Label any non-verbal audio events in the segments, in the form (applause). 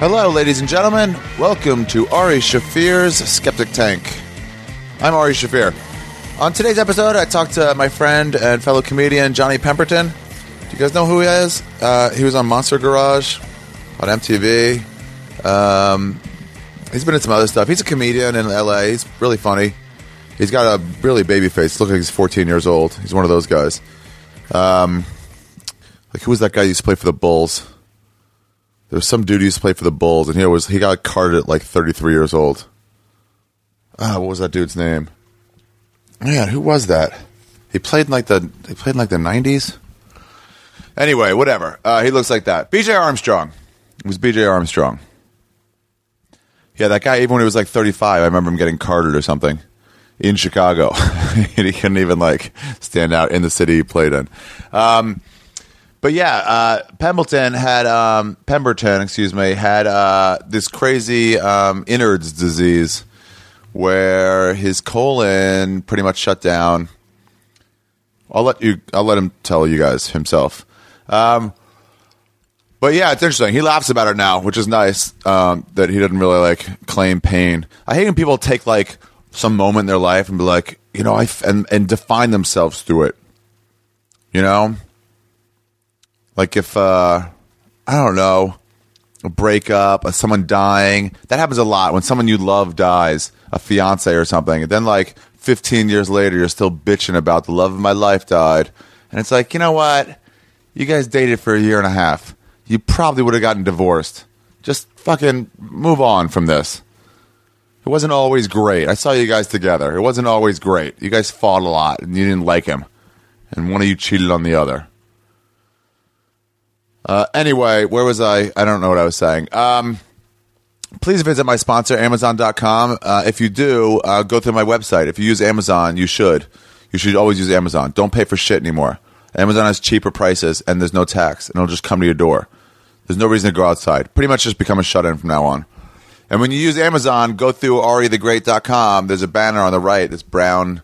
Hello, ladies and gentlemen. Welcome to Ari Shafir's Skeptic Tank. I'm Ari Shafir. On today's episode, I talked to my friend and fellow comedian Johnny Pemberton. Do you guys know who he is? Uh, he was on Monster Garage, on MTV. Um, he's been in some other stuff. He's a comedian in LA. He's really funny. He's got a really baby face. Looks like he's 14 years old. He's one of those guys. Um, like who was that guy who used to play for the Bulls? There was some dude who used to play for the Bulls, and he was he got carded at like 33 years old. Ah, what was that dude's name? Man, who was that? He played in like the he played in like the 90s. Anyway, whatever. Uh, he looks like that. B.J. Armstrong it was B.J. Armstrong. Yeah, that guy. Even when he was like 35, I remember him getting carded or something in Chicago. (laughs) and he couldn't even like stand out in the city he played in. Um, but yeah, uh, Pemberton had um, Pemberton, excuse me, had uh, this crazy um, innards disease where his colon pretty much shut down. I'll let you. I'll let him tell you guys himself. Um, but yeah, it's interesting. He laughs about it now, which is nice um, that he doesn't really like claim pain. I hate when people take like some moment in their life and be like, you know, I f- and and define themselves through it. You know, like if uh i don't know a breakup uh, someone dying that happens a lot when someone you love dies a fiance or something and then like 15 years later you're still bitching about the love of my life died and it's like you know what you guys dated for a year and a half you probably would have gotten divorced just fucking move on from this it wasn't always great i saw you guys together it wasn't always great you guys fought a lot and you didn't like him and one of you cheated on the other uh, anyway, where was I? I don't know what I was saying. Um, please visit my sponsor, Amazon.com. Uh, if you do, uh, go through my website. If you use Amazon, you should. You should always use Amazon. Don't pay for shit anymore. Amazon has cheaper prices and there's no tax, and it'll just come to your door. There's no reason to go outside. Pretty much just become a shut in from now on. And when you use Amazon, go through E arithegreat.com. There's a banner on the right that's brown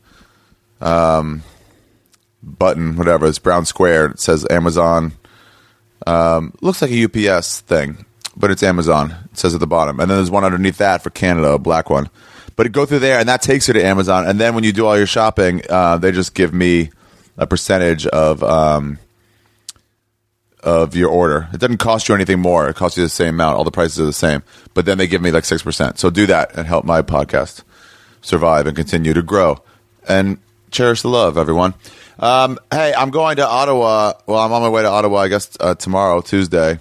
um, button, whatever. It's brown square. It says Amazon looks like a UPS thing, but it's Amazon. It says at the bottom, and then there's one underneath that for Canada, a black one. But go through there, and that takes you to Amazon. And then when you do all your shopping, uh, they just give me a percentage of um, of your order. It doesn't cost you anything more. It costs you the same amount. All the prices are the same. But then they give me like six percent. So do that and help my podcast survive and continue to grow. And cherish the love, everyone. Um, hey, I'm going to Ottawa. Well, I'm on my way to Ottawa. I guess uh, tomorrow, Tuesday,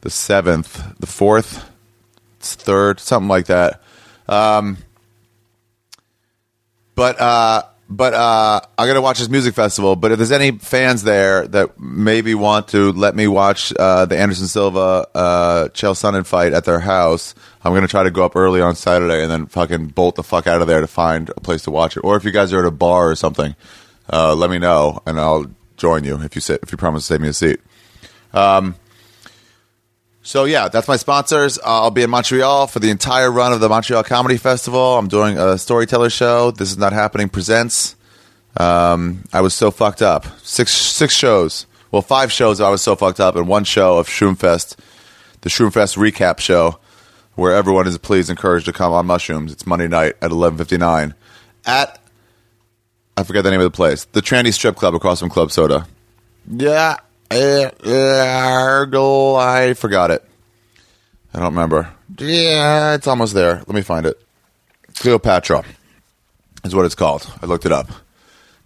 the seventh, the fourth, third, something like that. Um, but uh, but uh, I'm gonna watch this music festival. But if there's any fans there that maybe want to let me watch uh, the Anderson Silva uh, Chael Sonnen fight at their house, I'm gonna try to go up early on Saturday and then fucking bolt the fuck out of there to find a place to watch it. Or if you guys are at a bar or something, uh, let me know and I'll join you if you sit, if you promise to save me a seat. So yeah, that's my sponsors. Uh, I'll be in Montreal for the entire run of the Montreal Comedy Festival. I'm doing a storyteller show. This is not happening. Presents. Um, I was so fucked up. Six six shows. Well, five shows. I was so fucked up, and one show of Shroomfest, the Shroomfest recap show, where everyone is please encouraged to come on mushrooms. It's Monday night at 11:59 at I forget the name of the place, the Tranny Strip Club across from Club Soda. Yeah, eh, eh, go- I forgot it. I don't remember. Yeah, it's almost there. Let me find it. Cleopatra is what it's called. I looked it up.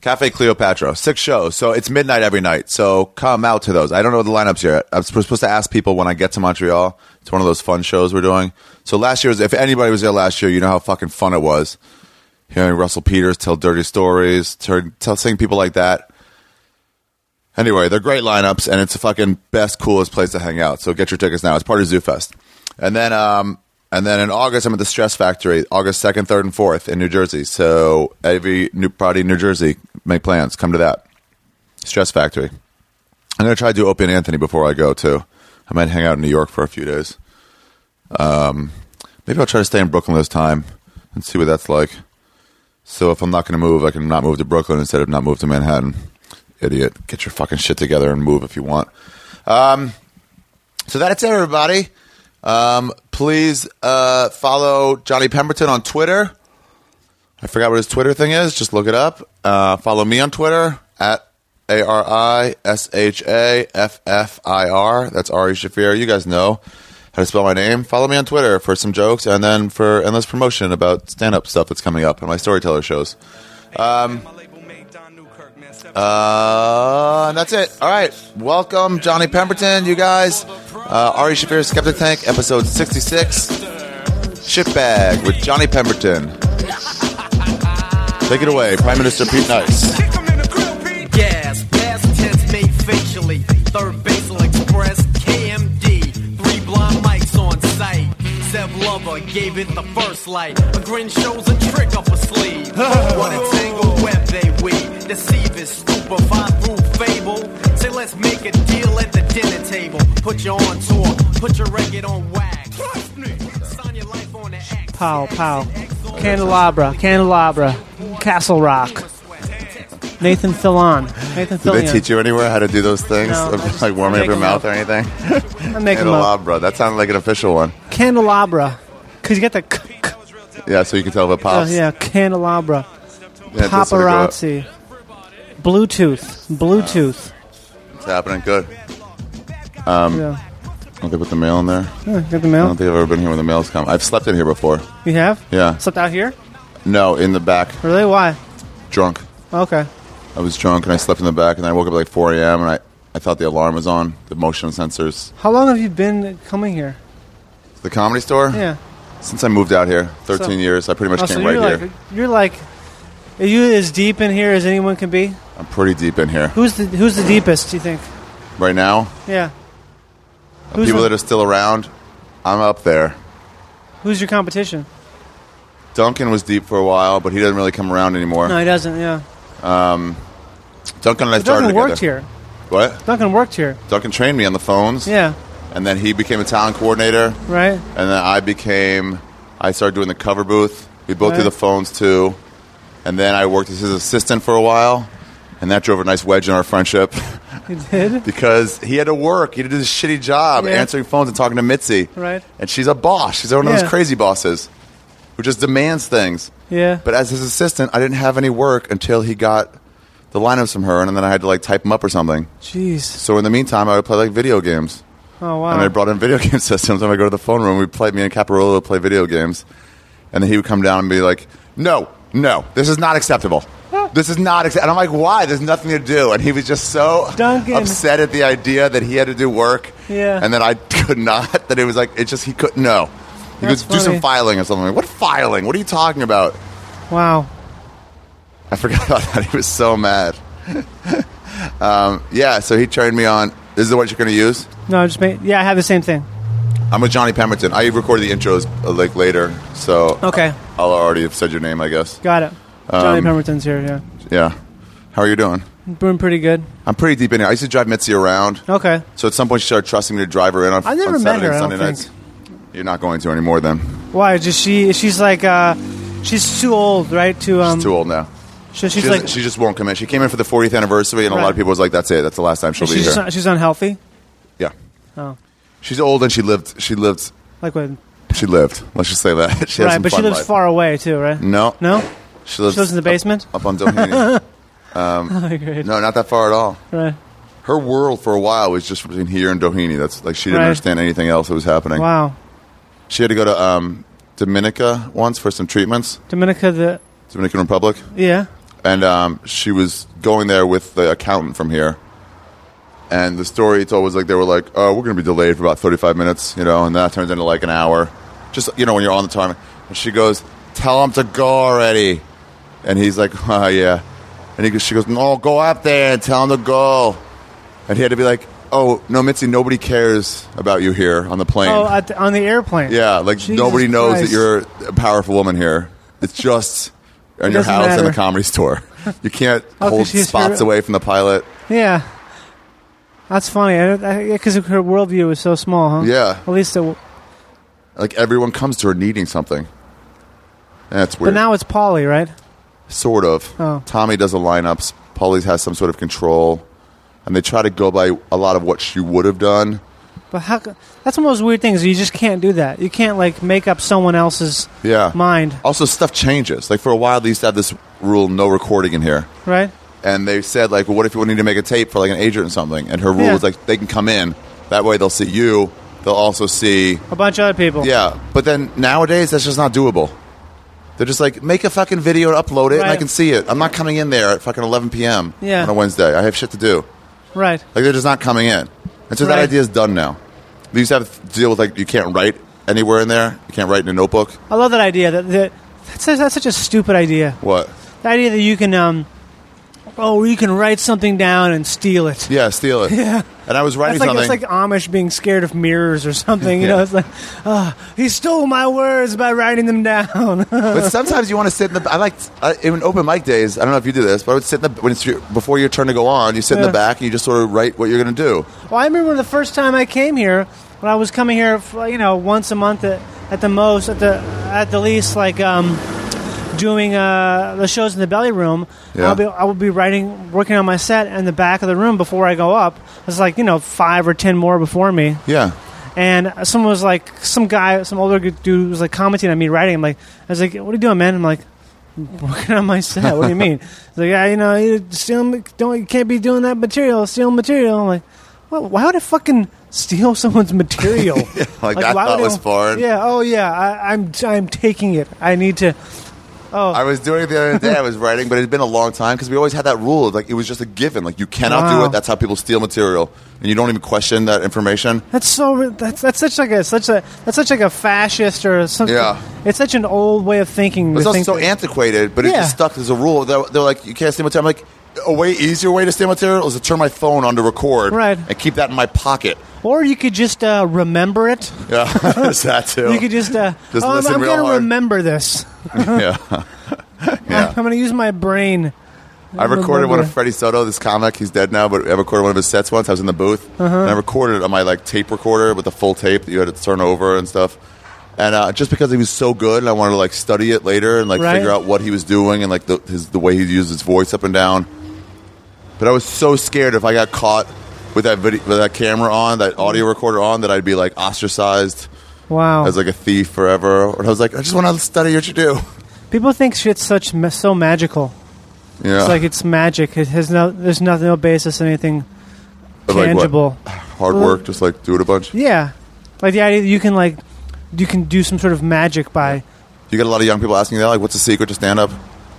Cafe Cleopatra, six shows. So it's midnight every night. So come out to those. I don't know the lineups yet. I'm sp- supposed to ask people when I get to Montreal. It's one of those fun shows we're doing. So last year, was, if anybody was there last year, you know how fucking fun it was. Hearing Russell Peters tell dirty stories, turn, tell, seeing people like that. Anyway, they're great lineups, and it's the fucking best, coolest place to hang out. So get your tickets now. It's part of Zoo Fest. And then, um, and then in August, I'm at the Stress Factory, August second, third, and fourth in New Jersey. So every new party in New Jersey, make plans. Come to that Stress Factory. I'm gonna try to do Opie and Anthony before I go too. I might hang out in New York for a few days. Um, maybe I'll try to stay in Brooklyn this time and see what that's like. So if I'm not going to move, I can not move to Brooklyn instead of not move to Manhattan. Idiot. Get your fucking shit together and move if you want. Um, so that's it, everybody. Um, please uh, follow Johnny Pemberton on Twitter. I forgot what his Twitter thing is. Just look it up. Uh, follow me on Twitter at A R I S H A F F I R. That's Ari Shafir. You guys know how to spell my name. Follow me on Twitter for some jokes and then for endless promotion about stand up stuff that's coming up and my storyteller shows. Uh, and that's it. All right. Welcome, Johnny Pemberton, you guys. Uh, Ari Shafir, Skeptic Tank, episode 66. Shitbag with Johnny Pemberton. Take it away, Prime Minister Pete Nice. Kick 'em in the grill, Pete. Yes, past tense made facially. Third basal express KMD. Three blind mics on site. Zev Lover gave it the first light. A grin shows a trick up a sleeve. (laughs) what a tangled web they weave. Deceive is stupefied through fable. Say let's make a deal at the dinner table. Put you on tour, put your record on wax. Trust me. Sign your life on the X. Pow, pow. Candelabra, Candelabra, Castle Rock, Nathan Fillon. Nathan Did Fillon. they teach you anywhere how to do those things? No, I just- like warming I up your make mouth them or anything? I'm making them up. Candelabra. That sounded like an official one. Candelabra. Because you got the k- k- Yeah, so you can tell if it uh, pops. yeah, candelabra. Yeah, it does sort of go up. Paparazzi. Bluetooth. Bluetooth. It's happening. Good. yeah. Oh, they put the mail in there. Yeah, got the I mail. don't think I've ever been here when the mail's come. I've slept in here before. You have? Yeah. Slept out here? No, in the back, Really? Why? drunk. Okay. I was drunk and I slept in the back, and I woke up at like 4 a.m. and I, I thought the alarm was on, the motion sensors. How long have you been coming here? The comedy store? Yeah. Since I moved out here, 13 So- years, I pretty much Oh, Hmm. came so right you're here. like you're like are you as deep in here as anyone can be? I'm pretty deep in here. Who's the who's the deepest, do you think? Right now, Yeah. the Who's people the- that are still around, I'm up there. Who's your competition? Duncan was deep for a while, but he doesn't really come around anymore. No, he doesn't, yeah. Duncan and I started Duncan together. worked here. What? Duncan worked here. Duncan trained me on the phones. Yeah. And then he became a talent coordinator. Right? and then I became I started doing the cover booth. We both did Right. the phones too, and then I worked as his assistant for a while, and that drove a nice wedge in our friendship (laughs) He did. because he had to work. He did his shitty job Yeah. answering phones and talking to Mitzi, Right. And she's a boss. She's one of those Yeah. crazy bosses who just demands things. Yeah. But as his assistant, I didn't have any work until he got the lineups from her, and then I had to like type them up or something. Jeez. So in the meantime, I would play like video games. Oh wow. And I brought in video (laughs) game systems. And I go to the phone room. We played me and Caparolo would play video games, and then he would come down and be like, "No, no, this is not acceptable. This is not." Accept-. And I'm like, "Why? There's nothing to do." And he was just so Duncan. upset at the idea that he had to do work, Yeah. and that I (laughs) could not. That it was like it just he couldn't know. He That's goes, "Do some funny. filing or something." I'm like, what filing? What are you talking about? wow. I (laughs) forgot about that. He was so mad. (laughs) um, yeah, so he trained me on. This is what you're going to use. No, I just made yeah, I have the same thing. I'm with Johnny Pemberton. I recorded the intros uh, like later, so Okay. I'll already have said your name, I guess. Got it. Johnny Um, Pemberton's here, yeah. Yeah. How are you doing? Doing pretty good. I'm pretty deep in here. I used to drive Mitzi around, Okay. so at some point she started trusting me to drive her in on, I Oh. never on met Saturday her, I and don't Sunday think. nights. You're not going to anymore then. Why? Just she? She's like, uh, she's too old, right? To um, She's too old now. So she's She, like, doesn't she just won't come in. She came in for the 40th anniversary, and a lot of Right. people was like, "That's it. That's the last time she'll be she's here." just not, she's unhealthy. yeah. Oh, She's old, and she lived. She lived. like what? She lived. Let's just say that. (laughs) she has Right, some but she fun lives life. far away too, right? No. No, She lives, she lives in the up- basement. up on Doheny. (laughs) Great. no, not that far at all. Right. her world for a while was just between here and Doheny. That's like she didn't Right. understand anything else that was happening. Wow. She had to go to um, Dominica once for some treatments, Dominica, the Dominican Republic, yeah. and um, she was going there with the accountant from here. And the story he told was like they were like, "Oh, we're going to be delayed for about thirty-five minutes," you know, and that turns into like an hour. Just you know, when you're on the time, and she goes, "Tell him to go already," and he's like, (laughs) "Oh yeah," and he goes, she goes, "No, go up there and tell him to go," and he had to be like, "Oh no, Mitzi, nobody cares about you here on the plane." Oh, at the, on the airplane. Yeah, like Jesus nobody knows Christ. that you're a powerful woman here. It's just in your doesn't house and the matter. comedy store. You (laughs) can't Oh, 'cause hold she's spots her- away from the pilot. Yeah. That's funny. Because her worldview is so small, huh? Yeah. At least, it, w- Like everyone comes to her needing something. That's weird. but now it's Polly, right? sort of. Oh. Tommy does the lineups. Polly has some sort of control, and they try to go by a lot of what she would have done. But how? co- That's one of those weird things. You just can't do that. You can't like make up someone else's Yeah. mind, Also, stuff changes. Like for a while, they used to have this rule: no recording in here. right? And they said, like, well, what if you need to make a tape for like an agent or something? And her rule Yeah. was like, they can come in. That way, they'll see you. They'll also see A bunch of other people. Yeah, but then nowadays that's just not doable. They're just like make a fucking video and upload it, and I Right. can see it. I'm not coming in there at fucking 11 p.m. Yeah. on a Wednesday. I have shit to do. Right. Like they're just not coming in, and so that Right. idea is done now. They used to have to deal with like you can't write anywhere in there. You can't write in a notebook. I love that idea. That, that that's, that's such a stupid idea. What? The idea that you can, um, oh, you can write something down and steal it. Yeah, steal (laughs) it. Yeah. And I was writing That's like, something. that's like Amish being scared of mirrors or something. (laughs) You Yeah. know, it's like, oh, he stole my words by writing them down. (laughs) but sometimes you want to sit in the. I like I, in open mic days. I don't know if you do this, but I would sit in the when it's your, before your turn to go on. You sit in Yeah. the back and you just sort of write what you're going to do. Well, I remember the first time I came here, when I was coming here, for, you know, once a month at, at the most, at the at the least, like um, doing uh, the shows in the belly room. Yeah. I'll be, I would be writing, working on my set in the back of the room before I go up. There's like you know five or ten more before me, Yeah. and someone was like, some guy, some older dude was like commenting on me writing. I'm like, I was like, what are you doing, man? I'm like. (laughs) Working on my set. What do you mean? He's like, yeah, you know, you still don't, you can't be doing that material, stealing material. I'm like, well, why would I fucking steal (laughs) (laughs) someone's material? like, I why thought would was foreign. Yeah. Oh yeah. I, I'm I'm taking it. I need to. I was doing it the other day. I was writing, but it had been a long time because we always had that rule. Like it was just a given. Like you cannot do Wow. it. That's how people steal material, and you don't even question that information. That's so. That's that's such like a such a that's such like a fascist or something. Yeah. It's such an old way of thinking. But it's to also think so that- antiquated, but it's Yeah. just stuck as a rule. They're, they're like, you can't steal material. I'm like, a way easier way to steal material is to turn my phone on to record, Right. and keep that in my pocket. (laughs) or you could just uh, remember it. Yeah, (laughs) there's that too. You could just. Uh, Just oh, I'm, listen I'm real gonna hard. remember this. (laughs) (laughs) yeah, I'm gonna use my brain. I recorded one remember. of Freddie Soto, this comic. He's dead now, but I recorded one of his sets once. I was in the booth, Uh-huh. and I recorded it on my like tape recorder with the full tape that you had to turn over and stuff. And uh, just because he was so good, and I wanted to like study it later and like Right. figure out what he was doing and like the, his, the way he used his voice up and down. But I was so scared if I got caught with that video, with that camera on, that audio recorder on, that I'd be like ostracized Wow. as like a thief forever. And I was like, I just want to study what you do. (laughs) People think shit's such ma- so magical. Yeah, It's like it's magic. It has no. There's no, no basis in anything But, like, what? tangible. hard work, just like do it a bunch. Yeah, like the idea that you can like you can do some sort of magic by. You get a lot of young people asking that, like, what's the secret to stand up?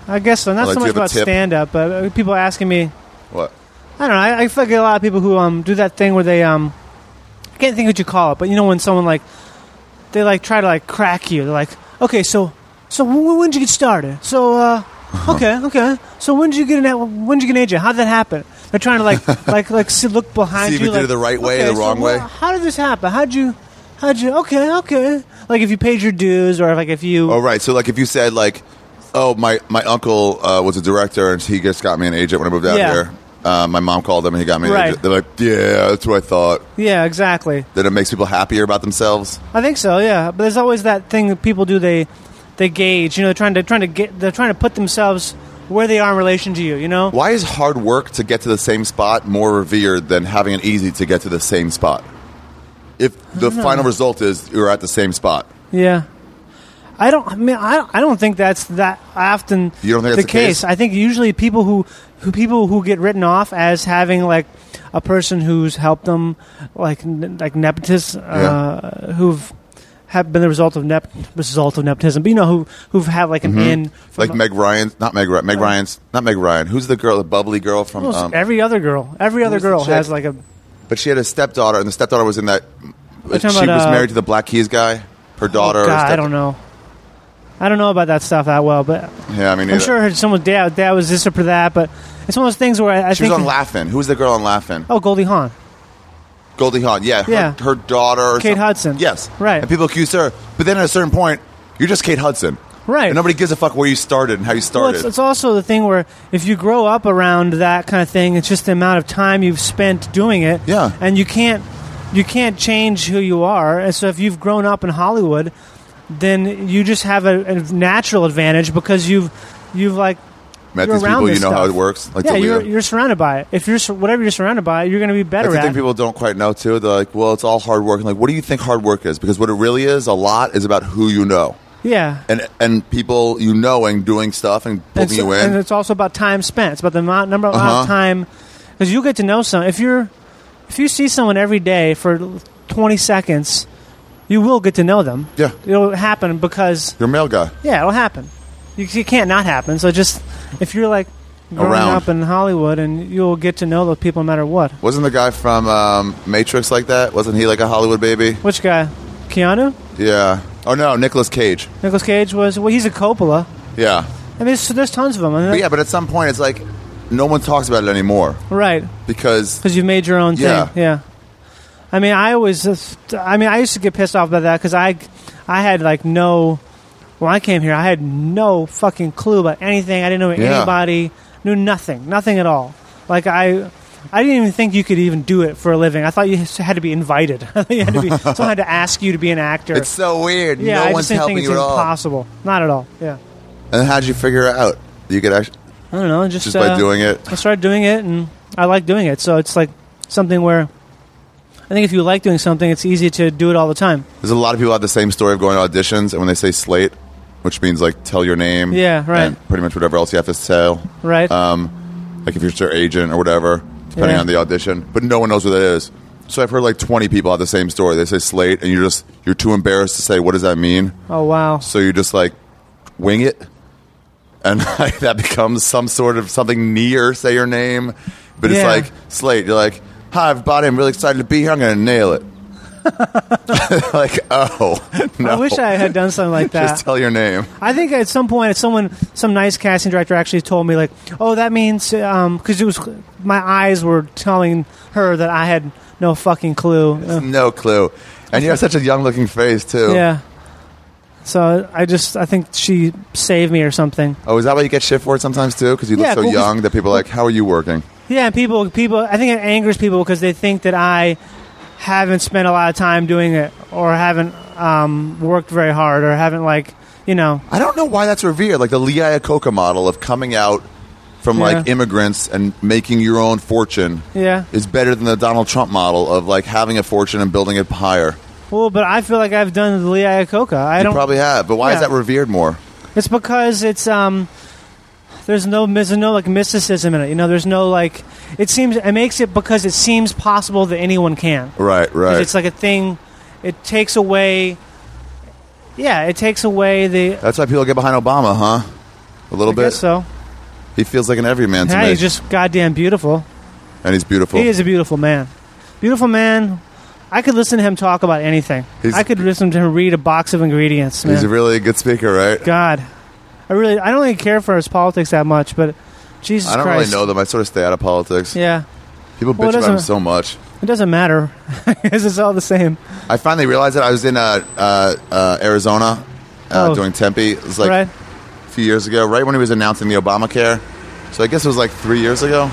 I guess so. Not Like, so do you much have a about tip? stand up, but uh, people asking me. What? I don't know. I, I feel like a lot of people who um do that thing where they um I can't think what you call it, but you know when someone like they like try to like crack you. They're like, okay, so so when, when did you get started? So uh Uh-huh. okay, okay. So when did you get an a- when did you get an agent? How would that happen? They're trying to (laughs) like like like see, look behind See if you. you did like, it the right way or okay, the wrong so way. wh- How did this happen? How'd you how'd you okay okay like if you paid your dues or like if you Oh, right. So, like, if you said, like, oh, my, my uncle uh, was a director and he just got me an agent when I moved out Yeah. here. Uh, my mom called him and he got me an Right. agent. They're like, yeah, that's what I thought. yeah exactly. That it makes people happier about themselves. I think so, yeah. But there's always that thing that people do. They they gauge, you know, they're trying to trying to get they're trying to put themselves where they are in relation to you. You know, Why is hard work to get to the same spot more revered than having it easy to get to the same spot? If the final result is you're at the same spot. yeah. I don't. I mean, I, I don't think that's that often. You don't think the that's the case? I think usually people who, who people who get written off as having like a person who's helped them, like n- like nepotists, uh, who've have been the result of nep- result of nepotism. But you know who who've had like an in from Mm-hmm. Like Meg Ryan, not Meg Ryan, Meg Ryan's, not Meg Ryan. Who's the girl, the bubbly girl from? almost Um, every other girl. Every other was the girl chick? has like a But she had a stepdaughter, and the stepdaughter was in that. She talking about, was uh, Oh, married to the Black Keys guy. Her daughter. or God, I step- don't know. I don't know about that stuff that well, but Yeah, I mean, I'm sure someone's dad, dad was this or for that. But it's one of those things where I, I She was think. on Laughing. Who was the girl on Laughing? oh, Goldie Hawn. Goldie Hawn. Yeah, her, Yeah. her daughter. Or Kate some- Hudson. Yes, Right. And people accused her, but then at a certain point, you're just Kate Hudson, Right. And nobody gives a fuck where you started and how you Well, started. it's, it's also the thing where if you grow up around that kind of thing, it's just the amount of time you've spent doing it. Yeah. and you can't you can't change who you are. And so if you've grown up in Hollywood, then you just have a, a natural advantage because you've you've like met you're these around people, you this know how it stuff. works. Like yeah, the you're, Leo. you're surrounded by it. If you're sur- whatever you're surrounded by, you're going to be better That's the at. thing people don't quite know too. They're like, well, it's all hard work. And like, what do you think hard work is? Because what it really is, a lot is about who you know yeah, and and people you knowing doing stuff and and, booking so- you and in. it's also about time spent. It's about the amount, number amount Uh-huh. of time because you get to know some. If you're if you see someone every day for 20 seconds, you will get to know them. Yeah. it'll happen because You're a male guy. yeah, it'll happen. You, you can't not happen. So just if you're like growing Around. up in Hollywood, and you'll get to know those people no matter what. Wasn't the guy from um, Matrix like that? Wasn't he like a Hollywood baby? Which guy? Keanu? Yeah. Oh no, Nicolas Cage. Nicholas Cage was well. He's a Coppola. Yeah. I mean, so there's tons of them. But yeah, but at some point it's like no one talks about it anymore Right, because because you've made your own Yeah. thing. Yeah. I mean, I always. I mean, I used to get pissed off about that because I, I had like no. When I came here, I had no fucking clue about anything. I didn't know Yeah. anybody. Knew nothing. Nothing at all. Like I. I didn't even think you could even do it for a living. I thought you had to be invited. (laughs) you had to be, someone had to ask you to be an actor. it's so weird. yeah, no I one's just didn't helping think it's you at all. impossible. Not at all. Yeah, And how'd you figure it out? You could actually I don't know. Just, just uh, by doing it. I started doing it, and I like doing it. So it's like something where I think if you like doing something, it's easy to do it all the time. There's a lot of people have the same story of going to auditions, and when they say slate, which means like tell your name, Yeah, right. and pretty much whatever else you have to tell, Right. Um, like if you're their agent or whatever, depending Yeah. on the audition, but no one knows what that is. So I've heard like 20 people have the same story. They say slate, and you're just you're too embarrassed to say what does that mean, Oh (laughs) wow! so you just like wing it, and (laughs) like, that becomes some sort of something near say your name, but it's Yeah. like slate. You're like, hi everybody, I'm really excited to be here. I'm gonna nail (laughs) it. (laughs) like oh no. I wish I had done something like that. (laughs) Just tell your name. I think at some point, someone, some nice casting director actually told me like, "Oh, that means because it was my eyes were telling her that I had no fucking clue." Uh, No clue. And you have such a young looking face, too. yeah. So I just I think she saved me or something. Oh, is that why you get shit for it sometimes, too? Because you look Yeah, so well, 'cause- young that people are like, how are you working? Yeah, and people, people. I think it angers people because they think that I haven't spent a lot of time doing it, or haven't um, worked very hard, or haven't like, you know, I don't know why that's revered. Like the Lee Iacocca model of coming out from like Yeah. immigrants and making your own fortune yeah. is better than the Donald Trump model of like having a fortune and building it higher. Well, but I feel like I've done the Lee Iacocca. I You don't. probably have, but why is Yeah. that revered more? it's because it's um. There's no there's no like mysticism in it. You know, there's no like. It seems it makes it because it seems possible that anyone can. Right, 'Cause right. It's like a thing. It takes away. Yeah, it takes away the. that's why people get behind Obama, huh? A little I bit. guess so. He feels like an everyman to Yeah, me, he's just goddamn beautiful. and he's beautiful. He is a beautiful man. Beautiful man. I could listen to him talk about anything. He's- I could listen to him read a box of ingredients, man. He's a really good speaker, right? God, I really, I don't even care for his politics that much, but Jesus I don't Christ, really know them. I sort of stay out of politics. Yeah, People bitch Well, it about him doesn't- so much. it doesn't matter. (laughs) 'Cause it's all the same. I finally realized that I was in uh, uh, uh, Arizona uh, Oh. doing Tempe. It was like right? a few years ago, right when he was announcing the Obamacare. So I guess it was like three years ago.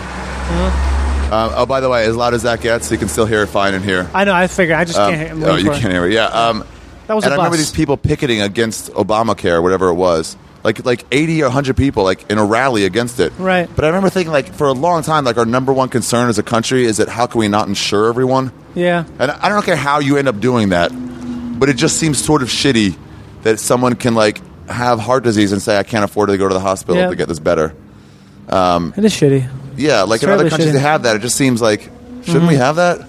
Um, oh, by the way, as loud as that gets, you can still hear it fine in here. I know. I figure. I just Um, can't. I'm oh, waiting you for it. can't hear it. Yeah. Um, That was and a I remember bus. these people picketing against Obamacare, whatever it was. Like like eighty or hundred people like in a rally against it. Right. But I remember thinking like for a long time, like our number one concern as a country is that how can we not insure everyone? yeah, And I don't care how you end up doing that, but it just seems sort of shitty that someone can like have heart disease and say I can't afford to go to the hospital Yeah. to get this better. it is shitty. Yeah, like It's in other fairly countries shitty. they have that. It just seems like shouldn't we Mm-hmm. have that?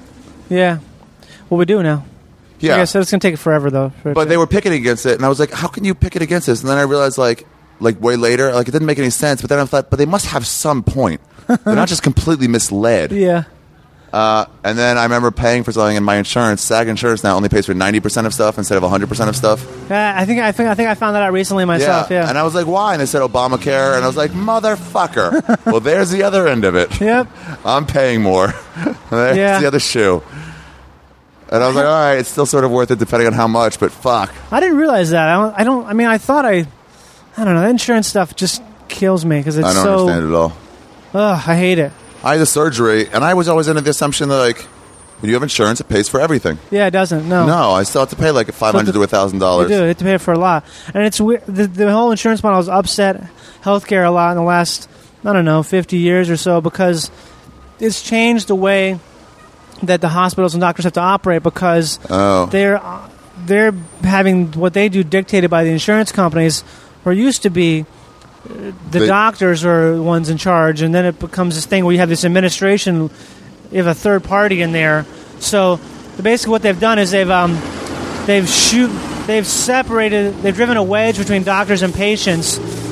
Yeah, well, we do now. Yeah. Like I said, it's gonna take forever though. for- but they were picketing against it, and I was like, how can you picket against this? And then I realized like like way later, like it didn't make any sense. But then I thought, but they must have some point. They're not just completely misled. (laughs) yeah, Uh, and then I remember paying for something, and my insurance, SAG insurance, now only pays for ninety percent of stuff instead of hundred percent of stuff. yeah. I think I think I think I found that out recently myself. Yeah. And I was like, why? And they said Obamacare. And I was like, (laughs) motherfucker. well, there's the other end of it. Yep. I'm paying more. (laughs) there's Yeah. the other shoe. And I was like, all right, it's still sort of worth it depending on how much, but fuck. I didn't realize that. I don't. I, don't, I mean, I thought I. I don't know. That insurance stuff just kills me because it's I don't so. understand it at all. Ugh, I hate it. I had a surgery, and I was always under the assumption that, like, when you have insurance, it pays for everything. Yeah, it doesn't. No. No, I still have to pay like five hundred to a thousand Oh. You do. dollars. You have to pay for a lot, and it's weird. The, the whole insurance model has upset healthcare a lot in the last I don't know, 50 years or so because it's changed the way that the hospitals and doctors have to operate because Oh. they're they're having what they do dictated by the insurance companies where it used to be uh, the They- doctors are the ones in charge and then it becomes this thing where you have this administration you have a third party in there so basically what they've done is they've um, they've shoot they've separated they've driven a wedge between doctors and patients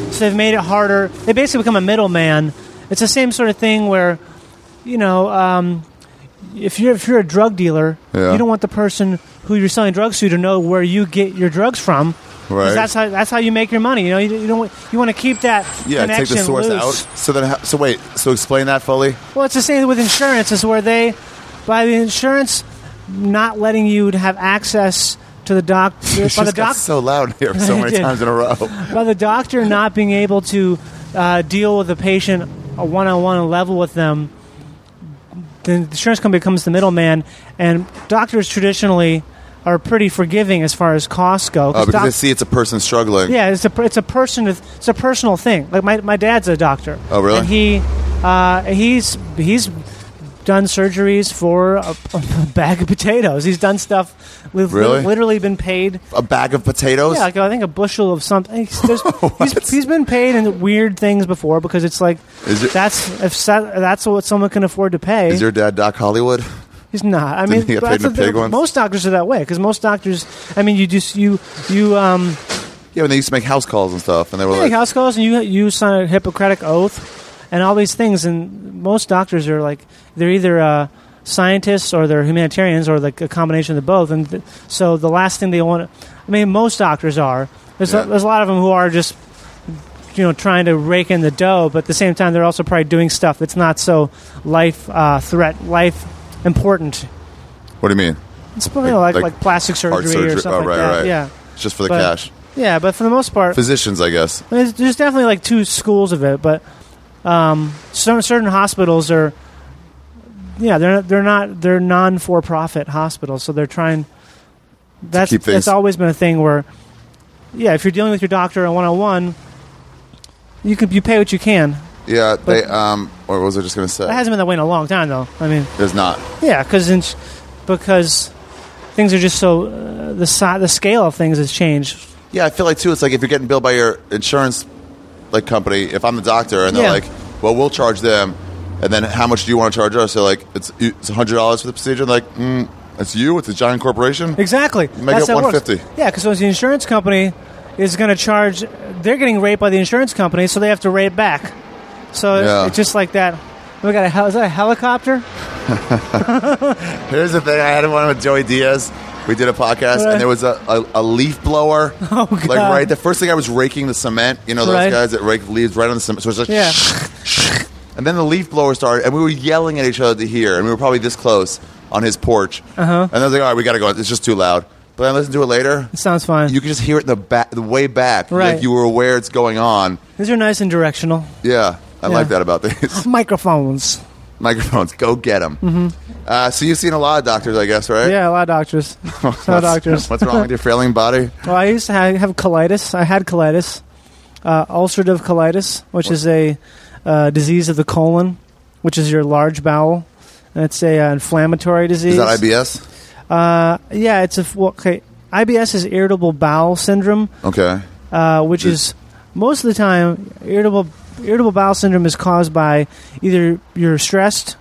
so they've made it harder they basically become a middleman it's the same sort of thing where you know um, if you're if you're a drug dealer Yeah. you don't want the person who you're selling drugs to to know where you get your drugs from 'cause Right. that's how that's how you make your money you know you, you don't want, you want to keep that Yeah, connection take the source loose. out. So then, how, so wait. So explain that fully. Well, it's the same with insurance, is where they, by the insurance not letting you to have access to the (laughs) doctor, It's by the just got doc, so loud (laughs) here so I many did. times in a row. Uh, by the (laughs) doctor not being able to uh, deal with the patient a one-on-one level with them, the insurance company becomes the middleman, and doctors traditionally are pretty forgiving as far as costs go. 'cause Uh, because doc- they see it's a person struggling. yeah, it's a it's a person it's a personal thing. Like my, my dad's a doctor. Oh, really? And he uh, he's he's done surgeries for a, a (laughs) bag of potatoes. He's done stuff. We've Really? literally been paid. A bag of potatoes. Yeah, like I think a bushel of something. (laughs) There's, he's, he's been paid in weird things before because it's like Is your- that's if sa- that's what someone can afford to pay. Is your dad Doc Hollywood? He's not. I mean, Didn't he get but paid that's in a the- pig once? most doctors are that way because most doctors. I mean, you just you you um. Yeah, when they used to make house calls and stuff, and they were Yeah, like, like house calls, and you you sign a Hippocratic oath, and all these things. And most doctors are like they're either uh, scientists or they're humanitarians or like a combination of the both. And th- so the last thing they want, I mean, most doctors are. There's Yeah. a, there's a lot of them who are just you know trying to rake in the dough, but at the same time they're also probably doing stuff that's not so life uh, threat life important. "What do you mean? It's probably like, like like plastic surgery, Heart surgery? or Oh, something right, like that. right. Yeah. It's just for the But- cash. Yeah, but for the most part, Physicians, I guess. I mean, there's- there's definitely like two schools of it, but um, some certain hospitals are, yeah, they're they're not they're non for profit hospitals, so they're trying. That's keep things- that's always been a thing where, yeah, if you're dealing with your doctor on one on one, you could you pay what you can. Yeah, they. Um, or what was I just gonna say? That hasn't been that way in a long time, though. I mean, There's not. yeah, because because things are just so uh, the si- the scale of things has changed. Yeah, I feel like too. It's like if you're getting billed by your insurance, like company. If I'm the doctor, and they're Yeah. like, "Well, we'll charge them," and then how much do you want to charge us? They're like, "It's it's hundred dollars for the procedure." They're like, mm, "It's you. It's a giant corporation." Exactly. Make That's it how works. 150. Yeah, because the insurance company is going to charge. They're getting raped by the insurance company, so they have to rate back. So it- Yeah. it's just like that. We got a hel- is that a helicopter? Here's the thing: I had one with Joey Diaz. We did a podcast, Right. and there was a, a, a leaf blower. (laughs) Oh, God. Like right, the first thing I was raking the cement. You know those Right. guys that rake leaves right on the cement. So it's like, Yeah. (laughs) and then the leaf blower started, and we were yelling at each other to hear, and we were probably this close on his porch. Uh-huh. And I was like, all right, we got to go. It's just too loud. But I listened to it later. It sounds fine. You could just hear it in the back, the way back. Right. Like you were aware it's going on. These are nice and directional Yeah, I Yeah. like that about these (laughs) microphones. microphones. Go get them. Mm-hmm. Uh, so you've seen a lot of doctors, I guess, right? Yeah, a lot of doctors. a lot of doctors. What's wrong with your failing body? Well, I used to have, have colitis. I had colitis, uh, ulcerative colitis, which is a uh, disease of the colon, which is your large bowel. And it's a uh, inflammatory disease. Is that IBS? Uh, yeah, it's a f- well, okay. IBS is irritable bowel syndrome, Okay. uh, which Is- is most of the time irritable irritable bowel syndrome is caused by either you're stressed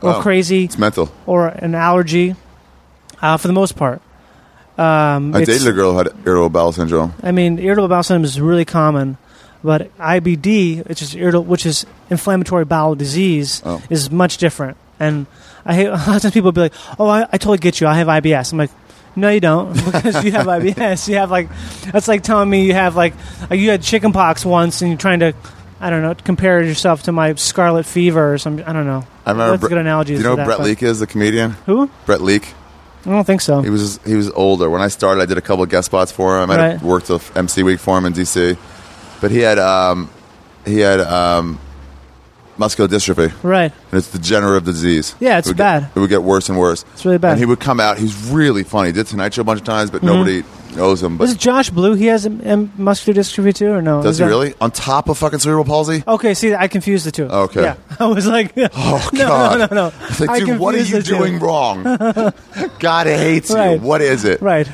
or Oh. crazy It's mental. or an allergy. Uh, for the most part, um, I it's- dated a girl who had irritable bowel syndrome. I mean, irritable bowel syndrome is really common, but IBD, which is irritable, which is inflammatory bowel disease, Oh. is much different. And I hate (laughs) a lot of times people be like, "Oh, I, I totally get you. I have IBS." I'm like, "No, you don't, (laughs) because you have IBS. You have like that's like telling me you have like, like you had chickenpox once, and you're trying to." I don't know. Compare yourself to my scarlet fever or some. I don't know. I remember. What's a Bre- good Do analogy? you for know who that, Brett but- Leake is the comedian? Who? Brett Leake. I don't think so. He was he was older when I started. I did a couple of guest spots for him. I Right. had worked a MC week for him in DC, but he had um, he had um, muscular dystrophy. Right. And it's degenerative disease. Yeah, it's it would bad. Get, it would get worse and worse. It's really bad. Mm-hmm. And he would come out. He's really funny. He did Tonight Show a bunch of times, but nobody knows him, Was but it Josh Blue? He has a, a muscular dystrophy too, or no? does Is he that- really? On top of fucking cerebral palsy? Okay, see, I confused the two. Okay. Yeah, (laughs) I was like, (laughs) Oh no, God! no, no, no. It's like, I dude, what are confused you the two. doing wrong? (laughs) God hates you. Right. What is it? (laughs) Right,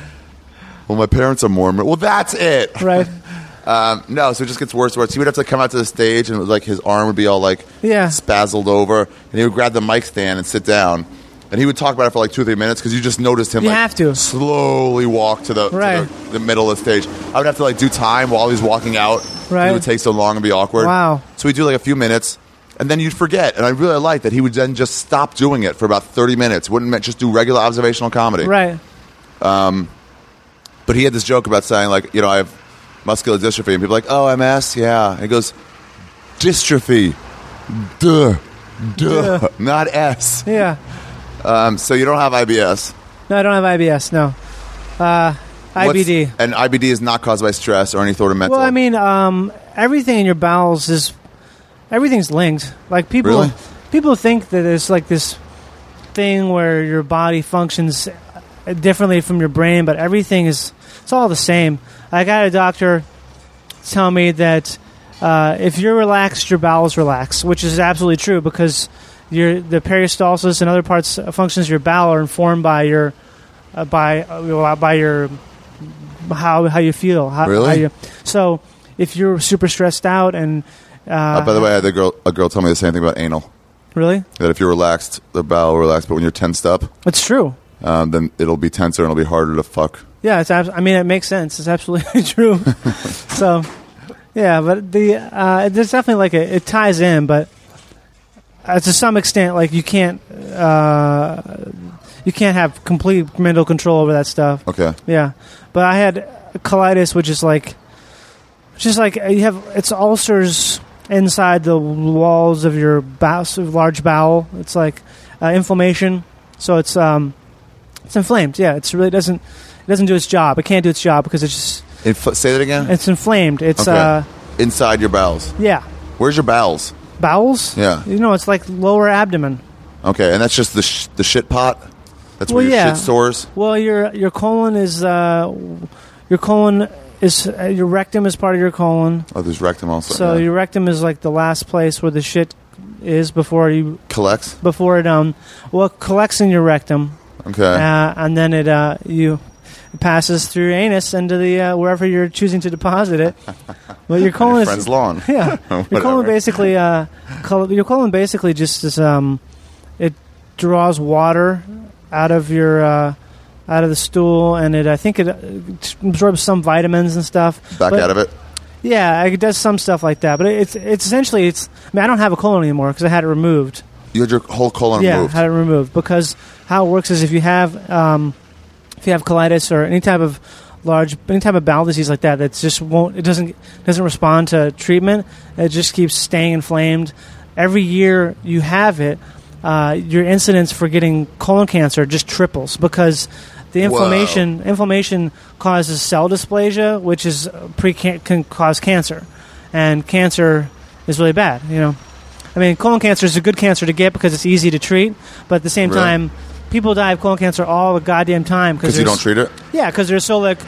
Well, my parents are Mormon. Well, that's it. right. (laughs) Um, no, so it just gets worse and worse. He would have to come out to the stage, and it was like his arm would be all like Yeah. spazzled over, and he would grab the mic stand and sit down, and he would talk about it for like two or three minutes because you just noticed him. You like, have to. slowly walk to the to Right. the, the middle of the stage. I would have to like do time while he's walking out. Right. it would take so long and be awkward. Wow. So we do like a few minutes. And then you'd forget, and I really liked that he would then just stop doing it for about thirty minutes. Wouldn't just do regular observational comedy, right. but he had this joke about saying like, you know, I have muscular dystrophy, and people are like, oh, MS, yeah. And he goes, dystrophy, duh, duh, Duh. not S. Yeah. Um, so you don't have IBS. No, I don't have IBS. No, uh, What's- IBD. and IBD is not caused by stress or any sort of mental. Well, I mean, um, everything in your bowels is everything's linked. Like people, Really? people think that it's like this thing where your body functions differently from your brain, but everything is it's all the same. I got a doctor tell me that uh, if you're relaxed, your bowels relax, which is absolutely true because your the peristalsis and other parts uh, functions of your bowel are informed by your uh, by uh, by your how how you feel. How, Really? How you, so if you're super stressed out and Uh, by the way, I had uh-huh. a girl, a girl tell me the same thing about anal. really, That if you're relaxed, the bowel will relax, but when you're tensed up, it's true. um, then it'll be tenser and it'll be harder to fuck. Yeah, it's. Abs- I mean, it makes sense. It's absolutely (laughs) true. so, yeah, but the uh, there's definitely like a, it ties in, but uh, to some extent, like you can't uh, you can't have complete mental control over that stuff. Okay. Yeah, but I had colitis, which is like, which is like you have it's ulcers inside the walls of your bowel, large bowel. It's like uh, inflammation, so it's um, it's inflamed. Yeah, it's really doesn't it doesn't do its job. It can't do its job because it's just Inf- say that again. it's inflamed. It's Okay. uh, Inside your bowels. yeah, Where's your bowels? bowels. Yeah. you know, it's like lower abdomen. Okay, and that's just the sh- the shit pot. That's where Well, your yeah. shit stores. Well, your your colon is uh, your colon is uh, your rectum is part of your colon. Oh, there's rectum also. So yeah. your rectum is like the last place where the shit is before you collects. before it um well it collects in your rectum Okay. uh, and then it uh you it passes through your anus into the uh, wherever you're choosing to (laughs) deposit it. But your On colon your is friend's (laughs) lawn. (laughs) yeah your Whatever. colon basically uh col- your colon basically just is um it draws water out of your uh, out of the stool and it I think it uh, absorbs some vitamins and stuff Back But- out of it. yeah, it does some stuff like that, but it's it's essentially it's. I mean, I don't have a colon anymore because I had it removed. You had your whole colon yeah, removed. had it removed because how it works is if you have um, if you have colitis or any type of large any type of bowel disease like that that just won't it doesn't doesn't respond to treatment. It just keeps staying inflamed. Every year you have it, uh, your incidence for getting colon cancer just triples because the inflammation inflammation causes cell dysplasia, which is pre can cause cancer, and cancer is really bad. You know, I mean, colon cancer is a good cancer to get because it's easy to treat, but at the same Really? time, people die of colon cancer all the goddamn time Because you there's- don't treat it? yeah, because they're so like,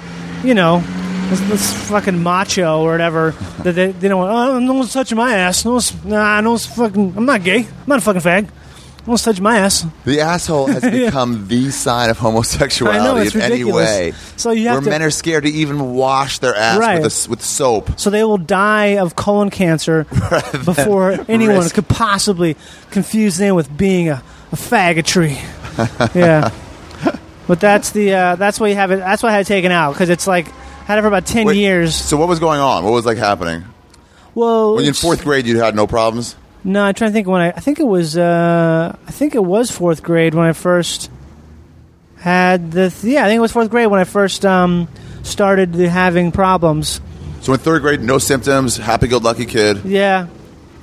you know, this, this fucking macho or (laughs) whatever that they, they don't. Oh, no one's touching my ass. No one's nah. No one's fucking. I'm not gay. I'm not a fucking fag. No one's touching my ass. The asshole (laughs) has become the sign (laughs) of homosexuality I know, it's in ridiculous. any way. So you where have to- men are scared to even wash their ass Right. with, a s with soap. So they will die of colon (laughs) cancer before anyone risk- could possibly confuse them with being a, (laughs) a faggotry. yeah. But that's the uh, that's why you have it. That's why I had it taken out because it's like had it for about ten Wait, years. So what was going on? What was like happening? Well, When you're in it's- fourth grade, you had no problems. No, I'm trying to think when I. I think it was. Uh, I think it was fourth grade when I first had the. Th- yeah, I think it was fourth grade when I first um, started the having problems. So in third grade, no symptoms. Happy-go-lucky kid Yeah,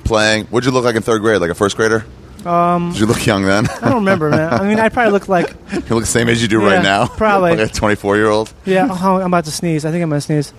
playing. What'd you look like in third grade? Like a first grader? Um, Did you look young then? (laughs) I don't remember, man. I mean, I probably looked like. you look the same as you do Yeah, right now. (laughs) probably. like a 24-year-old. Yeah, oh, I'm about to sneeze. I think I'm gonna sneeze.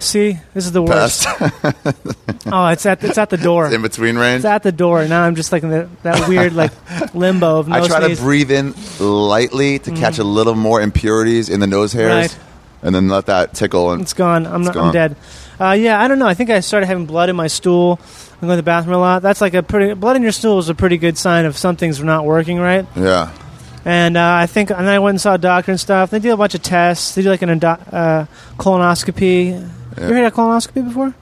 See, this is the worst. Past Oh, it's at it's at (laughs) the door. in between range. It's at the door. Now I'm just like in the, that (laughs) weird like limbo of no I try sneeze. to breathe in lightly to catch a little more impurities in the nose hairs, Mm. Right. and then let that tickle. And It's gone. I'm not. I'm gone. dead. Uh, yeah, I don't know. I think I started having blood in my stool. I'm going to the bathroom a lot. That's like a pretty blood in your stool is a pretty good sign of something's not working right. yeah, And uh, I think, and then I went and saw a doctor and stuff. They do a bunch of tests. They do like an endo- uh, colonoscopy. You ever had a colonoscopy before?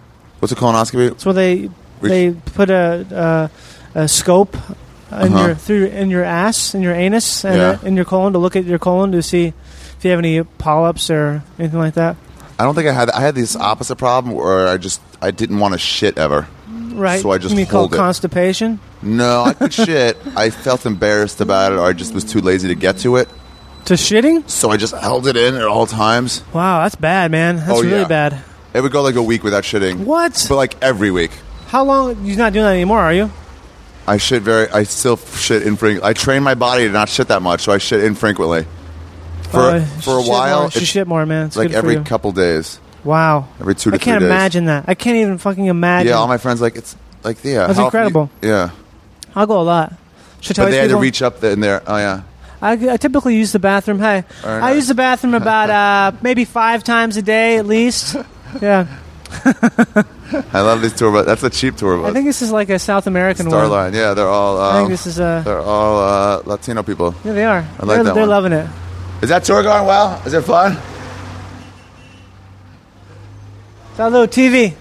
what's a colonoscopy? It's where they Which- they put a, a, a scope in Uh-huh. your through in your ass, in your anus, and Yeah. uh, in your colon to look at your colon to see if you have any polyps or anything like that. I don't think I had. I had this opposite problem where I just I didn't want to shit ever. Right. So I just you mean called hold it. constipation. No, I (laughs) could shit. I felt embarrassed about it, or I just was too lazy to get to it. To shitting? So I just held it in at all times. Wow, that's bad, man. That's Oh, really yeah. bad. It would go like a week without shitting. What? But like every week, How long? You're not doing that anymore, are you? I shit very. I still shit infrequently. I train my body to not shit that much, so I shit infrequently. For Uh, for a shit while, more. She it's shit more, man. It's like good for every you. couple days. Wow. every two to I can't three days. imagine that. I can't even fucking imagine. Yeah, all my friends like it's like yeah. That's how often incredible. you- yeah, I'll go a lot. Should tell but they these had to people? reach up there and there. Oh yeah, I, I typically use the bathroom. Hey, right, I nice. use the bathroom about uh, maybe five times a day (laughs) at least. Yeah, I love this tour bus. That's a cheap tour bus. I think this is like a South American one. Starline. Yeah, they're all. Um, I think this is a. They're all uh, Latino people. Yeah, they are. I like they're that they're one. loving it. Is that tour going well? Is it fun? Salud, TV,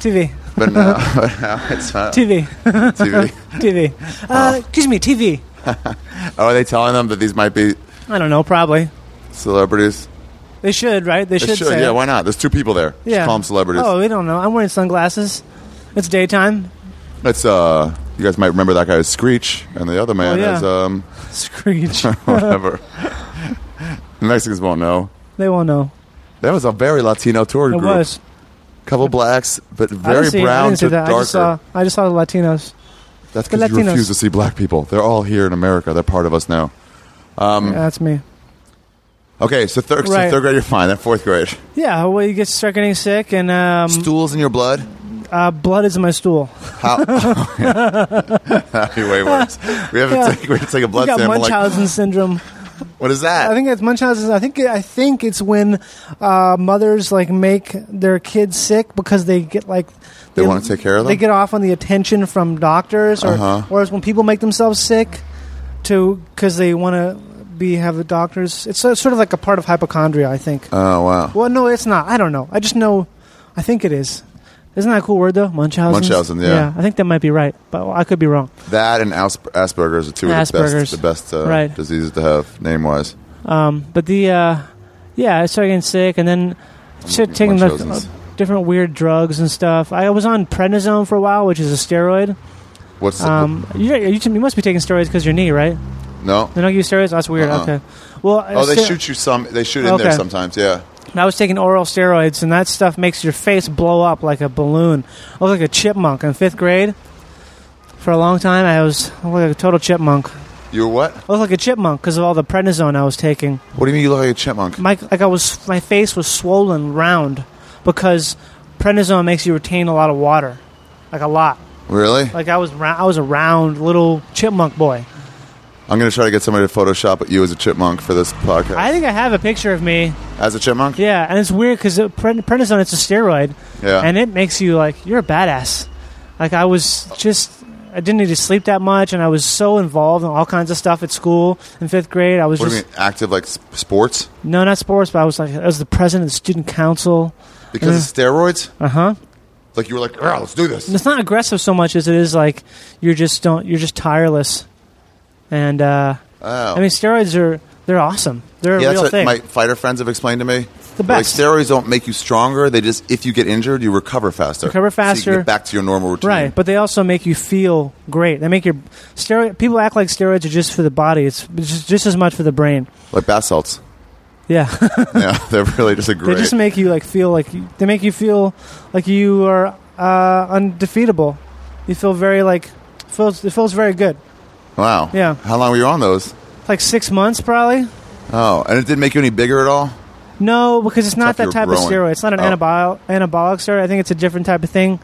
TV, But (laughs) no, but no it's fun. TV, TV. TV. Uh, excuse me, TV. Oh, are they telling them that these might be I don't know. Probably celebrities? they should, right? They They should. say yeah. it. Why not? There's two people there. Just Yeah. call them celebrities. Oh, we don't know. I'm wearing sunglasses. It's daytime. (laughs) It's uh, you guys might remember that guy is Screech, and the other man Oh, yeah. is um, (laughs) Screech. whatever. the Mexicans won't know. they won't know. That was a very Latino tour It group. was Couple blacks, but I didn't very see- I brown didn't see to that. I darker. just saw. I just saw the Latinos. That's the because you Latinos. refuse to see black people. They're all here in America. They're part of us now. Um, Yeah, that's me. Okay, so, thir- so Right. third grade, you're fine. Then fourth grade, Yeah, well, you get start getting sick, and um, Mm-hmm. stools in your blood. uh, blood is in my stool. (laughs) (laughs) That'd be way worse. We have, (laughs) Yeah. to, take, we have to take a You blood got sample. like, Munchausen syndom. what is that? I think it's Munchausen. I think I think it's when uh, mothers like make their kids sick because they get like They wanna take care of them? They get off on the attention from doctors, or Uh-huh. or it's when people make themselves sick to because they want to be have the doctors. It's so- sort of like a part of hypochondria, I think. oh wow, well, no, it's not. I don't know. I just know. I think it is. Isn't that a cool word though? Munchausen. Munchausen, yeah. I think that might be right, but I could be wrong. that and Aus- Asperger's are two of the Asperger's. best, the best uh, Right. diseases to have name wise. Um, but the uh, yeah, I started getting sick, and then started taking like, Munchausen's. uh, different weird drugs and stuff. I was on prednisone for a while, which is a steroid. What's Um, you, you, you must be taking steroids because your knee, right? the, no? They don't give you steroids. That's weird. Uh-uh. Okay. Well, Oh, they shoot you some. They shoot in there Okay. sometimes. Yeah. I was taking oral steroids, and that stuff makes your face blow up like a balloon. I look like a chipmunk in fifth grade. For a long time, I was I looked like a total chipmunk. You were what? I looked like a chipmunk because of all the prednisone I was taking. What do you mean you look like a chipmunk? my like I was my face was swollen round because prednisone makes you retain a lot of water, like a lot. Really? Like I was ra- I was a round little chipmunk boy. I'm gonna try to get somebody to Photoshop you as a chipmunk for this podcast. I think I have a picture of me. as a chipmunk? Yeah, and it's weird because prednisone it's a steroid, Yeah. and it makes you like you're a badass. Like I was just. I didn't need to sleep that much, and I was so involved in all kinds of stuff at school in fifth grade. I was what do you just mean active like s- sports? no, not sports, but I was like I was the president of the student council. Because of steroids? Uh huh. Like you were like, "Girl, let's do this." it's not aggressive so much as it is like you're just don't you're just tireless and uh, Oh. i mean steroids are they're awesome they're yeah, a that's real what thing my fighter friends have explained to me. the They're best. Like steroids don't make you stronger. They just if you get injured, you recover faster. Recover So you faster. can get back to your normal routine. right but they also make you feel great they make your steroid people act like steroids are just for the body it's just, just as much for the brain Like bath (laughs) salts. yeah yeah, (laughs) they're really just a great. they just make you like feel like you- they make you feel like you are uh, undefeatable you feel very like feels it feels very good wow. Yeah. How long were you on those? like six months probably Oh, and it didn't make you any bigger at all. No, because it's not if you're that type of growing. steroid. It's not an Oh. anabolic anabolic steroid. I think it's a different type of thing.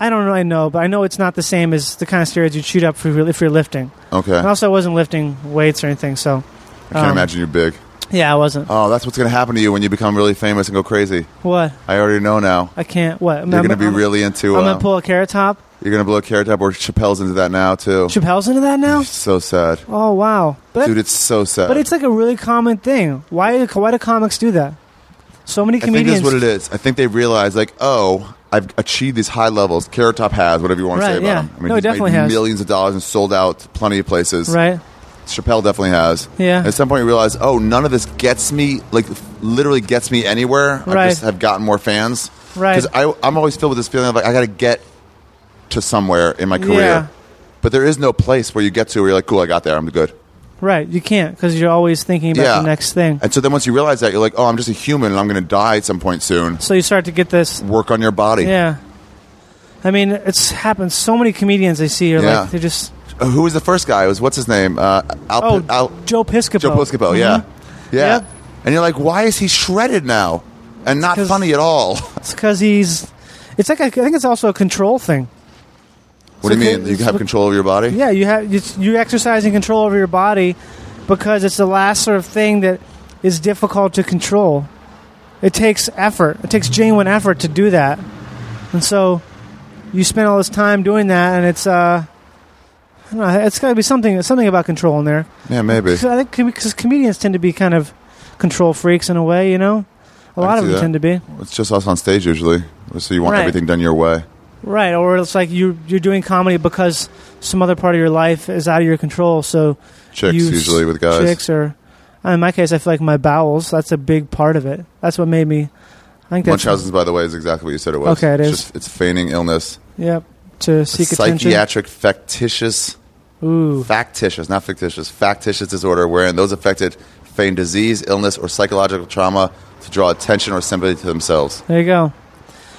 I don't really know, but I know it's not the same as the kind of steroids you shoot up for if you're lifting. Okay. And also, I wasn't lifting weights or anything, so I can't um, imagine you're big. yeah, I wasn't. Oh, that's what's going to happen to you when you become really famous and go crazy. what? I already know now. I can't. What? I'm You're going to I'm- be really into. I'm Uh, gonna pull a carrot top. you're going to blow carrot top or Chappelle's into that now too. Chappelle's into that now. so sad, Oh wow, but that- dude. It's so sad. but it's like a really common thing. Why? Why do comics do that? So many I think comedians. that's what it is. I think they realize like, oh, I've achieved these high levels. Carrot top has whatever you want to Right, say about yeah. him. I mean, No, he he's definitely made has. millions of dollars and sold out plenty of places. Right. Chappelle definitely has. Yeah. At some point, you realize, oh, none of this gets me, like, literally gets me anywhere. I Right. just have gotten more fans. Right. Because I'm always filled with this feeling of, like, I got to get to somewhere in my career. Yeah. But there is no place where you get to where you're like, cool, I got there. I'm good. Right. You can't because you're always thinking about yeah. the next thing. And so then once you realize that, you're like, oh, I'm just a human and I'm going to die at some point soon. So you start to get this Work on your body. Yeah. I mean, it's happened. So many comedians I see are Yeah. like, they're just, Uh, Who was the first guy? It was, what's his name? Uh, Al, oh, Al- Joe Piscopo. Mm-hmm. Joe Piscopo, yeah. Yeah. Yep. And you're like, why is he shredded now? And not 'Cause- funny at all. It's because he's, it's like, a, I think it's also a control thing. What do you So mean? ca- You have so- control of your body? Yeah, you have, it's, you're exercising control over your body because it's the last sort of thing that is difficult to control. It takes effort. It takes genuine effort to do that. And so you spend all this time doing that, and it's, uh, I don't know, it's got to be something, something about control in there. Yeah, maybe. So I think because comedians tend to be kind of control freaks in a way, you know. A I lot of see them that. tend to be It's just us on stage usually. So you want Right. everything done your way. right, or it's like you you're doing comedy because some other part of your life is out of your control. So Chicks you- usually with guys. chicks or uh, in my case, I feel like my bowels. That's a big part of it. That's what made me. I think that's Munchausen's, by the way, is exactly what you said it was. Okay, it it's is. Just, it's feigning illness. yep to seek attention. Psychiatric factitious, Ooh, factitious, not fictitious, factitious disorder wherein those affected feign disease, illness, or psychological trauma to draw attention or sympathy to themselves. there you go.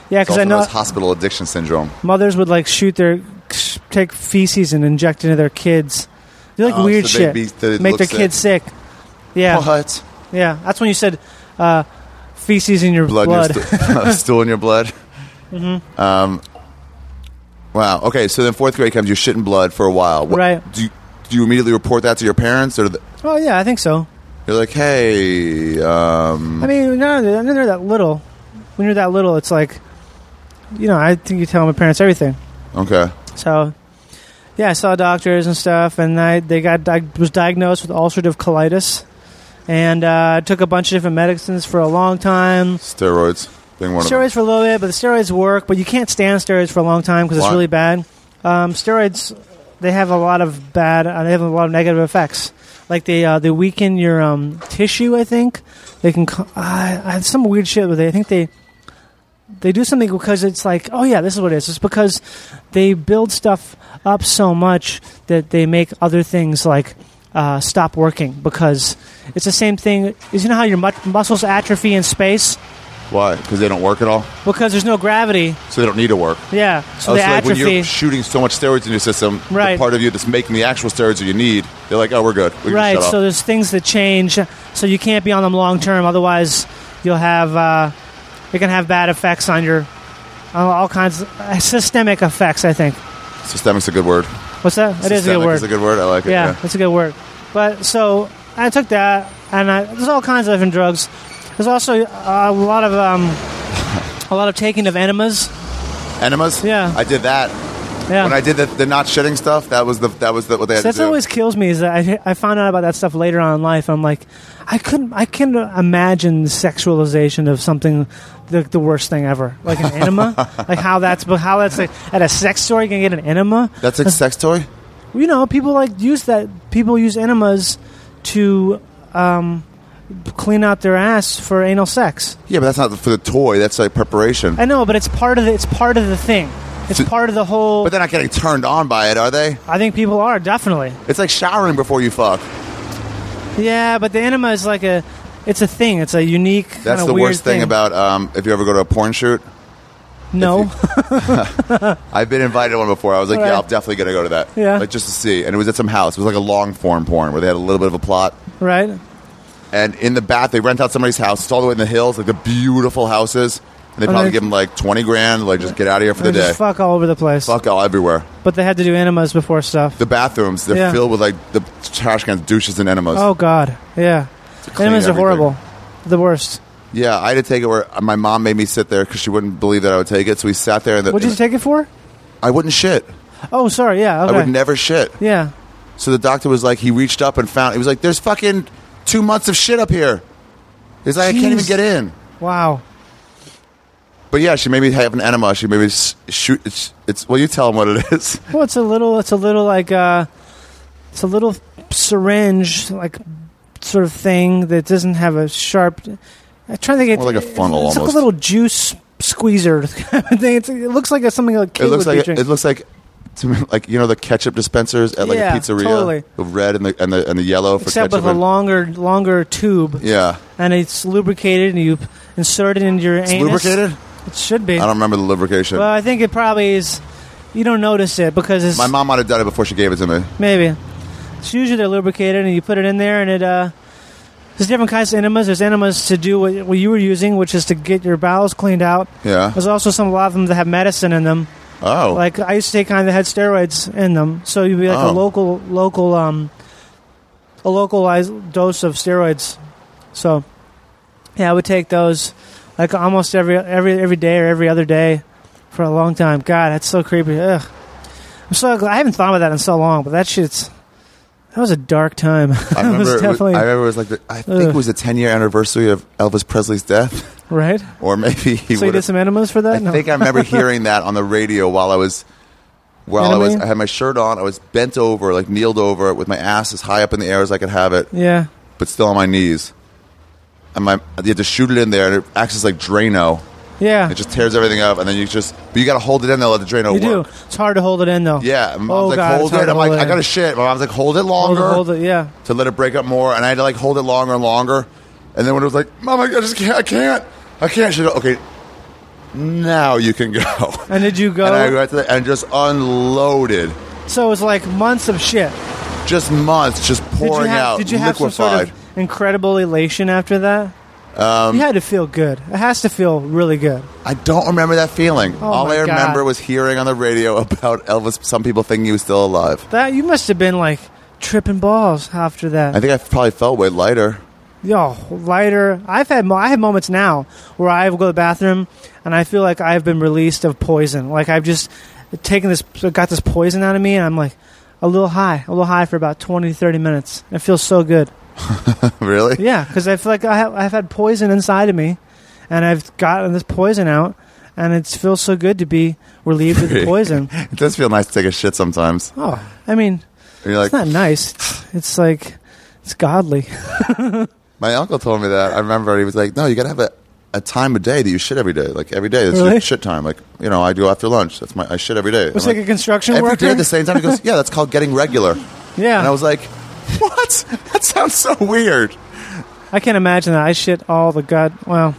Yeah, It's because also I known know as hospital addiction syndrome. mothers would like shoot their take feces and inject into their kids. They're like Oh, weird so they'd shit. be- they'd Make look their sick. kids sick. Yeah. What? Yeah, that's when you said uh, feces in your (laughs) blood. Mm-hmm. blood, In (laughs) your stu- stool in your blood. Um, wow. Okay. So then fourth grade comes. You're shitting blood for a while. What- Right. Do you, do you immediately report that to your parents, or th oh yeah, I think so. you're like, hey, um, I mean, no, no, no, they're that little. When you're that little, it's like, you know, I think you tell my parents everything. okay, So, yeah, I saw doctors and stuff, and I they got I was diagnosed with ulcerative colitis, and uh, I took a bunch of different medicines for a long time. steroids being one of Steroids for a little bit, but the steroids work. But you can't stand steroids for a long time because it's Why? really bad. Um, steroids, they have a lot of bad, uh, they have a lot of negative effects. Like they uh, they weaken your um, tissue. I think they can. co- I I have some weird shit with it. I think they they do something because it's like, oh yeah, this is what it is. It's because they build stuff up so much that they make other things like uh, stop working because it's the same thing. Is you know how your mu- muscles atrophy in space them. Why? Because they don't work at all, because there's no gravity. so they don't need to work. Yeah. So Oh, the so like when atrophy. you're shooting so much steroids in your system, the Right. part of you that's making the actual steroids that you need, they're like, oh, we're good. We can right. Shut off. So there's things that change. So you can't be on them long term. Otherwise, you'll have uh, it can have bad effects on your on all kinds of uh, systemic effects. I think. Systemic's a good word. What's that? It is a Systemic good word. Is a good word. I like it. yeah, Yeah. that's a good word. But so I took that, and I, there's all kinds of different drugs. There's also a lot of um, a lot of taking of enemas. Enemas. Yeah. I did that. Yeah. When I did the, the not shedding stuff, that was the that was the, what they had So that's to do. always kills me is that I, I found out about that stuff later on in life. I'm like, I couldn't, I can imagine the sexualization of something, the, the worst thing ever, like an (laughs) enema, like how that's, but how that's like at a sex store you can get an enema. That's (laughs) a sex toy. You know, people like use that. People use enemas to um, clean out their ass for anal sex. Yeah, but that's not for the toy. That's like preparation. I know, but it's part of the, it's part of the thing. It's So- part of the whole. But they're not getting turned on by it, are they? I think people are definitely. It's like showering before you fuck. Yeah, but the enema is like a, it's a thing. It's a unique. That's kinda the weird worst thing, thing about um, if you ever go to a porn shoot. No, I've been invited to one before. I was like, Right. yeah, I'm definitely gonna go to that. Yeah. like just to see. And it was at some house. It was like a long form porn where they had a little bit of a plot. (laughs) right? And in the back, they rent out somebody's house. It's all the way in the hills, like the beautiful houses. And they And probably they- give them like twenty grand, like just get out of here for the They day. just fuck all over the place. Fuck all everywhere. But they had to do enemas before stuff. The bathrooms, they're Yeah. filled with like the trash cans, douches, and enemas. oh God, yeah. clean Enemas are everything. horrible. The worst. Yeah, I had to take it where my mom made me sit there because she wouldn't believe that I would take it. So we sat there. And the, What'd you take it for? I wouldn't shit. Oh, sorry. Yeah. Okay. I would never shit. yeah. So the doctor was like, he reached up and found. He was like, "There's fucking two months of shit up here." He's like, "I can't even Jeez. get in." Wow. But yeah, she made me have an enema. She made me s- shoot. It's, it's well, you tell him what it is. (laughs) Well, it's a little. It's a little like. Uh, it's a little syringe like sort of thing that doesn't have a sharp. I'm trying to get More like a funnel It's like almost. a little juice squeezer (laughs) kind of thing. It's, it looks like it's something a kid It looks would be like it, drinking. looks like to me, like you know the ketchup dispensers at like Yeah, a pizzeria, totally. the red and the and the and the yellow for Except ketchup. with a and- longer, longer tube, yeah, and it's lubricated, and you insert it into your it's anus. lubricated. It should be. I don't remember the lubrication. Well, I think it probably is. You don't notice it because it's My mom might have done it before she gave it to me. maybe. It's usually they're lubricated, and you put it in there, and it. uh There's different kinds of enemas. There's enemas to do what, what you were using, which is to get your bowels cleaned out. Yeah. There's also some a lot of them that have medicine in them. Oh, Like I used to take kind that had steroids in them, so you'd be like Oh. a local, local, um, a localized dose of steroids. So, yeah, I would take those like almost every every every day or every other day for a long time. God, that's so creepy. Ugh. I'm so glad- I haven't thought about that in so long, but that shit's that was a dark time. (laughs) I remember. it was definitely I remember it was like the, I think Ugh. it was the 10 year anniversary of Elvis Presley's death, (laughs) right. or maybe he So you would. did some enemas for that? I no. think I (laughs) remember hearing that on the radio while I was while I was Enemy? I had my shirt on. I was bent over, like kneeled over, with my ass as high up in the air as I could have it, yeah. but still on my knees. And my you had to shoot it in there, and it acts as like Drano. Yeah. It just tears everything up, and then you just but you got to hold it in there, let the Drano you do. work. It's hard to hold it in though. Yeah, my Oh, mom's like, God, it's hold hard it. to I'm like, hold it I in. gotta shit. My mom's like, hold it Hold longer it, hold it. Yeah. to let it break up more, and I had to like hold it longer and longer. And then when it was like, Mom, I just can't, I can't, I can't. She's like, okay, now you can go. And did you (laughs) go? And I went to the, and just unloaded, So it was like months of shit. just months, just Did you pouring have, out, did you have some liquefied. Um, sort of incredible elation after that? you had to feel good. It has to feel really good. I don't remember that feeling. All Oh, my I God. remember was hearing on the radio (laughs) about Elvis. Some people thinking he was still alive. That you must have been like tripping balls after that. I think I probably felt way lighter. (laughs) Yo, lighter. I've had mo- I have moments now where I will go to the bathroom and I feel like I've been released of poison. Like I've just taken this, got this poison out of me, and I'm like a little high, a little high for about 20, 30 minutes. It feels so good. really? Yeah, because I feel like I have, I've had poison inside of me, and I've gotten this poison out, and it feels so good to be relieved (laughs) of the poison. It does feel nice to take a shit sometimes. Oh, I mean, And you're like, it's not nice. It's, it's like it's godly. My uncle told me that. I remember he was like, "No, you gotta have a, a time of day that you shit every day. Like every day, that's Really? your shit time. Like you know, I do after lunch. That's my I shit every day. It's I'm like, a construction every worker. day at the same time." He goes, "Yeah, that's called getting regular." yeah, And I was like, "What? That sounds so weird." I can't imagine that. I shit all the god. Well,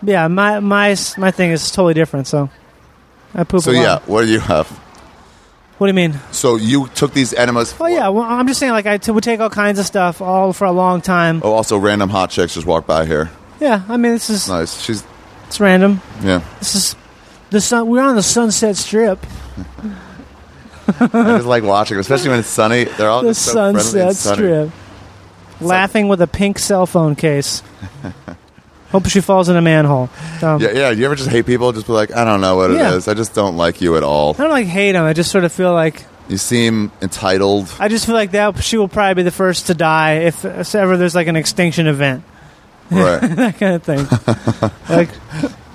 yeah, my my s- my thing is totally different. So I poop. So a lot. yeah, what do you have? What do you mean? So you took these enemas. Oh yeah, well, I'm just saying. Like I t- would take all kinds of stuff all for a long time. Oh, also random hot chicks just walked by here. Yeah, I mean this is Nice. She's it's random. yeah. This is the sun. We're on the Sunset Strip. I just like watching, them, especially when it's sunny. They're all The just so friendly and Sunset sunny. Strip. Laughing with a pink cell (laughs) phone case. Hope she falls in a manhole. Um, Yeah, yeah. You ever just hate people? Just be like, I don't know what Yeah. it is. I just don't like you at all. I don't like hate him. I just sort of feel like You seem (laughs) entitled. I just feel like that she will probably be the first to die if, if ever there's like an extinction event, (laughs) Right. that kind (laughs) of thing. like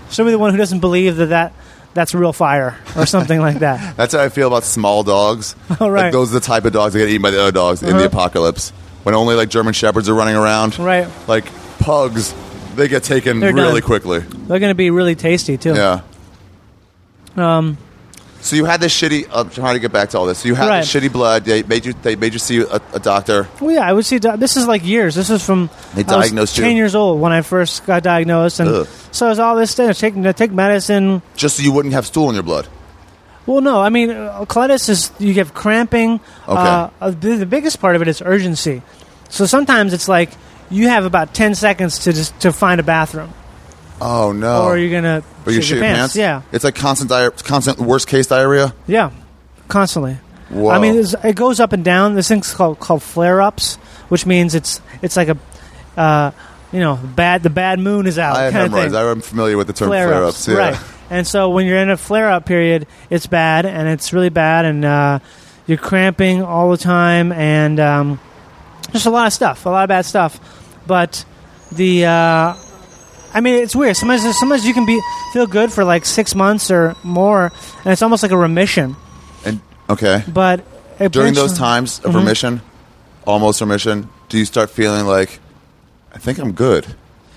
she'll be the one who doesn't believe that that that's real fire or something (laughs) like that. That's how I feel about small (laughs) dogs. Oh, right. Like those are the type of dogs that get eaten by the other dogs in the Uh-huh. apocalypse. When only like German shepherds are running around. Right. Like pugs, they get taken They're really done. quickly. They're going to be really tasty too. Yeah. Um. So you had this shitty. uh, I'm trying to get back to all this. So you had this Right. shitty blood. They made you. They made you see a, a doctor. Well, yeah, I would see. Di- this is like years. This is from They I was diagnosed you. ten years old when I first got diagnosed, and Ugh. so it was all this thing. Take take medicine. Just so you wouldn't have stool in your blood. Well, no, I mean uh, colitis is you have cramping. Okay. Uh, uh, the, the biggest part of it is urgency. So sometimes it's like you have about ten seconds to just to find a bathroom, Oh no! or you're gonna Or you shit your pants? Yeah, It's like constant diarrhea, constant worst case diarrhea. yeah, constantly. Whoa. I mean, it's, it goes up and down. This thing's called called flare ups, which means it's it's like a, uh, you know, bad the bad moon is out I have kind of memorized. thing. I'm familiar with the term flare ups, yeah. right? And so when you're in a flare up period, it's bad and it's really bad, and uh, you're cramping all the time, and um, just a lot of stuff, a lot of bad stuff. But the, uh, I mean, it's weird. Sometimes sometimes you can be feel good for like six months or more, and it's almost like a remission. And okay, But during those eventually- times Mm-hmm. of remission, almost remission, do you start feeling like I think I'm good?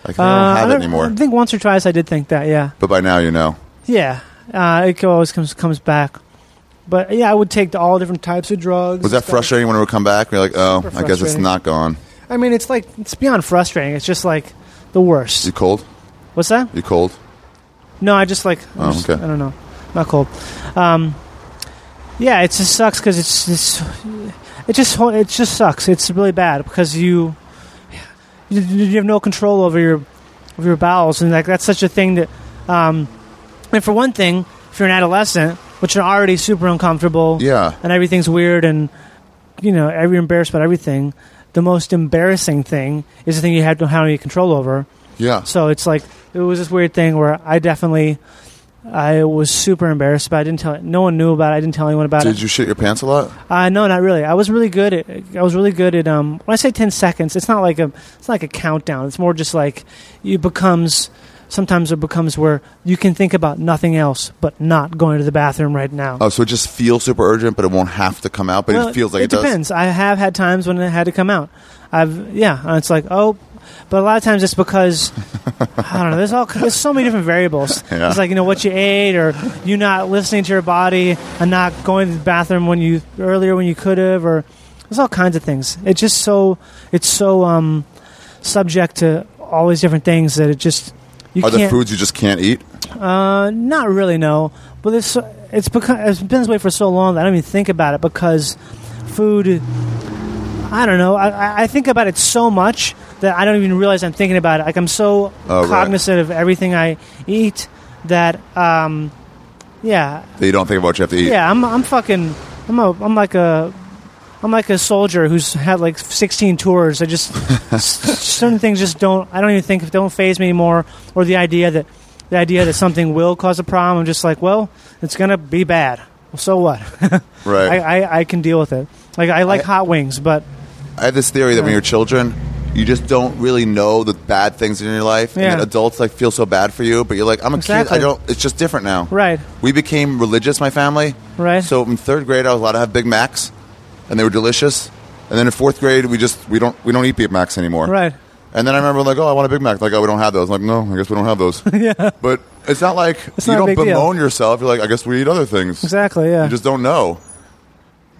Like I Uh, don't have it don't- anymore. I think once or twice I did think that. Yeah, but by now you know. yeah. Uh, it always comes comes back. But yeah, I would take all different types of drugs. Was and that stuff. frustrating when it would come back? You're like, oh, Super I guess it's frustrating. not gone. I mean, it's like it's beyond frustrating. It's just like the worst. You cold? What's that? You cold? No, I just like i Oh, just, okay. I don't know, not cold. Um, yeah, it just sucks because it's, it's it just ho- it just sucks. It's really bad because you you, you have no control over your over your bowels and like that's such a thing that um, and for one thing, if you're an adolescent, which are already super uncomfortable, Yeah. and everything's weird and you know every embarrassed about everything. The most embarrassing thing is the thing you have don't have any control over. Yeah. So it's like it was this weird thing where I definitely I was super embarrassed, but I didn't tell no one knew about it. I didn't tell anyone about Did it. you shit your pants a lot? Uh, no, not really. I was really good at I was really good at um when I say 10 seconds, it's not like a it's not like a countdown. It's more just like it becomes sometimes it becomes where you can think about nothing else but not going to the bathroom right now. Oh, so it just feels super urgent, but it won't have to come out, but Well, it feels like it, does. depends. I have had times when it had to come out. I've yeah, and it's like oh, but a lot of times it's (laughs) because I don't know. There's all there's so many different variables. Yeah. It's like you know what you ate, or you not listening to your body, and not going to the bathroom when you earlier when you could have, or there's all kinds of things. It's just so it's so um subject to all these different things that it just you Are can't. there foods you just can't eat? Uh, not really, no. But it's it's become it's been this way for so long that I don't even think about it because food. I don't know. I- I, I think about it so much that I don't even realize I'm thinking about it. Like I'm so Oh, right. cognizant of everything I eat that, um, yeah, That you don't think about what you have to eat? yeah. I'm I'm fucking. I'm a. I'm like a. I'm like a soldier who's had like 16 tours. I just s- certain things just don't. I don't even think don't phase me anymore. Or the idea that the idea that something will cause a problem. I'm just like, well, it's gonna be bad. So what? (laughs) (laughs) Right. I, I I can deal with it. Like I like I- hot wings, but I have this theory that when Yeah. you're children, you just don't really know the bad things in your life, Yeah. and then adults like feel so bad for you. But you're like, I'm a Exactly. kid. I don't. It's just different now. right, We became religious, my family. Right. So in third grade, I was allowed to have Big Macs, and they were delicious. And then in fourth grade, we just we don't we don't eat Big Macs anymore. right. And then I remember like, oh, I want a Big Mac. Like, oh, we don't have those. I'm like, no, I guess we don't have those. (laughs) Yeah. But it's not like It's you not don't a big deal. bemoan yourself. You're like, I guess we eat other things. Exactly. Yeah. You just don't know.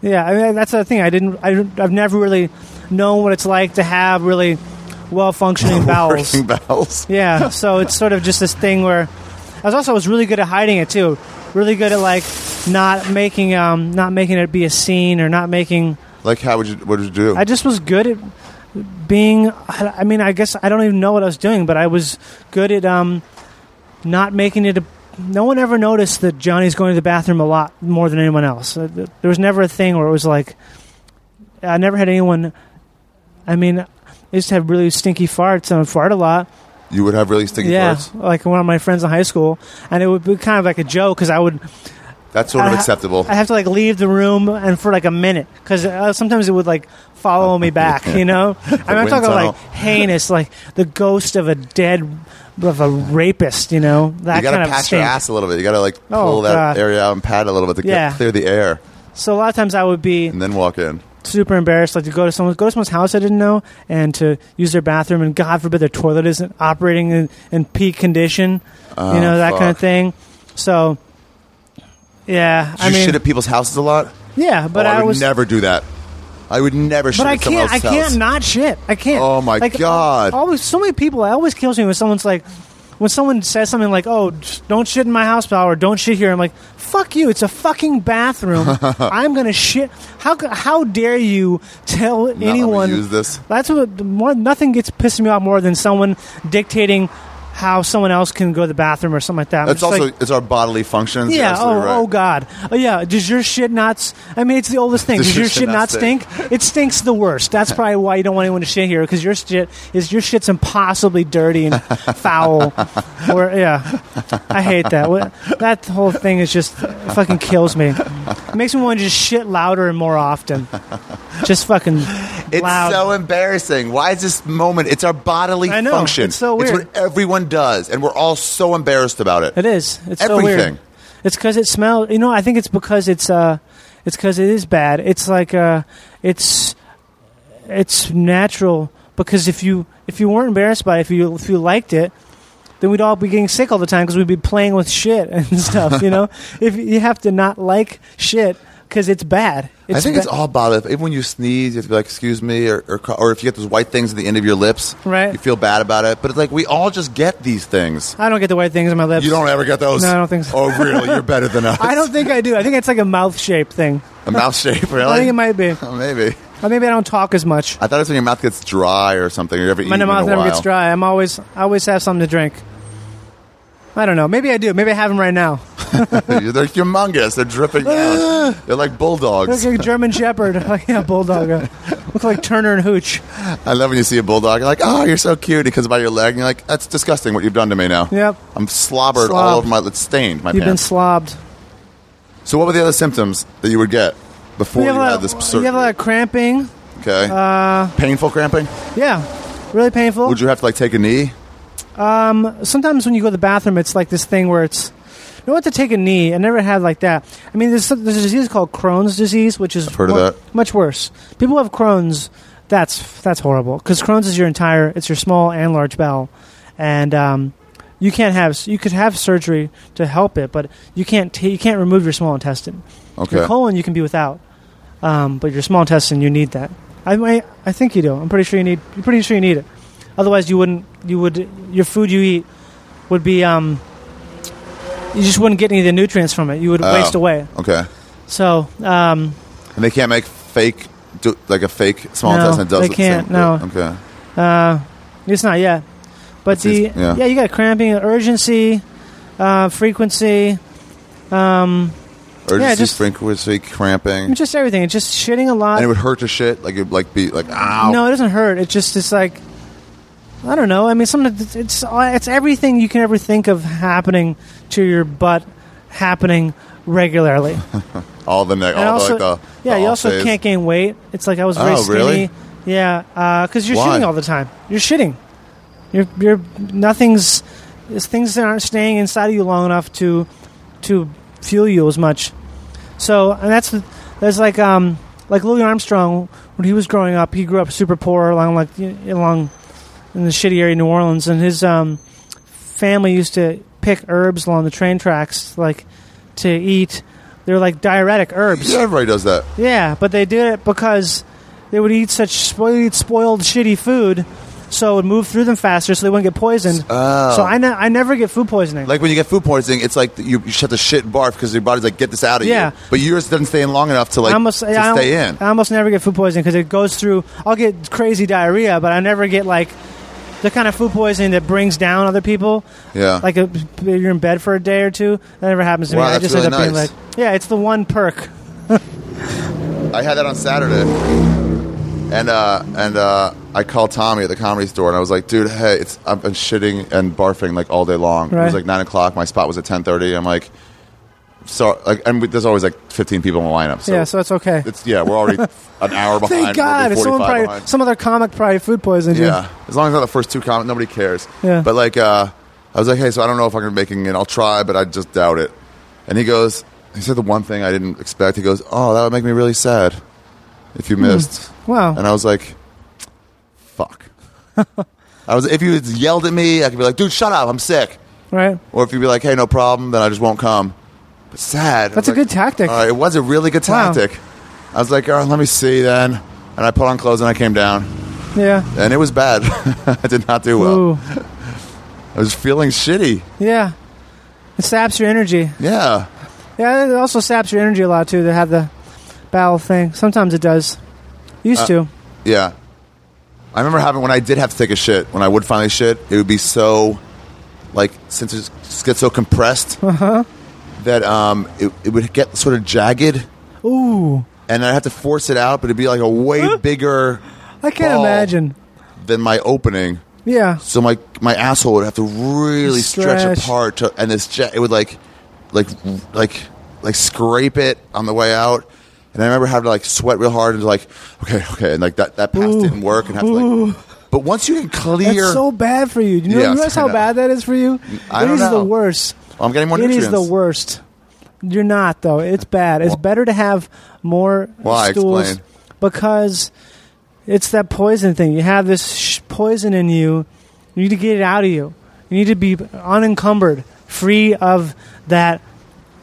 Yeah, I mean, that's the thing. I didn't. I, didn't- I've never really known what it's like to have really well functioning (laughs) bowels. Working bowels. Yeah, so it's sort of just this thing where I was also I was really good at hiding it too. Really good at like not making um not making it be a scene or not making. Like, how would you what did you do? I just was good at being. I I mean, I guess I don't even know what I was doing, but I was good at um not making it. A, no one ever noticed that Johnny's going to the bathroom a lot more than anyone else. Uh, th- There was never a thing where it was like I never had anyone. I mean, I used to have really stinky farts and I'd fart a lot. you would have really stinky Yeah, farts. like one of my friends in high school, and it would be kind of like a joke because I would That's sort of I ha- acceptable. I have to like leave the room and for like a minute because uh, sometimes it would like follow (laughs) me back. You know, I mean, I'm wind talking tunnel. like heinous, like the ghost of a dead of a rapist. You know, that you gotta kind of pat stink. your ass a little bit. You gotta like pull Oh, that God. area out and pat a little bit to Yeah. get, clear the air, So a lot of times I would be and then walk in. super embarrassed, like to go to someone go to someone's house I didn't know and to use their bathroom, and God forbid their toilet isn't operating in, in peak condition. you know that kind of Ah, fuck. thing. So. Yeah, Did I you mean, shit at people's houses a lot? Yeah, but Oh, I, would was. never do that. I would never shit but I at someone can't. I else's can't house. not shit. I can't. Oh, my God. Always, so many people. It always kills me when someone's like, when someone says something like, "Oh, just don't shit in my house, pal," or "Don't shit here," I'm like, "Fuck you! It's a fucking bathroom. (laughs) I'm gonna shit. How c- how dare you tell gonna anyone use this. That's what the more nothing gets pissing me off more than someone dictating how someone else can go to the bathroom or something like that. I'm That's just like, also it's our bodily functions. You're yeah. Oh, absolutely right. oh God. Oh, yeah. Does your shit not? s- I mean, it's the oldest thing. Does, your shit, not stink? it stinks the worst. That's probably why you don't want anyone to shit here because your shit is your shit's impossibly dirty and foul. or yeah, I hate that. What- That whole thing is just it fucking kills me. It makes me want to just shit louder and more often. Just fucking It's loud. so embarrassing. Why is this moment? It's our bodily I know. function. It's so weird. what everyone does, and we're all so embarrassed about it. It is. It's so Everything. weird. It's because it smells. You know, I think it's because it's uh, it's because it is bad. It's like uh, it's it's natural because if you if you weren't embarrassed by it, if you if you liked it. Then we'd all be getting sick all the time because we'd be playing with shit (laughs) and stuff. (laughs) You know, if you have to not like shit because it's bad. It's I think ba- it's all bodily. Even when you sneeze, you have to be like, "Excuse me," or, or or if you get those white things at the end of your lips, Right. You feel bad about it, but it's like we all just get these things. I don't get the white things on my lips. You don't ever get those. No, I don't think so. Oh, really? You're better (laughs) than us. I don't think I do. I think it's like a mouth shape thing. a mouth shape. Really? I think it might be. Oh, maybe. Or maybe I don't talk as much. I thought it's when your mouth gets dry or something. Or you haven't My eaten in mouth a never while. gets dry. I'm always I always have something to drink. I don't know. Maybe I do. Maybe I have them right now. (laughs) (laughs) They're humongous. They're dripping out. They're like Look bulldogs. like a German Shepherd. (laughs) Like a bulldog. Look like Turner and Hooch. I love when you see a bulldog. You're like, oh, you're so cute. He comes by your leg, and you're like, that's disgusting what you've done to me now. Yep. I'm slobbered Slob. all over my. It's stained my You've been pants. slobbed. so, what were the other symptoms that you would get before You you, have, a lot had of, this you surgery? have a uh, lot of cramping. okay. Painful cramping. Yeah, really painful. Would you have to like take a knee? sometimes when you go to the bathroom, it's like this thing where it's you know what to take a knee. I never had like that. I mean, there's some- there's a disease called Crohn's disease, which is heard of mu- that. much worse. People who have Crohn's. That's that's horrible because Crohn's is your entire it's your small and large bowel, and um, you can't have you could have surgery to help it, but you can't ta you can't remove your small intestine. Okay. Your colon you can be without, um, but your small intestine you need that. I may, I think you do. I'm pretty sure you need. I'm pretty sure you need it. Otherwise, you wouldn't. You would. Your food you eat would be. Um, you just wouldn't get any of the nutrients from it. You would Oh. waste away. Okay. So um, And they can't make fake, do, like a fake small No, intestine does they it the can't, same- no. Okay. it's not yet. But the these- yeah. yeah. you got cramping, urgency, uh, frequency, Urgency, Yeah, just- frequency, cramping. just everything. It's just shitting a lot. and it would hurt to shit. Like it'd like be like ow. No, it doesn't hurt. It just it's like I don't know. I mean, sometimes it's- it's uh, it's everything you can ever think of happening to your butt happening (laughs) regularly. all the neck. All And the, also, like the yeah, the you off also days. can't gain weight. It's like I was very Oh, skinny. really? Yeah, because you're Why? shitting all the time. You're shitting. You're you're nothing's it's things that aren't staying inside of you long enough to to fuel you as much. So and that's that's like um like Louis Armstrong when he was growing up, he grew up super poor along like y- along in the shitty area of New Orleans, and his um family used to pick herbs along the train tracks like to eat. They're like diuretic (laughs) herbs. Yeah, everybody does that. Yeah, but they did it because they would eat such spoiled, spoiled shitty food, so it would move through them faster, so they wouldn't get poisoned. Oh. So I, ne- I never get food poisoning. Like when you get food poisoning, it's like you, you shut the shit and barf because your body's like, get this out of Yeah. you. But yours doesn't stay in long enough to like I almost, to I al- stay in. I almost never get food poisoning because it goes through. I'll get crazy diarrhea, but I never get like the kind of food poisoning that brings down other people. yeah. Like a, you're in bed for a day or two. That never happens to Wow, me. I that's just end up really being nice. like, yeah, it's the one perk. I had that on Saturday, and uh, and uh, I called Tommy at the comedy store, and I was like, "Dude, hey, it's I've been shitting and barfing like all day long." It was Right. like nine o'clock. My spot was at ten thirty. I'm like, so like, and we, there's always like fifteen people in the lineup. So yeah, so it's okay. it's yeah, we're already an hour behind. (laughs) Thank God, We'll be if someone 45 probably, behind. some other comic probably food poisoned you. Yeah, as long as not the first two comments, nobody cares. Yeah. But like, uh, I was like, hey, so I don't know if I'm gonna be making it. I'll try, but I just doubt it. And he goes, he said the one thing I didn't expect. He goes, oh, that would make me really sad if you missed. Hmm. Wow. And I was like, fuck. (laughs) I was if you had yelled at me, I could be like, dude, shut up, I'm sick. Right. Or if you'd be like, hey, no problem, then I just won't come. But sad. I That's was a like, good tactic. all right, it was a really good Wow. tactic. I was like, all right, let me see then. And I put on clothes and I came down Yeah. (laughs) and it was bad. I did not do well. Ooh. I was feeling shitty. Yeah. It saps your energy. Yeah. Yeah, it also saps your energy a lot too to have the bowel thing. Sometimes it does. Used Uh, to. Yeah. I remember having when I did have to take a shit, when I would finally shit, it would be so like since it just gets so compressed that um it, it would get sort of jagged Ooh, and I'd have to force it out, but it'd be like a way bigger I can't Ball. imagine. than my opening. Yeah, So my my asshole would have to really stretch, Stretch. apart to, and this jet it would like like like like scrape it on the way out. And I remember having to like sweat real hard and like okay, okay, and like that that pass Ooh. didn't work and have to like But once you can that's clear oh, so bad for you. You know, Yeah, you realize I how know. bad that is for you. I It don't is know. the worst. I'm getting more It nutrients. is the worst. You're not though. It's bad. It's Wh- better to have more Why? stools Explain. because it's that poison thing. You have this sh- poison in you. You need to get it out of you. You need to be unencumbered, free of that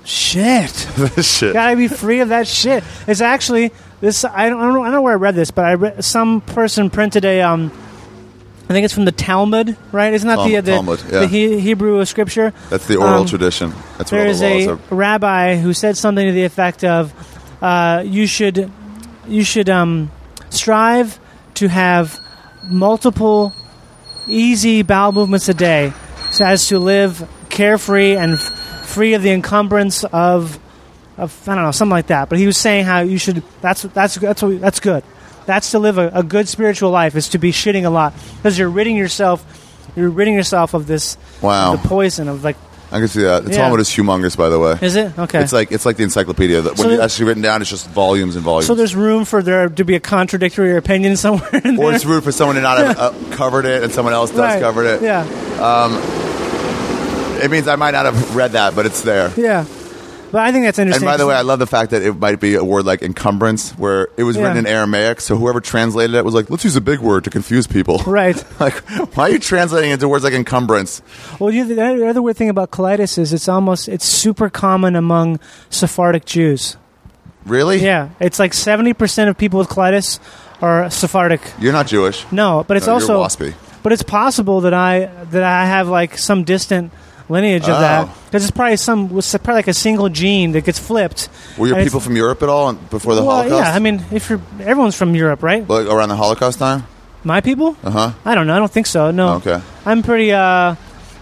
shit. (laughs) Shit. gotta be free of that shit. It's actually this. I don't, I don't know. I don't know where I read this, but I read, some person printed a. Um, I think it's from the Talmud, right? Isn't that the Talmud, the, Talmud, yeah. the he, Hebrew scripture? That's the oral Um, tradition. That's where There all is the laws a are. rabbi who said something to the effect of, uh, "You should, you should um, strive to have multiple easy bowel movements a day, so as to live carefree and f- free of the encumbrance of, of I don't know, something like that." But he was saying how you should. That's that's that's what- that's good. That's to live a, a good spiritual life is to be shitting a lot because you're ridding yourself, you're ridding yourself of this Wow. the poison of like I can see that. The Yeah. Talmud is humongous, by the way. is it okay? It's like it's like the encyclopedia. That when So you there- actually written down, it's just volumes and volumes. So there's room for there to be a contradictory opinion (laughs) somewhere in or (laughs) there. it's rude for someone to not have uh, covered it, and someone else does Right. covered it. Yeah, It means I might not have read that, but it's there. yeah. But I think that's And interesting. by the way, I love the fact that it might be a word like encumbrance, where it was written Yeah. in Aramaic. So whoever translated it was like, let's use a big word to confuse people. right. (laughs) like, why are you translating into words like encumbrance? Well, you, the other- the other weird thing about colitis is it's almost it's super common among Sephardic Jews. Really? Yeah, it's like seventy percent of people with colitis are Sephardic. You're not Jewish. No, but it's No, you're also waspy. But it's possible that I that I have like some distant lineage of that Oh. because it's probably some it's probably like a single gene that gets flipped. Were your And it's- people from Europe at all before the well, Holocaust? yeah. I mean, if you're everyone's from Europe, right? like around the Holocaust time. My people? Uh huh. I don't know. I don't think so. No. Okay. I'm pretty uh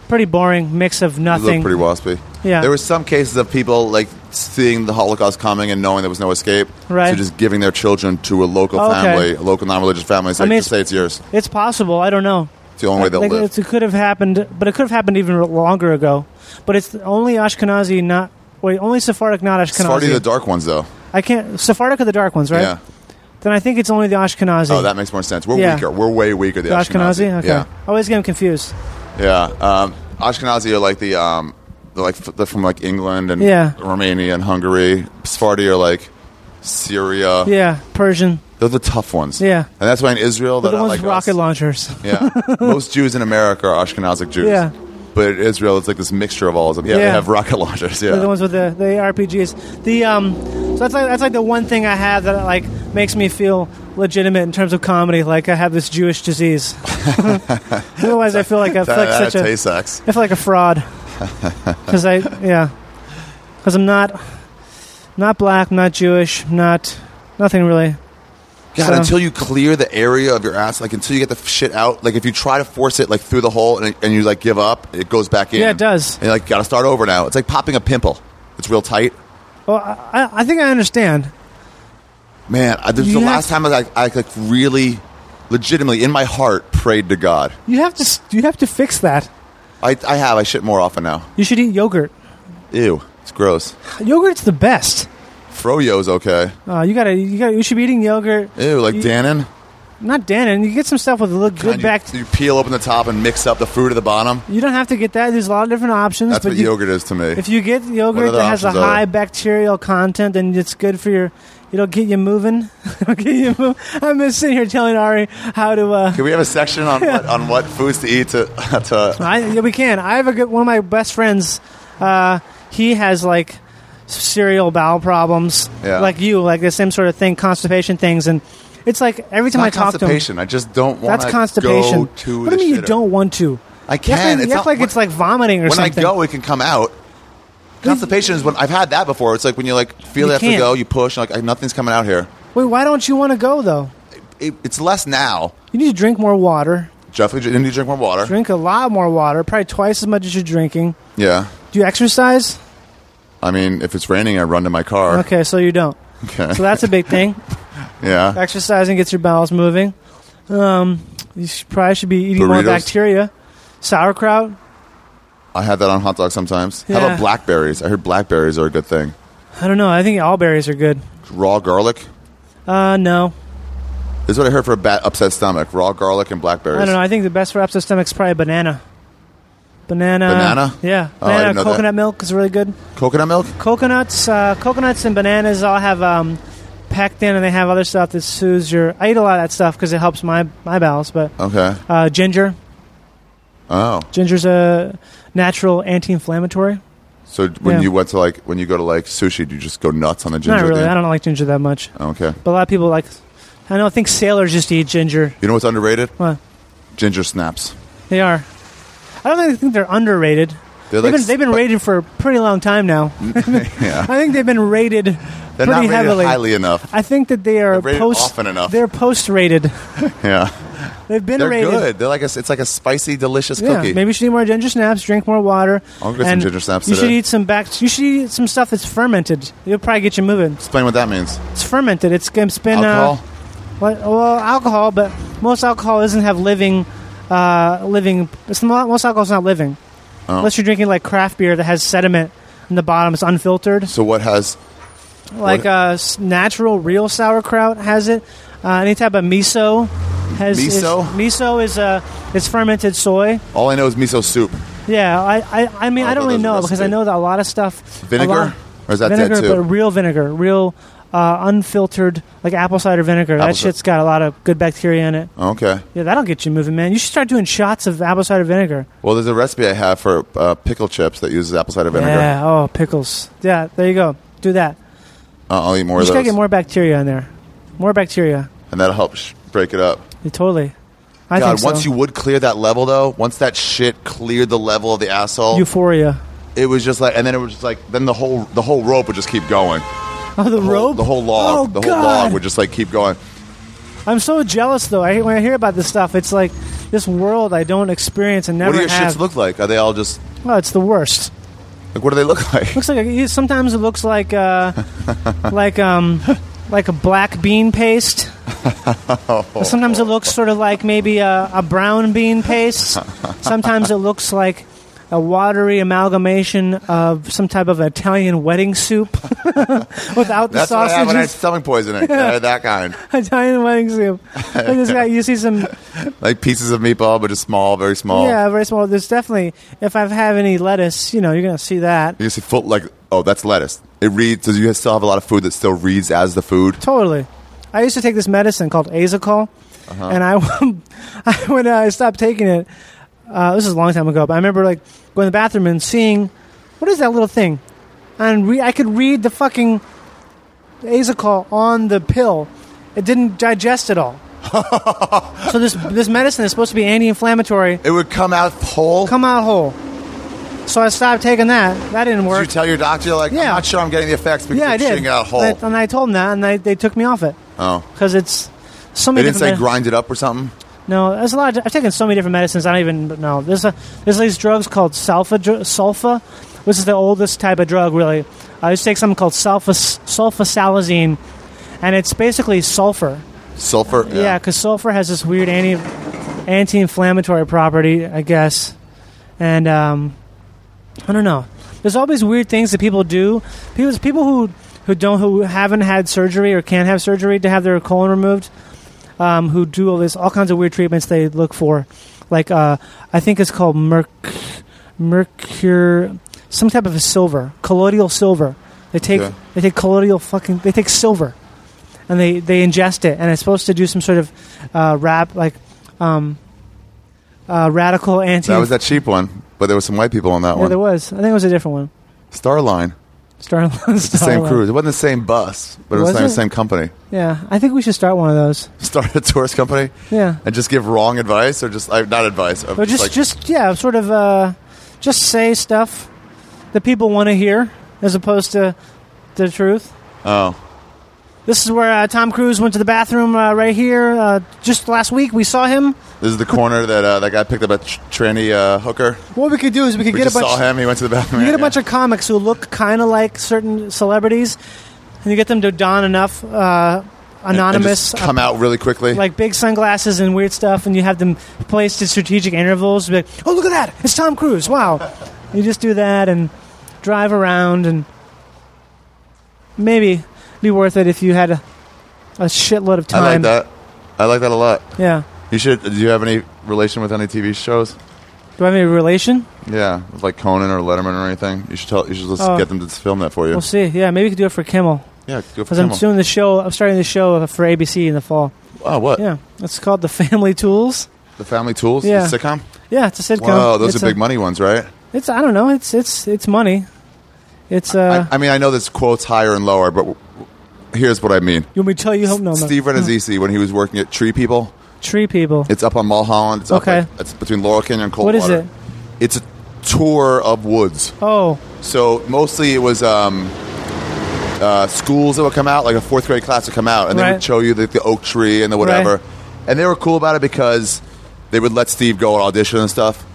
pretty boring mix of You look nothing. pretty waspy. Yeah. There were some cases of people like seeing the Holocaust coming and knowing there was no escape, Right. Oh, So just giving their children to a local Okay. family, a local non-religious family. So I mean, just say it's yours. it's possible. I don't know. It's the only way they'll Like, live. it's- it could have happened, but it could have happened even longer ago. But it's only Ashkenazi, not wait, only Sephardic, not Ashkenazi. Sparty the dark ones though. I can't Sephardic are the dark ones, right? Yeah. Then I think it's only the Ashkenazi. Oh, that makes more sense. We're Yeah. weaker. We're way weaker. The the Ashkenazi. Ashkenazi. Okay. Yeah. I always get them confused. Yeah. Um, Ashkenazi are like the um, they're like f- they're from like England and Yeah. Romania and Hungary. Sephardi are like Syria. Yeah, Persian. They're the tough ones. Yeah. And that's why in Israel But they're not the ones like with rocket us. launchers. (laughs) Yeah. Most Jews in America are Ashkenazic Jews. Yeah. But in Israel, it's like this mixture of all of them. Yeah, they Yeah. have rocket launchers. Yeah. the ones with the, the RPGs. The um, so that's like that's like the one thing I have that like makes me feel legitimate in terms of comedy. Like I have this Jewish disease. Otherwise, I feel like I feel that, like that such a taste sucks. I feel like a fraud because I yeah because I'm not not black, I'm not Jewish, I'm not nothing really. God, So- until you clear the area of your ass, like until you get the shit out, like if you try to force it like through the hole and, and you like give up, it goes back in. Yeah, it does. And you're like, gotta start over now. It's like popping a pimple. It's real tight. Well, I, I- I think I understand. Man, I, this was You the have last to- time I, like, I like really, legitimately in my heart prayed to God. You have to s- you have to fix that. I, I have. I shit more often now. You should eat yogurt. Ew, it's gross. Yogurt's the best. Froyo's okay. Uh, you gotta you gotta you should be eating yogurt. Ew, like You- Dannon. Not Dannon. You get some stuff with a little good And back. You, you peel open the top and mix up the fruit at the bottom. You don't have to get that. There's a lot of different options. That's but what you, yogurt is to me. If you get What yogurt other that has a options are high there? bacterial content, then it's good for your. It'll get you moving. (laughs) it'll get you moving. I'm just sitting here telling Ari how to. Uh, Can we have a section (laughs) on what, on what foods to eat to, (laughs) to I, yeah, we can. I have a good one of my best friends. Uh, he has like serial bowel problems, Yeah. like you, like the same sort of thing, constipation things, and it's like every time I not talk to him, constipation? I just don't want that's constipation. Go to what do the you mean you shitter. don't want to? I You act can. like, it's you act not- like it's like vomiting or when something. I go, it can come out. Constipation is when I've had that before. It's like when you like feel You you have to can't. go, you push, and like nothing's coming out here. Wait, why don't you want to go though? It, it's less now. You need to drink more water. Definitely, you need to drink more water. Drink a lot more water, probably twice as much as you're drinking. Yeah, Do you exercise? I mean, if it's raining, I run to my car. (laughs) Okay, so you don't. Okay. So that's a (laughs) big thing. yeah, Exercising gets your bowels moving. Um, you should, probably should be eating more Burritos. bacteria. Sauerkraut. I have that on hot dogs sometimes. How Yeah. about blackberries? I heard blackberries are a good thing. I don't know. I think all berries are good. Raw garlic. Uh, no, This is what I heard for a bad, upset stomach: raw garlic and blackberries. I don't know. I think the best for upset stomach is probably banana. Banana. Banana? Yeah. Oh, I didn't Banana know that. coconut milk is really good. Coconut milk. Coconuts, uh, coconuts and bananas all have um, pectin, and they have other stuff that soothes your. I eat a lot of that stuff because it helps my my bowels. But Okay. uh, ginger, Oh, ginger's a natural anti-inflammatory. so when Yeah. you went to like when you go to like sushi, do you just go nuts on the ginger? Oh. Not really. thing? I don't like ginger that much, Okay. but a lot of people like. I don't think sailors just eat ginger. You know what's underrated? What? Ginger snaps. They are. I don't think they're underrated. They're They've like been, they've been sp- rated for a pretty long time now. (laughs) Yeah. I think they've been rated They're pretty not rated heavily. highly enough. (laughs) I think that they are They're rated post. often enough. They're post-rated. Yeah, They've been they're rated. good. They're like a, it's like a spicy, delicious Yeah, cookie. maybe you should eat more ginger snaps. Drink more water. I'll get some and ginger snaps You should today. eat some back. You should eat some stuff that's fermented. It'll probably get you moving. Explain what that means. It's fermented. It's, it's been Alcohol. Uh, what, well, alcohol, but most alcohol doesn't have living. Uh, living. It's not, most alcohol's not living, Oh. unless you're drinking like craft beer that has sediment in the bottom. It's unfiltered. so what has? Like uh, s- natural, real sauerkraut has it. Uh, any type of miso has is- Miso? miso is uh, is fermented soy. All I know is miso soup, Yeah, I, I, I mean, Oh, I don't but really there's a know because I recipe. know that a lot of stuff. a vinegar, lot- or is that vinegar, dead but too? real vinegar, real uh, unfiltered, like apple cider vinegar. Apple that cider. shit's got a lot of good bacteria in it. Oh, Okay. Yeah, that'll get you moving, man. You should start doing shots of apple cider vinegar. Well, there's a recipe I have for uh, pickle chips that uses apple cider vinegar. Yeah, oh, pickles. Yeah, there you go. Do that. Uh, I'll eat more of You just those, gotta get more bacteria in there. More bacteria. and that'll help sh- break it up. Yeah, totally. I God, think so. once you would clear that level though, once that shit cleared the level of the asshole, Euphoria. (laughs) it was just like, and then it was just like, then the whole the whole rope would just keep going. Oh, the, The whole- rope? the whole log, Oh, the whole God. log would just like keep going. I'm so jealous, though. I, when I hear about this stuff, it's like this world I don't experience and never what do your have. shits look like? Are they all just oh, it's the worst. like what do they look (laughs) like? Looks like a, sometimes it looks (laughs) like uh, like um like a black (laughs) bean paste. But Sometimes it looks sort of like maybe a, a brown bean paste. Sometimes it looks like a watery amalgamation of some type of Italian wedding soup (laughs) without the That's what I had when I had sausages. stomach (laughs) poisoning. I had that kind, Italian wedding soup. Like this guy, you see some like pieces of meatball, but just small, very small. yeah very small. There's definitely if I have any lettuce, you know, you're gonna see that. You see, full like oh, that's lettuce. It reads. Does you still have a lot of food that still reads as the food? Totally. I used to take this medicine called Azicol, and I, (laughs) I when I stopped taking it, uh, this is a long time ago, but I remember like going to the bathroom and seeing what is that little thing, and re- I could read the fucking Azicol on the pill. It didn't digest it all. so this this medicine is supposed to be anti-inflammatory. It would come out whole. Come out whole. So I stopped taking that. That didn't Did work. you tell your doctor like I'm Yeah. not sure I'm getting the effects because yeah, I it's did. shitting out whole? And I, and I told them that, and they, they took me off it oh, because it's. So they many didn't different say med- grind it up or something. No, there's a lot. Of, I've taken so many different medicines. I don't even know. There's a, there's these drugs called sulfa dr- sulfa, which is the oldest type of drug. Really, I used to take something called sulfa sulfasalazine, and it's basically sulfur. Sulfur. Yeah, because sulfur has this weird anti anti-inflammatory property, I guess. And um, I don't know. There's all these weird things that people do. People, people who who don't who haven't had surgery or can't have surgery to have their colon removed, um, who do all this all kinds of weird treatments they look for, like uh, I think it's called merc mercur some type of a silver colloidal silver. They take Okay. they take colloidal fucking they take silver and they, they ingest it, and it's supposed to do some sort of uh, rap like um, uh, radical anti. That was that cheap one, but there was some white people on that Yeah, one. there was. I think it was a different one. Starline. (laughs) Starting It's the same crew. It wasn't the same bus, but it was, Oh, Was the it? same company. (laughs) Yeah, I think we should start one of those. Start a tourist company Yeah, and just give wrong advice, or just uh, not advice. Or or just like, just yeah, sort of uh, just say stuff that people want to hear as opposed to the truth. oh, This is where uh, Tom Cruise went to the bathroom uh, right here. Uh, just last week, we saw him. this is the corner that uh, that guy picked up a tr- tranny uh, hooker. What we could do is we could We get a just bunch. saw him. He went to the bathroom. You get a Yeah. bunch of comics who look kind of like certain celebrities, and you get them to don enough uh, And- and anonymous, uh, just come out really quickly. like big sunglasses and weird stuff, and you have them placed at strategic intervals. Be like, oh, look at that! It's Tom Cruise! Wow! (laughs) you just do that and drive around, and maybe be worth it if you had a, a shitload of time. I like that. I like that a lot. Yeah. You should. Do you have any relation with any TV shows? Do I have any relation? Yeah, with, like Conan or Letterman or anything. You should tell. You should just Oh. get them to film that for you. We'll see. Yeah, maybe we could do it for Kimmel yeah, go for because I'm Kimmel. doing the show. I'm starting the show for ABC in the fall. Oh, what? Yeah, it's called The Family Tools. The Family Tools Yeah. the sitcom. Yeah, it's a sitcom. Wow, those it's are big money ones, right? It's I don't know. It's it's it's money. It's uh. I, I mean, I know this quotes higher and lower, but w- here's what I mean. you want me to tell you? No, no. Steve Renazzisi, when he was working at Tree People, Tree people. it's up on Mulholland. It's Okay. Up like, it's between Laurel Canyon and What Coldwater. is it? It's a tour of woods. Oh, So mostly it was um, uh, schools that would come out, like a fourth grade class would come out, and they Right. would show you the, the oak tree and the whatever. Right. And they were cool about it because they would let Steve go and audition and stuff.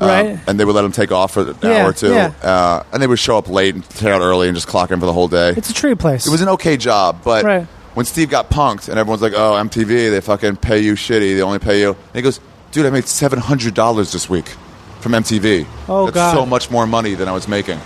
Um, right. and they would let him take off for an Yeah, hour or two. yeah. Uh, and they would show up late and tear out early and just clock in for the whole day. It's a tree place. it was an okay job, but Right. when Steve got punked and everyone's like, oh, MTV, they fucking pay you shitty. They only pay you. And he goes, dude, I made $700 this week from MTV. Oh, That's God. so much more money than I was making.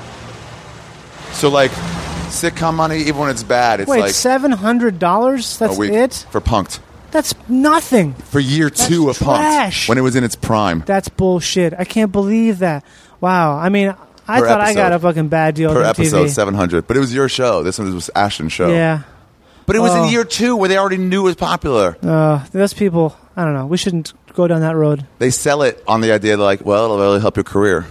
So, like, sitcom money, even when it's bad, it's Wait, like seven hundred dollars? a That's week it? for punked. That's nothing. For year two of punked, trash. when it was in its prime. That's bullshit. I can't believe that. Wow. I mean, I Per thought I got episode. a fucking bad deal Per on episode, TV. seven hundred, but it was your show. This one was Ashton's show. Yeah. But it was Oh. in year two where they already knew it was popular. Uh, those people. I don't know. We shouldn't go down that road. They sell it on the idea that like, well, it'll really help your career.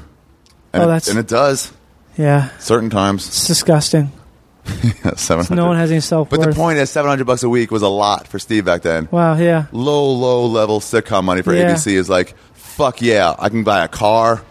And, Oh, it- that's- and it does Yeah. certain times. (laughs) It's disgusting. seven hundred. No one has any self But worth. the point is, seven hundred bucks a week was a lot for Steve back then. Wow. Yeah. Low, low level sitcom money for Yeah. ABC is like, fuck yeah, I can buy a car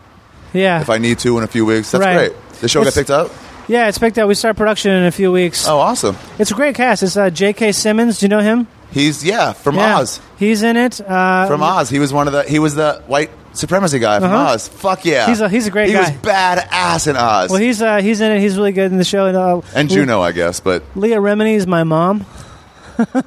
Yeah. if I need to in a few weeks. That's Right. great. The show It's- got picked up. yeah. Expect that we start production in a few weeks. Oh, awesome. It's a great cast. It's uh, J.K. Simmons. Do you know him? He's yeah from Oz. He's in it. Uh, From Oz, he was one of the he was the white supremacy guy from Uh-huh. Oz. Fuck yeah, He's a- he's a great he guy. was badass in Oz. Well, he's uh, he's in it. He's really good in the show. And, uh, and Le- Juno, I guess, (laughs) but Leah Remini is my mom.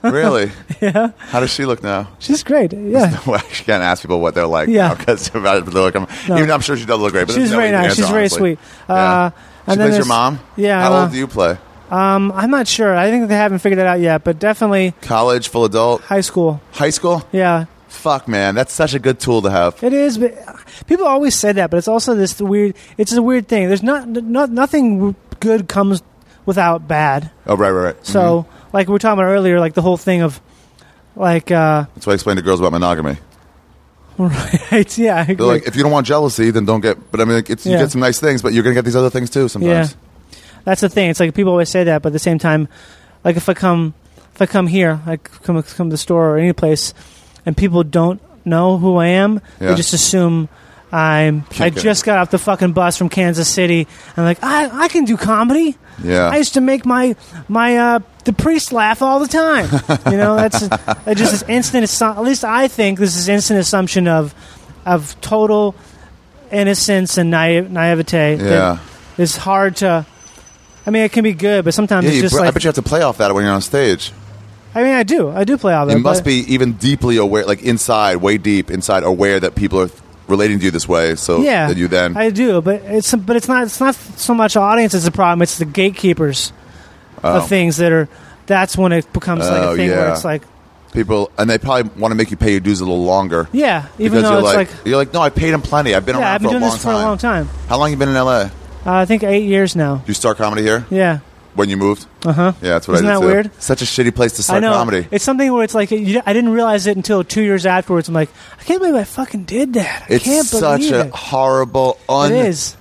really, yeah. How does she look now? She's great. Yeah, (laughs) Well, she can't ask people what they're like. (laughs) Yeah. because about it, look, I'm, even though I'm sure she does look great. But she's that's very the nice. answer, She's very honestly. sweet. Uh, Yeah. She and then plays your there's- mom. Yeah, How I'm, old do you play? um, I'm not sure. I think they haven't figured that out yet, but definitely College, full adult, high school. high school. Yeah, Fuck, man, that's such a good tool to have. it is. But uh, people always say that, but it's also this weird. It's a weird thing. There's not, not nothing good comes without bad. Oh, right, right, right. So, Mm-hmm. like we were talking about earlier, like the whole thing of, like, uh, (laughs) That's why I explained to girls about monogamy. right? Yeah, I agree. They're like, if you don't want jealousy, then don't get. But I mean, like, it's, you Yeah. get some nice things, but you're gonna get these other things too sometimes. That's the thing. It's like people always say that, but at the same time, like if I come, if I come here, I come come to the store or any place, and people don't know who I am, Yeah. they just assume I'm. I get just got off the fucking bus from Kansas City, and like I, I can do comedy. Yeah. I used to make my my uh, the priest laugh all the time. You know, that's (laughs) uh, just this instant. assu- At least I think this is instant assumption of of total innocence and naive, naivete. that Yeah. is hard to. I mean, it can be good, but sometimes Yeah, it's you, just but I like. bet you have to play off that when you're on stage. I mean, I do. I do play all that. You must but- be even deeply aware, like inside, way deep inside, aware that people are relating to you this way. So Yeah, that you then I do, but it's but it's not it's not so much audience is the problem. It's the gatekeepers of things that are. That's when it becomes like Oh, a thing where yeah. it's like, people, and they probably want to make you pay your dues a little longer. yeah, even because though you're it's like, like, you're like, no, I paid him plenty. I've been yeah, around I've been for doing a long this for time. a long time. How long you been in LA? Do Uh, I think eight years now. you start comedy here? Yeah, when you moved. Uh huh. Yeah, that's what Isn't I did that too. weird? Such a shitty place to I start know. comedy. It's something where it's like you, I didn't realize it until two years afterwards. I'm like, I can't believe I fucking did that. I It's can't such believe a it. horrible, un, It is.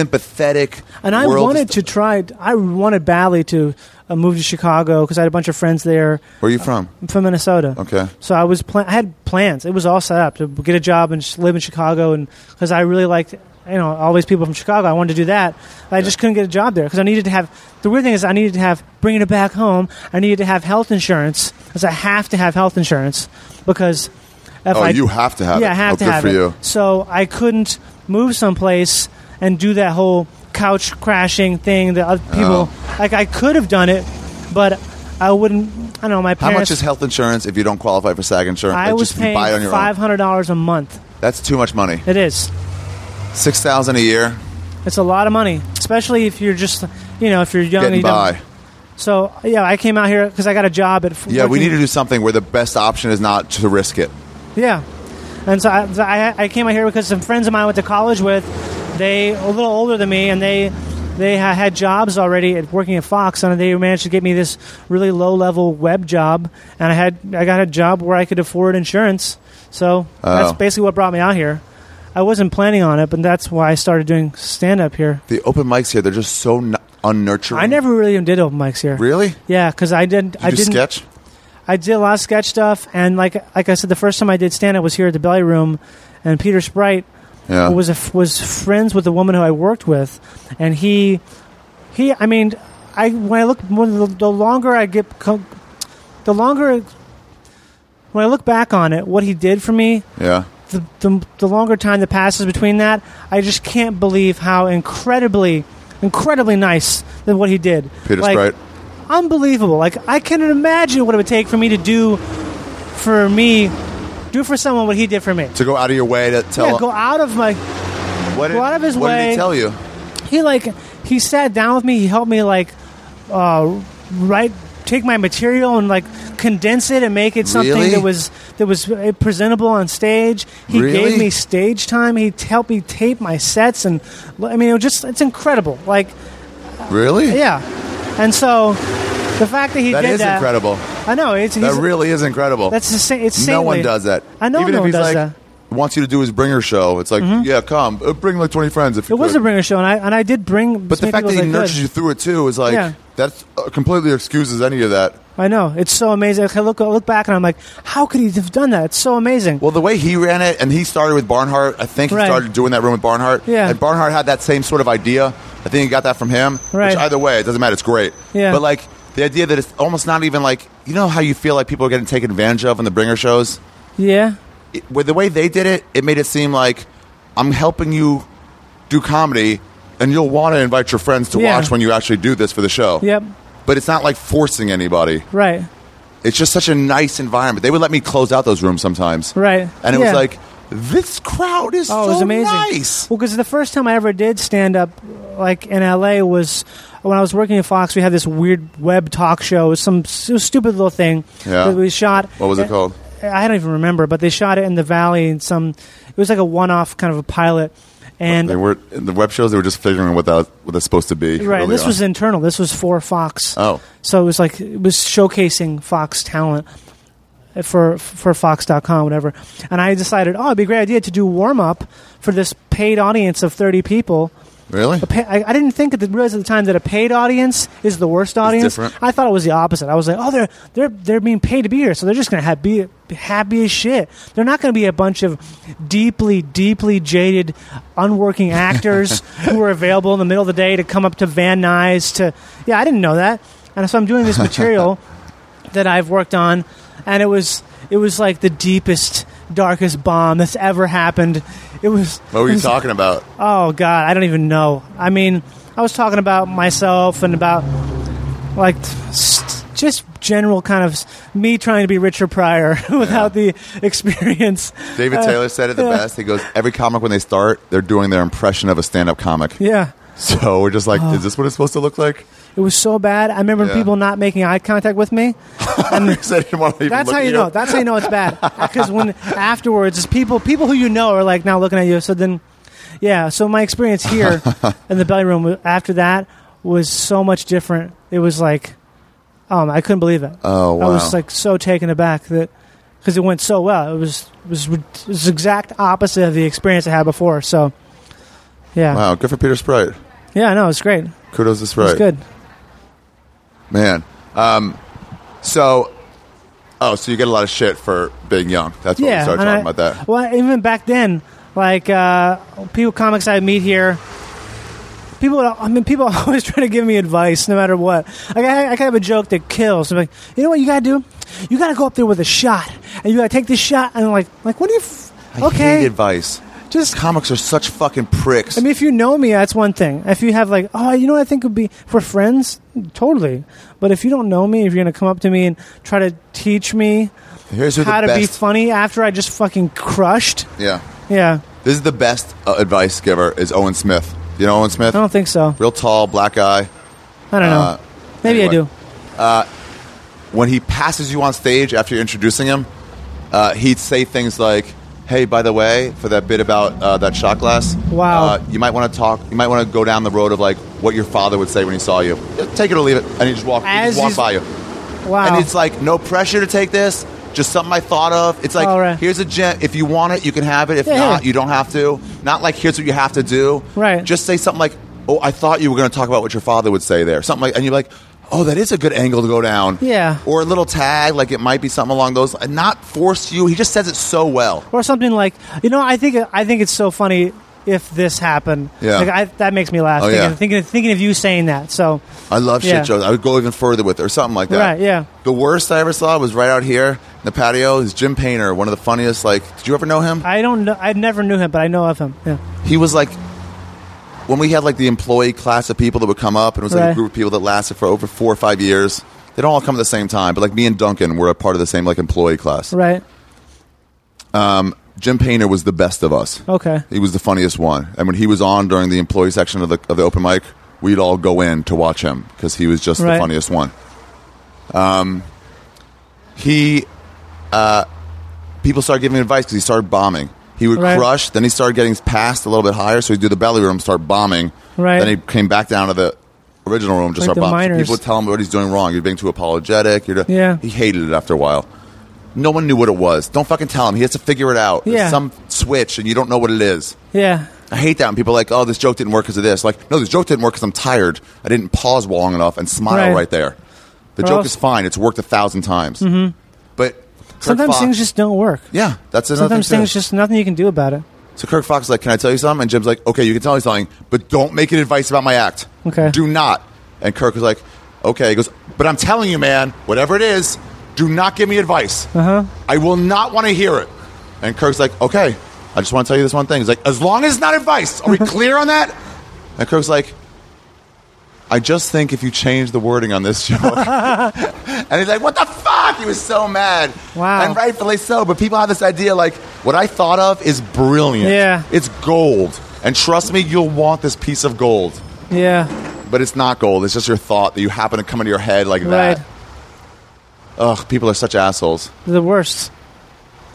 unsympathetic. And I world wanted to try. I wanted badly to uh, move to Chicago because I had a bunch of friends there. Where are you from? I'm from Minnesota. Okay. So I was plan- I had plans. It was all set up to get a job and just live in Chicago, and because I really liked you know all these people from Chicago, I wanted to do that. I just couldn't get a job there because I needed to have. The weird thing is, I needed to have bringing it back home. I needed to have health insurance because I have to have health insurance because if Oh, I, you have to have yeah, it. I have Oh, to good have for it. you. So I couldn't move someplace and do that whole couch crashing thing that other people Oh. like. I could have done it, but I wouldn't. I don't know. My How parents. much is health insurance if you don't qualify for SAG insurance? I Like, was just you paying buy it on your five hundred dollars a month. own. That's too much money. It is. Six thousand a year, It's a lot of money, especially if you're just, you know, if you're young. and getting you don't- by. So yeah, I came out here because I got a job at. Yeah, we working- need to do something where the best option is not to risk it. Yeah, and so I, so I, I came out here because some friends of mine I went to college with, they a little older than me, and they they ha- had jobs already at working at Fox, and they managed to get me this really low level web job, and I had I got a job where I could afford insurance. So Oh. that's basically what brought me out here. I wasn't planning on it, but that's why I started doing stand up here. The open mics here—they're just so n- unnurturing. I never really even did open mics here. really. You Yeah, because I didn't. I do didn't. sketch. I did a lot of sketch stuff, and like like I said, the first time I did stand up was here at the Belly Room, and Peter Sprite Yeah. was a f was friends with the woman who I worked with, and he he I mean I when I look when the, the longer I get co- the longer when I look back on it, what he did for me, yeah. the, the, the longer time that passes between that, I just can't believe how incredibly, incredibly nice that what he did. Peter like, Sprite. Unbelievable. Like, I can imagine what it would take for me to do for me, do for someone what he did for me. To go out of your way to tell. Yeah, go out of my. what did, go out of his what did way. he tell you? He, like, he sat down with me. He helped me, like, uh, write, take my material and, like, condense it and make it something Really? that was that was uh, presentable on stage. He Really? gave me stage time. He helped me tape my sets, and I mean, it was just it's incredible. Like, Really? yeah, and so the fact that he That did is that, incredible. I know it's That he's, really is incredible. that's the same. It's no one saintly. does that. I know Even no if one he's does like that. Mm-hmm. wants you to do his bringer show. It's like, yeah, come Uh, bring like twenty friends if you It was could. a bringer show, and I and I did bring. But the fact that he nurtures you through it too is like Yeah. that's uh, completely excuses any of that. I know it's so amazing. Like, I look I look back, and I'm like, how could he have done that? It's so amazing. Well, the way he ran it, and he started with Barnhart. I think he Right. started doing that room with Barnhart. Yeah. And Barnhart had that same sort of idea. I think he got that from him. Right. Which either way, it doesn't matter. It's great. Yeah. But like the idea that it's almost not even like you know how you feel like people are getting taken advantage of in the bringer shows. yeah, It, with the way they did it, it made it seem like I'm helping you do comedy, and you'll want to invite your friends to Yeah. watch when you actually do this for the show. yep, But it's not like forcing anybody. right, It's just such a nice environment. They would let me close out those rooms sometimes. right. And it Yeah. was like, this crowd is so Oh, it was amazing. nice. Well, because the first time I ever did stand up, like in LA, was when I was working at Fox. We had this weird web talk show. It was some s- stupid little thing Yeah. that we shot. What was it called? I don't even remember, but they shot it in the valley. In some, it was like a one-off kind of a pilot. And They were in the web shows. They were just figuring out what that what that's supposed to be. Right. early This on. was internal. This was for Fox. Oh. So it was like it was showcasing Fox talent for for Fox.com, whatever. And I decided, oh, it'd be a great idea to do warm up for this paid audience of thirty people. really. A pa- I, I didn't think at the realize at the time that a paid audience is the worst audience. different. I thought it was the opposite. I was like, oh, they're they're they're being paid to be here, so they're just gonna have, be happy as shit. They're not gonna be a bunch of deeply, deeply jaded, (laughs) unworking actors who are available in the middle of the day to come up to Van Nuys to. Yeah, I didn't know that, and so I'm doing (laughs) this material that I've worked on, and it was it was like the deepest, darkest bomb that's ever happened. It was. What were it you was- talking about? Oh God, I don't even know. I mean, I was talking about myself and about like st- just general kind of s- me trying to be Richard Pryor (laughs) without the experience. David (laughs) Uh, Taylor said it the yeah. best. He goes, every comic when they start, they're doing their impression of a stand-up comic. Yeah, (laughs) Oh. So we're just like, is this what it's supposed to look (laughs) like? it was so bad. I remember Yeah. people not making eye contact with me. (laughs) he said, he didn't want to even That's look how at you know. That's how you know (laughs) it's bad. Because when afterwards, it's people people who you know are (laughs) like now looking at you. So then, yeah. So my experience here in the belly room after that was so much different. It was like, um, I couldn't believe it. Oh wow! I was like so taken aback that because it went so well. It was was it was the exact opposite of the experience I had before. So, yeah, wow, good for Peter Sprite. yeah, no, it's great. Kudos to It's Sprite. good. man. Um, so, oh, so you get a lot of shit for being young. That's what we yeah, started and talking I- about. That Well, even back then, like uh, people, comics I meet here. People, would- I mean, people (laughs) are always trying to give me advice, no matter what. Like, I, I can have a joke that kills. I'm like, you know what you gotta do? You gotta go up there with a shot, and you gotta take this shot. And I'm like, like, what do you? F- I okay, hate advice. just Comics are such fucking pricks. I mean, if you know me, that's one thing. If you have like, oh, you know, what I think would be if we're friends, totally. But if you don't know me, if you're gonna come up to me and try to teach me Here's who the how to be best. funny after I just fucking crushed, yeah, yeah, this is the best uh, advice giver is Owen Smith. You know Owen Smith, I don't think so. real tall, black guy. I don't know. Uh, Maybe I anyway. do. when he passes you on stage after you're introducing him, uh, he'd say things like, "Hey, by the way, for that bit about uh, that shot glass, Wow. uh, you might want to talk. You might want to go down the road of like what your father would say when he saw you. Just take it or leave it, and he just walk, he As just walk he's- by you. Wow. And it's like no pressure to take this, just something I thought of. It's like All right. here's a gem. If you want it, you can have it. If Yeah, not, yeah. you don't have to. Not like here's what you have to do. Right. Just say something like, "Oh, I thought you were going to talk about what your father would say there." Something like, and you're like, "Oh, that is a good angle to go down." Yeah. Or a little tag, like it might be something along those. and Not force you. He just says it so well. or something like, you know, I think I think it's so funny if this happened. Yeah. Like, I, that makes me laugh. Oh, thinking, yeah. thinking thinking of you saying that. So I love shit Yeah. jokes. I would go even further with it or something like that. Right, yeah. The worst I ever saw was right out here in the patio. Is Jim Painter, one of the funniest. Like, did you ever know him? I don't know. I never knew him, but I know of him. Yeah. he was like when we had like the employee class of people that would come up and it was like a Right. group of people that lasted for over four or five years they don't all come at the same time but like me and duncan were a part of the same like employee class Right. jim painter was the best of us Okay. he was the funniest one and when he was on during the employee section of the, of the open mic we'd all go in to watch him because he was just the Right. funniest one um, he uh, people started giving him advice because he started bombing he would Right. crush then he started getting passed a little bit higher so he'd do the belly room start bombing Right. then he came back down to the original room just Like start the bombing So minors. people would tell him what he's doing wrong you're being too apologetic you're Yeah. he hated it after a while no one knew what it was. Don't fucking tell him. He has to figure it out. There's Yeah. some switch and you don't know what it is. Yeah. I hate that when people are like, oh, this joke didn't work because of this. Like, no, this joke didn't work because I'm tired. I didn't pause long enough and smile right, Right. there. The Or joke else- is fine. It's worked a thousand times. Mm-hmm. But Kirk Sometimes Fox- things just don't work. yeah, that's another Sometimes thing too. things just nothing you can do about it. So Kirk Fox is like, "Can I tell you something?" And Jim's like, "Okay, you can tell me something, but don't make it advice about my act. Okay. do not." And Kirk was like, "Okay." He goes, "But I'm telling you, man, whatever it is, do not give me advice. Uh-huh. I will not want to hear it." And Kirk's like, "Okay, I just want to tell you this one thing." He's like, "As long as it's not advice, (laughs) are we clear on that?" And Kirk's like, "I just think if you change the wording on this (laughs) joke," and he's like, "What the fuck?" He was so mad. Wow. And rightfully so. But people have this idea like, what I thought of is brilliant. Yeah. It's gold. And trust me, you'll want this piece of gold. Yeah. But it's not gold. It's just your thought that you happen to come into your head like that. Right. Ugh, people are such assholes. They're the worst.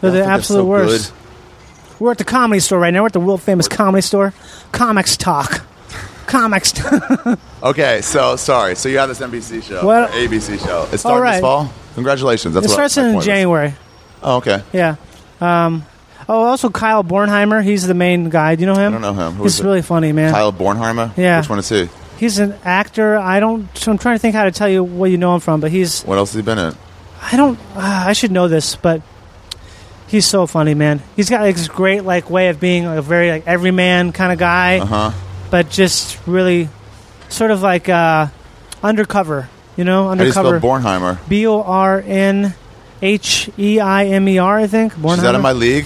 They're I the think that's absolute so worst. good. We're at the comedy store right now. We're at the world famous comedy store. Comics talk. Comics. Talk. Okay, so sorry. So you have this NBC show, What- ABC show. It's All starting this right. fall. Congratulations. That's it what starts my point in was. January. Oh, okay. Yeah. Um, oh, also Kyle Bornheimer. He's the main guy. Do you know I him? don't know him. Who is He's it? really funny, man. Kyle Bornheimer. Yeah. Which one is he? He's an actor. I don't. so I'm trying to think how to tell you what you know him from, but he's. What else has he been in? I don't. Uh, I should know this, but he's so funny, man. He's got like, this great like way of being like, a very like everyman kind of guy, Huh? but just really sort of like uh, undercover. You know, How do you spell undercover. Bornheimer? B o r n h e i m e r. I think. Bornheimer. She's out of my league.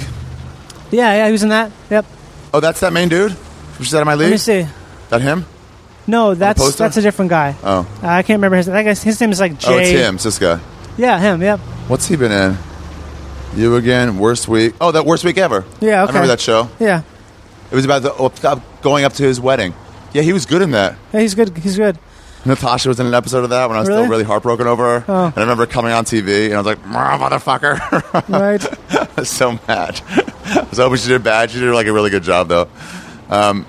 yeah, yeah. He was in that. Yep. Oh, that's that main dude. She's out of my Let me league. see. That him? No, that's poster? that's a different guy. Oh. I can't remember his. I guess his name is like Jay. Oh, it's him. It's this guy. Yeah, him. Yep. What's he been in? You again? Worst week? Oh, that worst week ever. Yeah, I okay. remember that show. Yeah. It was about the, up- up- going up to his wedding. Yeah, he was good in that. Yeah, he's good. He's good. Natasha was in an episode of that when I was Really? still really heartbroken over her. Oh. And I remember coming on TV and I was like, "Mwah, motherfucker. (laughs) Right. I was so mad. (laughs) I was hoping she did bad. She did like a really good job though. Um,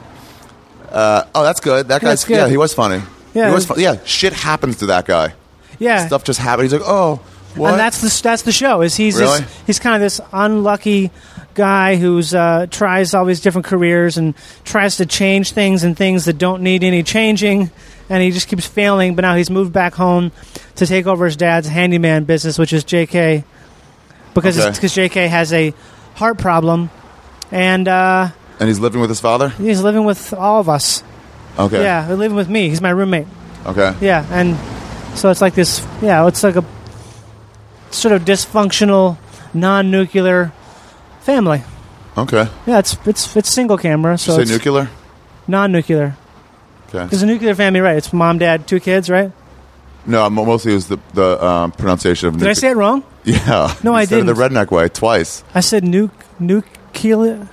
uh, oh, that's good. That guy's That's good. yeah, he was funny. Yeah, You know what's it- fu- yeah. Shit happens to that guy. Yeah, Stuff just happens. He's like, oh, what? and that's the that's the show. Is he's Really? this, he's kind of this unlucky guy who's uh, tries all these different careers and tries to change things and things that don't need any changing, and he just keeps failing. But now he's moved back home to take over his dad's handyman business, which is J.K. because Okay. because J.K. has a heart problem, and uh, and he's living with his father. he's living with all of us. Okay. Yeah, they're living with me. He's my roommate. Okay. Yeah, and so it's like this. Yeah, it's like a sort of dysfunctional, non-nuclear family. Okay. Yeah, it's it's it's single camera, so Say it's nuclear. non-nuclear. Okay. It's a nuclear family, right? It's mom, dad, two kids, right? No, mo- mostly it was the the um, pronunciation of. Did I say it wrong? (laughs) Yeah. No, I Instead of didn't. The redneck way twice. I said nu- nuclear.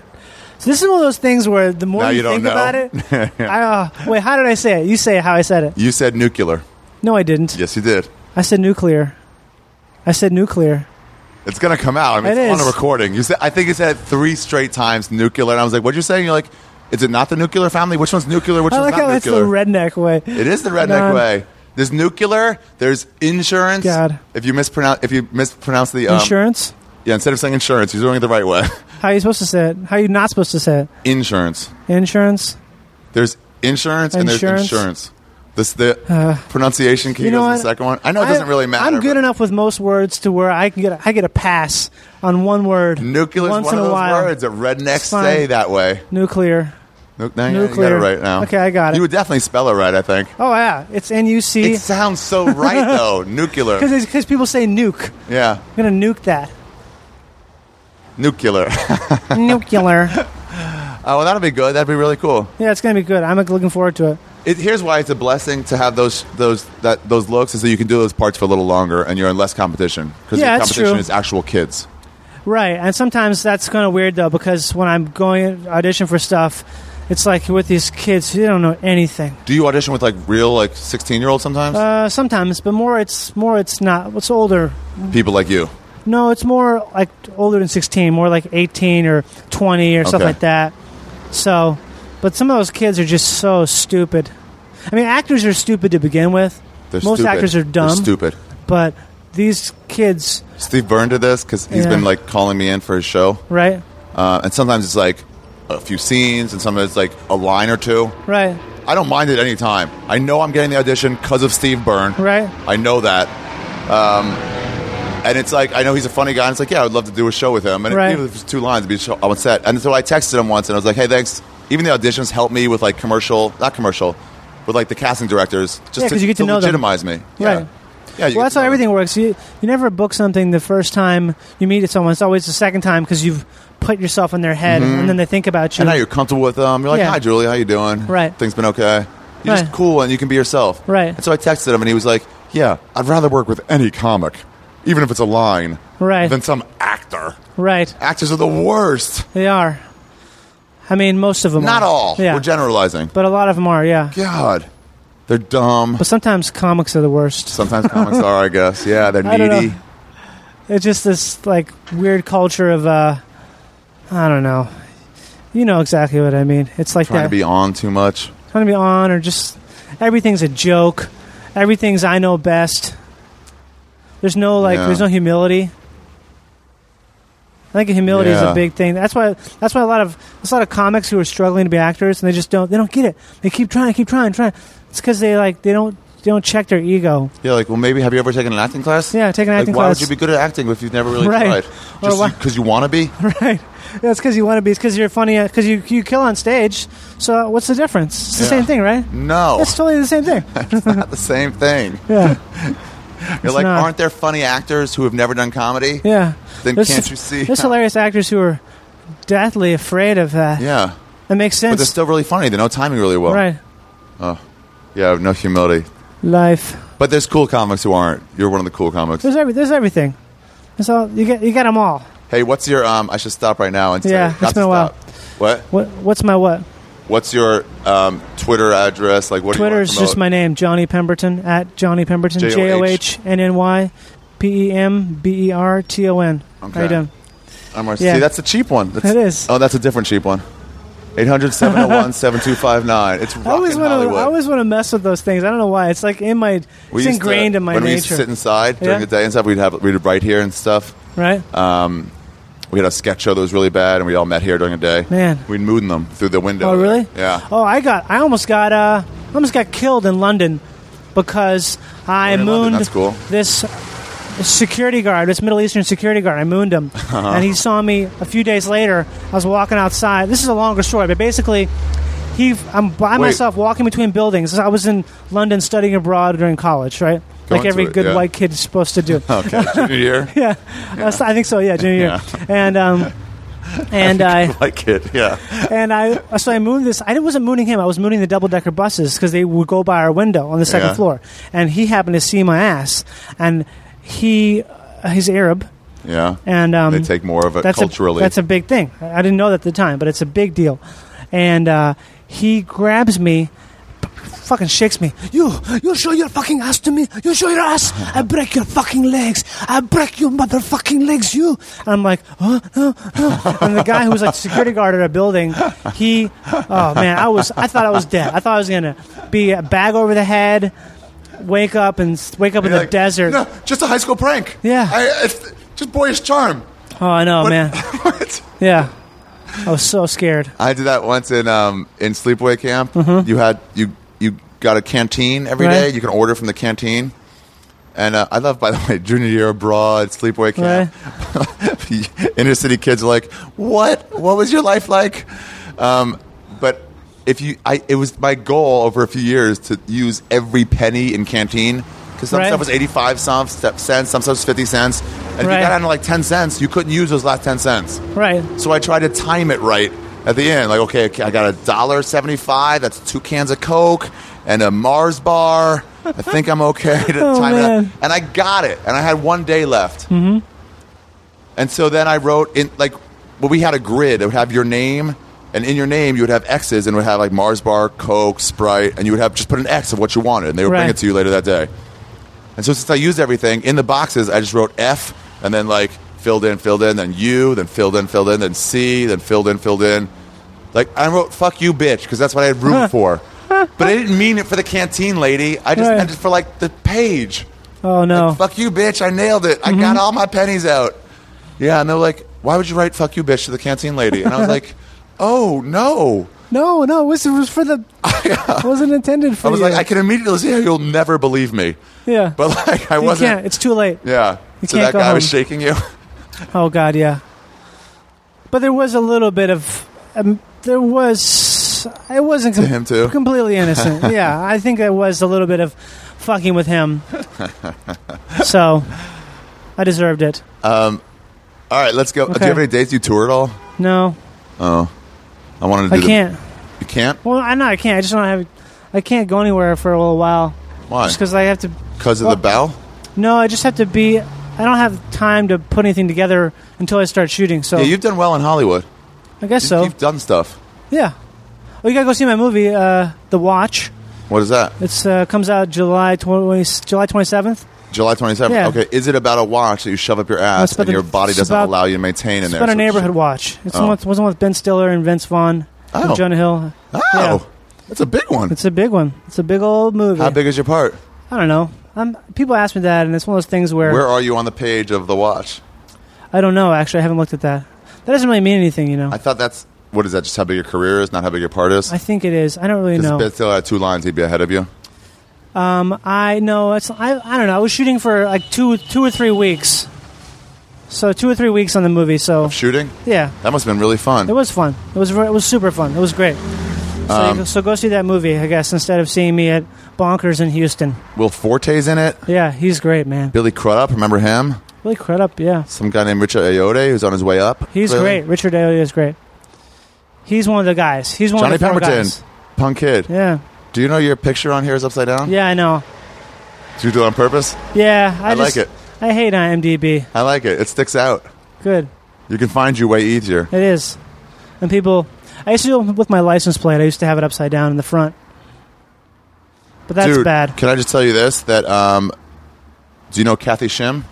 So this is one of those things where the more Now you don't think know. about it, (laughs) I, uh, wait, how did I say it? You say it how I said it. You said nuclear. No, I didn't. Yes, you did. I said nuclear. I said nuclear. It's gonna come out. I mean, It it's on a is. recording. You said, I think you said it three straight times nuclear, and I was like, "What you saying?" You're like, "Is it not the nuclear family? Which one's nuclear? Which I one's like not how it's the nuclear?" redneck way. it is the redneck No. way. There's nuclear. There's insurance. God. If you mispronounce, if you mispronounce the um, Insurance. yeah, instead of saying insurance, you're doing it the right way. (laughs) How are you supposed to say it? How are you not supposed to say it? insurance. Insurance. There's insurance, and there's Insurance. Uh, insurance. This the pronunciation key you know goes in the what? second one. I know it doesn't really matter. I'm good but enough with most words to where I can get a, I get a pass on one word. Nuclear is once one in of a those while. words that rednecks It's fine. say that way. Nuclear. Nu- no, you- You got Nuclear. it right now. Okay, I got it. You would definitely spell it right. I think. Oh yeah, it's N U C. It (laughs) sounds so right though. Nuclear. Because because people say nuke. Yeah. I'm gonna nuke (laughs) that. Nuclear. (laughs) oh, Nuclear. well, that'd be good. That'd be really cool. Yeah, it's gonna be good. I'm like, looking forward to it. It, here's why it's a blessing to have those those that those looks is that you can do those parts for a little longer and you're in less competition because Yeah, your that's competition true. is actual kids. Right, and sometimes that's kind of weird though because when I'm going audition for stuff, it's like with these kids who don't know anything. Do you audition with like real like 16 year olds sometimes? Uh, sometimes, but more it's more it's not. It's older People like you. No, it's more like older than 16, more like 18 or 20 or stuff Okay. like that. So, but some of those kids are just so stupid. I mean, actors are stupid to begin with. They're Most stupid. actors are dumb, They're stupid. but these kids, Steve Byrne did this because he's Yeah. been like calling me in for his show, right? uh, and sometimes it's like a few scenes, and sometimes it's like a line or two. Right. I don't mind it any time. I know I'm getting the audition because of Steve Byrne. Right. I know that. Um, and it's like, I know he's a funny guy. And it's like, yeah, I would love to do a show with him. And Right. even if it's two lines, it'd be a show on set. And so I texted him once and I was like, hey, thanks. Even the auditions helped me with like commercial, not commercial, with like the casting directors just Yeah, to, 'cause you get to know them. legitimize me. Right. Yeah. yeah you well, get that's to how know them. everything works. You, you never book something the first time you meet someone. It's always the second time because you've put yourself in their head and then they think about Mm-hmm. you. And now you're comfortable with them. You're like, Yeah. hi, Julie, how you doing? Right. Things been okay. You're Right. just cool and you can be yourself. Right. And so I texted him and he was like, yeah, I'd rather work with any comic, even if it's a line, Right. than some actor. right. Actors are the worst. They are. I mean, most of them Not are. all. Yeah. We're generalizing. but a lot of them are, yeah. God. They're dumb. But sometimes comics are the worst. Sometimes comics are, I guess. Yeah, they're I don't needy. know. It's just this like weird culture of uh I don't know. You know exactly what I mean. It's like Trying that to be on too much. trying to be on or just everything's a joke. Everything's I know best. There's no like Yeah. there's no humility. I think humility is Yeah. a big thing. That's why that's why a lot of there's a lot of comics who are struggling to be actors and they just don't they don't get it. They keep trying, keep trying, trying. It's because they like they don't they don't check their ego. Yeah, like, well, maybe have you ever taken an acting class? Yeah, take an Like, acting why would class. you be good at acting if you've never really Right. tried? Or why- Just because you want to be? (laughs) Right. That's because you want to be. It's because you're funny. Because you you kill on stage. So uh, what's the difference? It's the Yeah. Mm. same thing, right? (laughs) No, It's totally the (laughs) same thing. it's not the same thing. Yeah. You're like, not. aren't there funny actors who have never done comedy? Yeah. Then There's- can't you see? There's hilarious actors who are deathly afraid of that. Yeah. That makes But they're sense. still really funny. They know timing really well. right. Yeah, no humility. Life. But there's cool comics who aren't. You're one of the cool comics. There's every. There's everything. There's all you get. You got them all. Hey, what's your um? I should stop right now and say, Yeah, not it's to been a while. stop. What? What What's my what? What's your um Twitter address? Like, what? Twitter is do you just my name, Johnny Pemberton at Johnny Pemberton. J O H. J O H N N Y P E M B E R T O N. How Okay. you doing? I'm yeah. See, that's a cheap one. That's, It is. Oh, that's a different cheap one. 800 701 7259. It's I always rockin' want to. Hollywood. I always want to mess with those things. I don't know why. It's like in my. We It's used ingrained to, in my when we used nature. to sit inside during Yeah. the day and stuff, we'd have we'd write here and stuff. right. We had a sketch show that was really bad, and we all met here during the day. Man. we'd moon them through the window. oh really? uh, Yeah. Oh, I got. I almost got. Uh, I almost got killed in London because I in London, mooned that's cool. this security guard, this Middle Eastern security guard. I (laughs) mooned him, Uh-huh. and he saw me a few days later. I was walking outside. This is a longer story, but basically. He, I'm by Wait. myself walking between buildings. I was in London studying abroad during college, right? Go like into every it, good yeah. white kid is supposed (laughs) to do. (laughs) Okay. Junior year. (laughs) yeah, Uh, so- I think so. Yeah, junior year, (laughs) and um, and I Like it. Yeah. and I so I mooned this. I didn't- wasn't mooning him. I was mooning the double decker buses because they would go by our window on the second Yeah. floor, and he happened to see my ass, and he uh, he's Arab, Yeah. and um, they take more of it that's culturally. A, that's a big thing. I I didn't know that at the time, but it's a big deal. And uh, he grabs me, p- fucking shakes me. You, you show your fucking ass to me. You show your ass. I break your fucking legs. I break your motherfucking legs. You. And I'm like, huh? Huh? Huh?" and the guy who was like security guard at a building, he, oh man, I was, I thought I was dead. I thought I was gonna be a bag over the head. Wake up and s- wake up in You're the like, desert. No, just a high school prank. Yeah. I, it's just boyish charm. (laughs) Oh, I know, man. What? Yeah, I was so scared. I did that once in um, in sleepaway camp. You had you you got a canteen every day. Mm-hmm. Right. You can order from the canteen. And uh, I love, by the (laughs) way, junior year abroad, sleepaway camp. (laughs) Inner city kids are like, what? What was your life like? Um, but if you, I, it was my goal over a few years to use every penny in canteen because some Right. stuff was eighty-five cents, cents, some stuff was fifty cents, and if Right. you got down to like ten cents, you couldn't use those last ten cents. Right. So I tried to time it right at the end. Like, okay, okay, I got a dollar seventy-five. That's two cans of Coke and a Mars bar. I think I'm okay to (laughs) Oh, time it. man. out. And I got it. And I had one day left. Mm-hmm. And so then I wrote in like, well, we had a grid. It would have your name, and in your name you would have X's, and it would have like Mars bar, Coke, Sprite, and you would have just put an X of what you wanted, and they would bring Right. it to you later that day. And so since I used everything in the boxes, I just wrote F and then like filled in, filled in, then U, then filled in, filled in, then C, then filled in, filled in. Like I wrote "fuck you, bitch" because that's what I had room for. But I didn't mean it for the canteen lady. I just Right. meant it for like the page. Oh Mm-hmm. no. Fuck you, bitch! I nailed it. I got all my pennies out. Yeah, and they're like, "Why would you write fuck you, bitch' to the canteen lady?" And I (laughs) was like, "Oh no." No, no, it was, it was (laughs) for the. It wasn't intended for I was you. like, I can immediately see how you'll never believe me. Yeah. But like, I you wasn't. can't. It's too late. Yeah. You so can't that go guy was home. shaking you. Oh God, yeah. But there was a little bit of. Um, there was. It wasn't com- him, too? (laughs) completely innocent. yeah, I think there was a little bit of fucking with him. so, I deserved it. All right, let's go. Do Okay. you have any dates you tour at all? No, I wanted to. I do the- can't. you can't. Well, I know I can't. I just don't have. I can't go anywhere for a little while. Why? Just because I have to Because of the bow. No, I just have to be. I don't have time to put anything together until I start shooting. So Yeah, you've done well in Hollywood. I guess You, so. You've done stuff. Yeah. Well, you gotta go see my movie, uh, The Watch. What is that? It's uh, comes out July twenty July twenty seventh. July twenty seventh. Yeah. Okay. Is it about a watch that you shove up your ass about and the- your body it's doesn't about- allow you to maintain in It's there? about a so neighborhood shit- watch. It's Oh. one, wasn't with Ben Stiller and Vince Vaughn, Oh. and Jonah Hill. Oh, Yeah. that's a big one. It's a big one. It's a big old movie. How big is your part? I don't know. i people ask me that, and it's one of those things where Where are you on the page of the watch? I don't know. Actually, I haven't looked at that. That doesn't really mean anything, you know. I I, thought that's what is that? Just how big your career is, not how big your part is. think it is. I don't really Because know. if Ben Stiller had two lines, he'd be ahead of you. I know it's I, I don't know. I was shooting for like two two or three weeks. So two or three weeks on the movie. So Shooting. yeah, That must have been really fun. it was fun. It was re- it was super fun. It was great. So, Um, you, so go see that movie, I guess, instead of seeing me at Bonkers in Houston. Will Forte's in it. Yeah, he's great, man. Billy Crudup, remember him? Really crud up. Yeah, Some guy named Richard Ayoade who's on his way up. he's clearly. great. Richard Ayoade is great. He's one of the guys. He's one Johnny of the four Pemberton, guys. punk kid. Yeah, Do you know your picture on here is upside down? yeah, I know. Did you do it on purpose? Yeah, I, I like it. just, I hate IMDb. I like it. It sticks out. Good. You can find you way easier. It is. And people, I used to do it with my license plate. I used to have it upside down in the front. But that's Dude, bad. Can I just tell you this? That um, do you know Kathy Shim?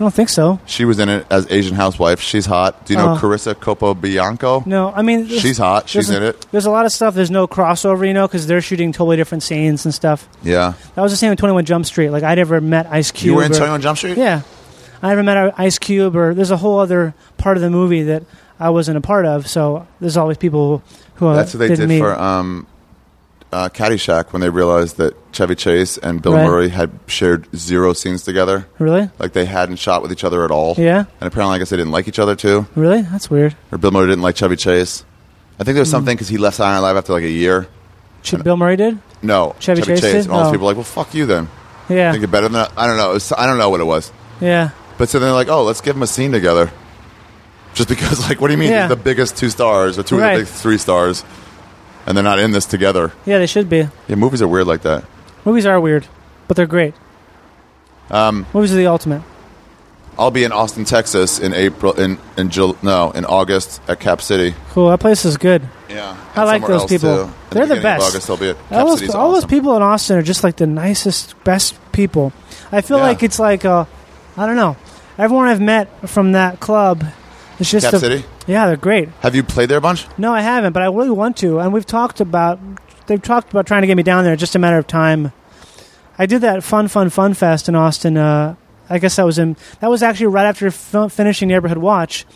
Oh, don't think so. She was in it as Asian housewife. She's hot. Do you know Oh. Carissa Copobianco? No, I mean there's- She's hot. She's there's a- in it. There's a lot of stuff. There's no crossover, you know, because they're shooting totally different scenes and stuff. Yeah. That was the same with Twenty One Jump Street. Like I never met Ice Cube. You were in or- 21 Jump Street? Yeah, I never met Ice Cube, or there's a whole other part of the movie that I wasn't a part of. So there's always people who I That's what they didn't did meet. for um, uh, Caddyshack when they realized that Chevy Chase and Bill Right. Murray had shared zero scenes together. really, Like they hadn't shot with each other at all. Yeah. And apparently, I guess they didn't like each other too. really, that's weird. Or Bill Murray didn't like Chevy Chase. I think there was Hmm. something because he left Saturday Night Live after like a year. Ch- Bill Murray did. No, Chevy Chase did? And all Oh. those people were like, well, fuck you then. Yeah, Think it better than that? I don't know. It was, I don't know what it was. yeah. But so they're like, oh, let's give them a scene together. Just because, (laughs) like, what do you mean? Yeah. They're the biggest two stars or two Right. of the big three stars, and they're not in this together. Yeah, they should be. Yeah, movies are weird like that. Movies are weird, but they're great. Um, Movies are the ultimate. I'll be in Austin, Texas, in April, in in Jul- no, in August at Cap City. Cool. That place is good. Yeah, I and like somewhere those else, people. too. At They're the beginning of best. August, I'll be at Cap all those, City's all those awesome. people in Austin are just like the nicest, best people. I feel Yeah. like it's like uh, I don't know. Everyone I've met from that club, it's just Cap a- City? Yeah, they're great. Have you played there a bunch? No, I haven't, but I really want to. And we've talked about they've talked about trying to get me down there. It's just a matter of time. I did that fun, fun, fun fest in Austin. Uh, I guess that was in that was actually right after fi- finishing Neighborhood Watch.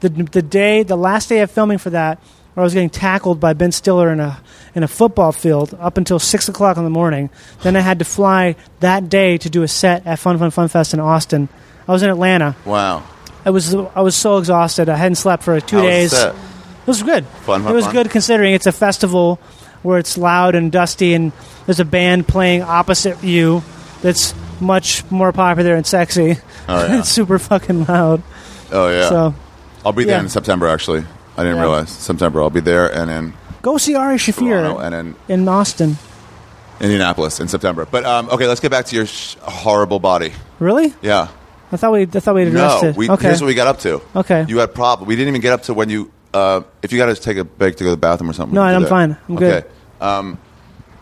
The the day, the last day of filming for that, where I was getting tackled by Ben Stiller in a in a football field up until six o'clock in the morning. Then I had to fly that day to do a set at Fun, Fun, Fun Fest in Austin. I was in Atlanta. Wow, I was I was so exhausted. I hadn't slept for two How was days. that? It was good. Fun, fun, it was fun. good considering it's a festival where it's loud and dusty, and there's a band playing opposite you that's much more popular (laughs) and sexy. Oh, yeah. it's super fucking loud. Oh yeah, So I'll be there yeah. in September. Actually, I didn't Yeah. realize September. I'll be there and in go see Ari Toronto Shafir and in in Austin. Indianapolis in September. But um, okay, let's get back to your sh- horrible body. Really? Yeah. I thought we I thought we had addressed No, it. we, okay. here's what we got up to. Okay. You had problem. We didn't even get up to when you. Uh, if you got to take a break to go to the bathroom or something. we No, can do I'm that. fine. I'm good. Okay. Um,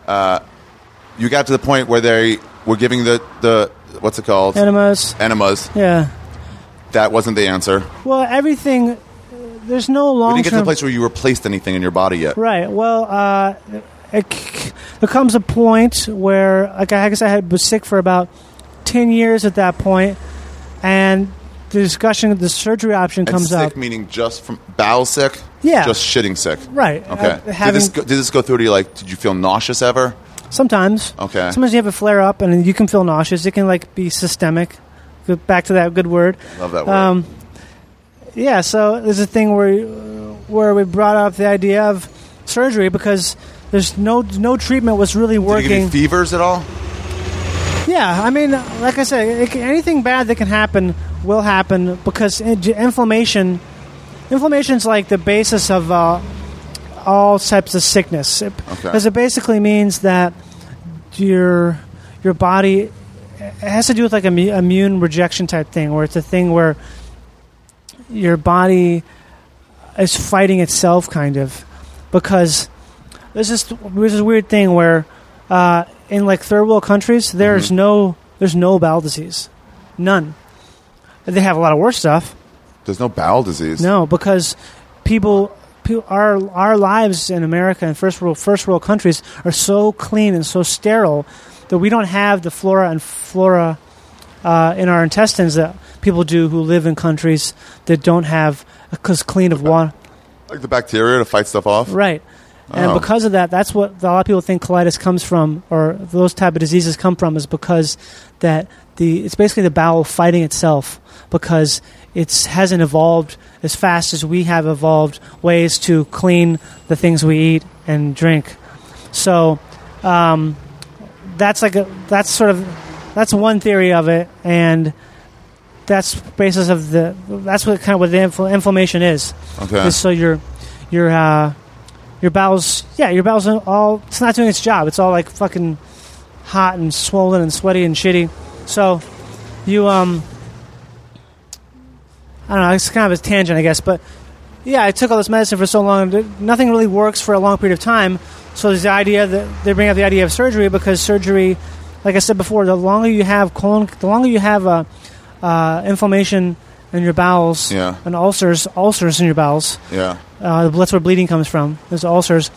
uh, you got to the point where they were giving the the what's it called Enemas. enemas. Yeah. That wasn't the answer. Well, everything. There's no We long didn't get to the term. place where you replaced anything in your body yet. Right. Well, uh, it, c- there comes a point where, like, I guess I had, was sick for about ten years at that point, and the discussion of the surgery option And comes sick up. meaning just from bowel sick. Yeah. Just shitting sick. Right. Okay. Uh, did having, this go, did this go through to you? Like, did you feel nauseous ever? sometimes. Okay. Sometimes you have a flare up, and you can feel nauseous. It can like be systemic. Go Back to that good word. Love that word. Um, yeah, so there's a thing where where we brought up the idea of surgery because there's no no treatment was did really it give working. you fevers at all? Yeah, I mean, like I said, it, can- anything bad that can happen will happen because in- inflammation, inflammation's like the basis of uh, all types of sickness. It- Okay. Because it basically means that your your body it has to do with like a mu- immune rejection type thing, where it's a thing where your body is fighting itself, kind of, because there's this there's this weird thing where uh, in like third world countries there's no there's no bowel disease, none. They have a lot of worse stuff. There's no bowel disease. No, because people, people our our lives in America and first world first world countries are so clean and so sterile that we don't have the flora and flora uh, in our intestines that people do who live in countries that don't have because clean of water. Like the bacteria to fight stuff off. Right. And Oh. because of that, that's what a lot of people think colitis comes from, or those type of diseases come from, is because that the it's basically the bowel fighting itself because it hasn't evolved as fast as we have evolved ways to clean the things we eat and drink. So um, that's like a, that's sort of that's one theory of it, and that's basis of the that's what kind of what the infl- inflammation is. Okay. Just so your your uh, your bowels, yeah, your bowels are all it's not doing its job. It's all like fucking hot and swollen and sweaty and shitty. So you um, I don't know. It's kind of a tangent, I guess, but yeah, I took all this medicine for so long. that Nothing really works for a long period of time. So there's the idea that they bring up the idea of surgery because surgery, like I said before, the longer you have colon, the longer you have a uh, inflammation in your bowels Yeah. and ulcers, ulcers in your bowels. Yeah. Uh, that's where bleeding comes from. There's ulcers.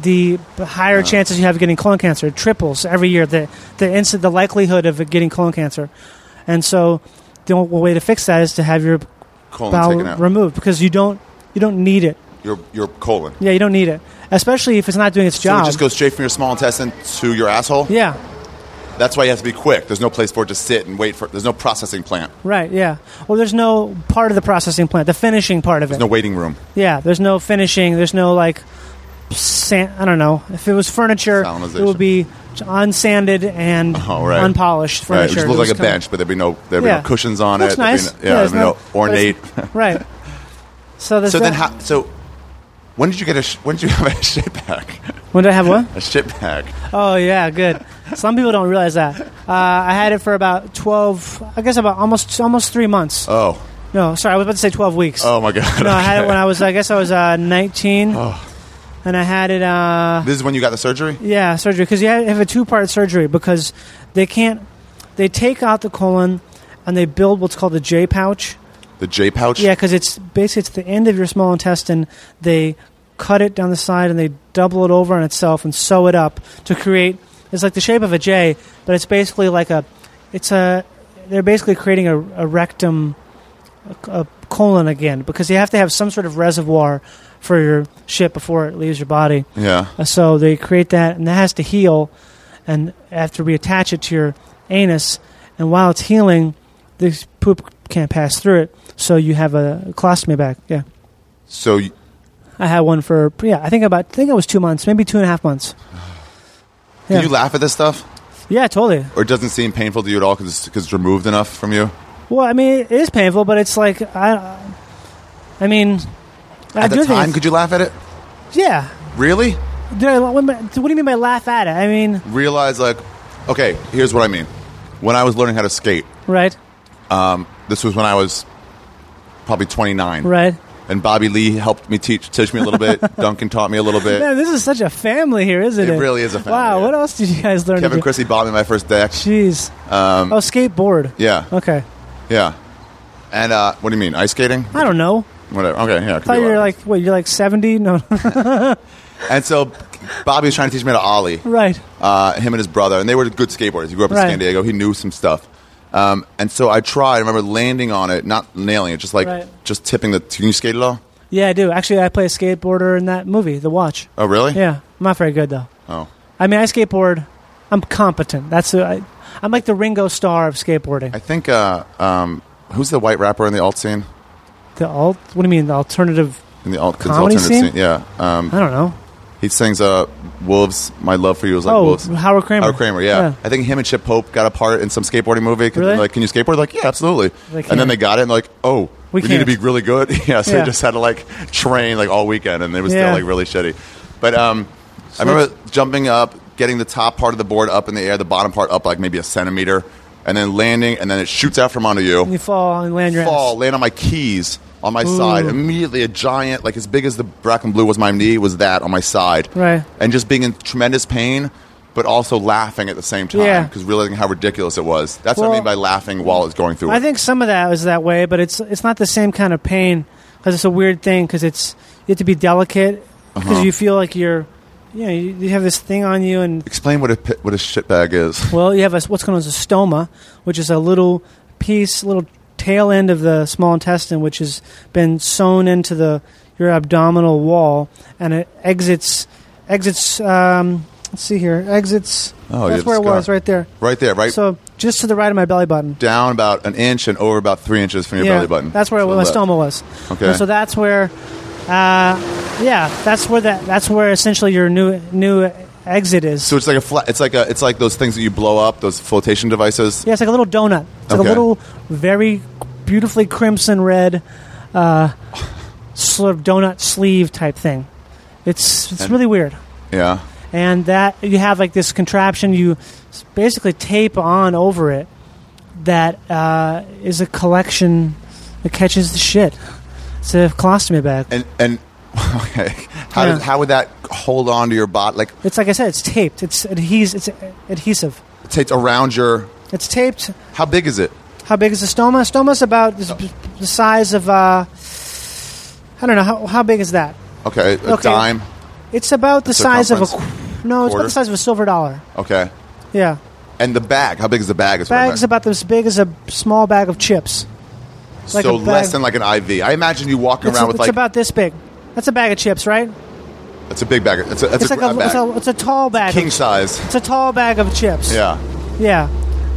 The higher chances you have of getting colon cancer it triples every year. The the inc- the likelihood of getting colon cancer, and so the only way to fix that is to have your Colon bowel taken out. removed because you don't you don't need it. your your colon. Yeah, you don't need it, especially if it's not doing its So job. it just goes straight from your small intestine to your asshole. yeah, That's why you have to be quick. There's no place for it to sit and wait for. There's no processing plant. right. Yeah. Well, there's no part of the processing plant, the finishing part of it. No waiting room. Yeah, there's no finishing. There's no like, san- I don't know. If it was furniture, it Salinization. would be unsanded and (laughs) Oh, right. unpolished Right. It furniture. just It looks like was a kinda- bench, but there'd be no there'd Yeah. be no cushions on Looks it. there'd be nice. no- Yeah, yeah, there'd it's be not- no but it's- ornate. right. So (laughs) there's so then, that. how, so when did you get a sh- when did you (laughs) have a shit bag? when did I (laughs) have what? A shit bag. Oh yeah, good. Some people don't realize that. Uh, I had it for about twelve. I guess about almost almost three months. Oh, no, sorry, I was about to say twelve weeks. oh my god. no, I had it Okay. Oh. when I was. I guess I was uh, nineteen, and I had it. Uh, This is when you got the surgery. Yeah, surgery. Because you have have a two part surgery because they can't. They take out the colon and they build what's called a J pouch. The J pouch. Yeah, because it's basically it's the end of your small intestine. They cut it down the side and they double it over on itself and sew it up to create. It's like the shape of a J, but it's basically like a. It's a. They're basically creating a, a rectum, a, a colon again because you have to have some sort of reservoir for your shit before it leaves your body. Yeah. Uh, So they create that, and that has to heal, and after we attach it to your anus, and while it's healing, this poop can't pass through it, so you have a colostomy bag. Yeah, So y- I had one for yeah, I think about I think it was two months, maybe two and a half months. can Yeah. you laugh at this stuff, Yeah, totally. or it doesn't seem painful to you at all because it's, 'cause it's removed enough from you? Well, I mean, it is painful, but it's like I, I mean, I At do the time, think, could you laugh at it? yeah. Really? Did I, what do you mean by laugh at it? I mean, Realize like, okay, here's what I mean. When I was learning how to skate, right, this was when I was probably 29. right. And Bobby Lee helped me teach teach me a little (laughs) bit. Duncan taught me a little bit. Man, this is such a family here, isn't it? It really is a family, Wow, yeah. what else did you guys learn? to Kevin do? Christie bought me my first deck. Jeez. oh, skateboard. Um, Yeah, Okay. yeah. And uh, what do you mean, ice skating? I don't know. Whatever. Okay, yeah. it could I be thought you were whatever. like, what, you're like 70? (laughs) No. And so Bobby was trying to teach me how to ollie. right. uh, him and his brother, and they were good skateboarders. He grew up in Right. San Diego. He knew some stuff. Um, and so I tried. I remember landing on it, not nailing it, just like Right. just tipping the. Can you skate at all? Yeah, I do. Actually, I play a skateboarder in that movie, The Watch. Oh, really? Yeah. I'm not very good, though. Oh, I mean, I skateboard. I'm competent. That's a, I, I'm like the Ringo Starr of skateboarding. I think uh, um, who's the white rapper in the alt scene? the alt, what do you mean, the alternative? In the alt, 'cause the Comedy alternative scene? Yeah. Um, I don't know. he sings uh, "Wolves." My love for you is like oh, wolves. Howard Kramer. Howard Kramer, yeah. I think him and Chip Pope got a part in some skateboarding movie. Can- Really? Like, can you skateboard? Like, yeah, absolutely. They And then can't. they got it, and like, oh, We we, need to can't. be really good. (laughs) yeah, so Yeah. they just had to like train like all weekend, and it was Yeah. still like really shitty. But um, I remember jumping up, getting the top part of the board up in the air, the bottom part up like maybe a centimeter, and then landing, and then it shoots out from under you. You fall and land your fall, ass. land on my keys on my side. Immediately, a giant, like as big as the black and blue was my knee, was that on my side. Right. And just being in tremendous pain, but also laughing at the same time Yeah. because realizing how ridiculous it was. That's what Well, I mean by laughing while it's going through. I it. think some of that was that way, but it's it's not the same kind of pain because it's a weird thing because it's you have to be delicate because Uh-huh. you feel like you're, you know, you, you have this thing on you and Explain what a pi- what a shit bag is. (laughs) well, you have a, what's called as a stoma, which is a little piece, little tail end of the small intestine, which has been sewn into the your abdominal wall, and it exits exits. Um, let's see here, exits. Oh, that's it's where it was, got- right there. Right there, right So just to the right of my belly button. down about an inch and over about three inches from your belly button. That's where To the my left. stoma was. Okay. And so that's where, uh, yeah, that's where that that's where essentially your new new exit is. So it's like a flat. It's like a. It's like those things that you blow up. Those flotation devices. yeah, it's like a little donut. It's like a Okay. little very beautifully crimson red, uh, sort of donut sleeve type thing. It's it's And- really weird. Yeah. and that you have like this contraption you s- basically tape on over it that uh, is a collection that catches the shit. It's a colostomy bag. And and (laughs) okay, how Yeah. does, how would that hold on to your bot? Like It's like I said, it's taped. It's adhes- It's adhesive. it's around your. It's taped. How big is it? How big is the stoma? Stoma's about this, the size of uh, I don't know how, how big is that? Okay, a Okay. dime. It's about the The size of a circumference? qu- no. It's about Quarter? the size of a silver dollar. Okay. Yeah, And the bag. How big is the bag? Is what I bag's meant. about as big as a small bag of chips. like so a bag. less than like an IV. I imagine you walking It's, around it's with like about this big. That's a bag of chips, right? that's a big bag. It's a, that's it's a, like gr- a a, bag. It's, a it's a tall bag. king of, size. it's a tall bag of chips. Yeah, yeah,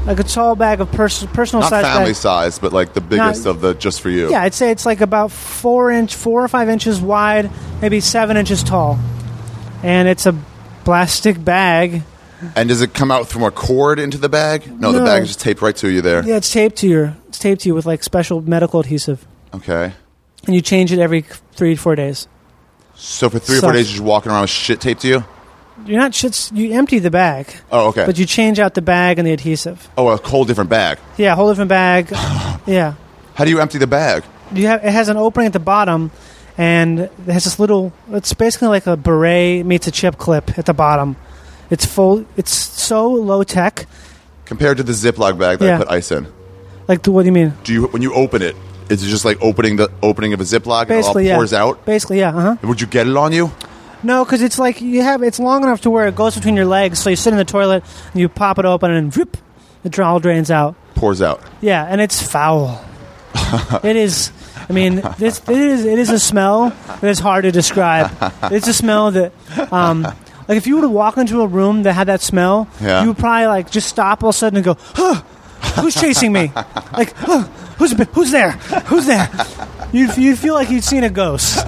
like a tall bag of pers- personal not size. family bag. size, but like the biggest of the just for you. Yeah, I'd say it's like about four inch, four or five inches wide, maybe seven inches tall, and it's a plastic bag. And does it come out from a cord into the bag? No, the No. bag is just taped right to you there. Yeah, it's taped to your, it's taped to you with like special medical adhesive, Okay. and you change it every three four days. So for three or four Sucks. days, you're just walking around with shit taped to you. You're not shits. You empty the bag, Oh, okay. but you change out the bag and the adhesive. oh, a whole different bag. Yeah, whole different bag. yeah, How do you empty the bag? you have it has an opening at the bottom, and it has this little. It's basically like a beret meets a chip clip at the bottom. It's full. It's so low tech. Compared to the Ziploc bag that I Yeah. put ice in, Like, what do you mean? do you when you open it, is it just like opening the opening of a Ziploc Basically, and it all yeah. pours out? Basically, yeah. Uh huh. Would you get it on you? No, because it's like you have. It's long enough to where it goes between your legs. So you sit in the toilet and you pop it open and rip, the dr- all drains out. Pours out. Yeah, and it's (laughs) foul. it is. I mean, this it is it is a smell that is hard to describe. It's a smell that, um, like, if you were to walk into a room that had that smell, Yeah. you would probably like just stop all of a sudden and go, huh, "Who's chasing me? like, huh, who's who's there? Who's there?" You you feel like you've seen a ghost.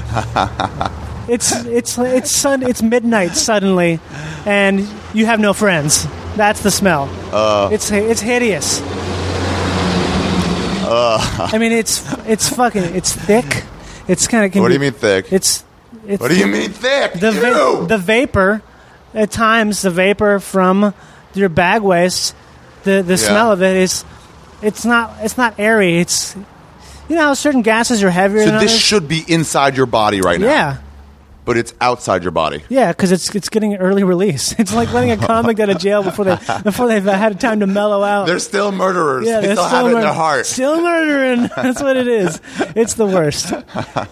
It's it's it's sun, it's midnight suddenly, and you have no friends. That's the smell. Uh. it's it's hideous. Uh. I mean, it's it's fucking it's thick. It's kind of. What do you mean thick? It's. it's what do you mean thick? The va- Ew! the vapor, at times the vapor from your bag waste, the the smell of it is, it's not it's not airy. It's, you know how certain gases are heavier so than this others. should be inside your body right now. yeah. But it's outside your body. Yeah, because it's it's getting an early release. (laughs) It's like letting a convict out of jail (laughs) before they before they've had time to mellow out. They're still murderers. yeah, they they're still, have it in mur- their heart. Still murdering. (laughs) That's what it is. It's the worst.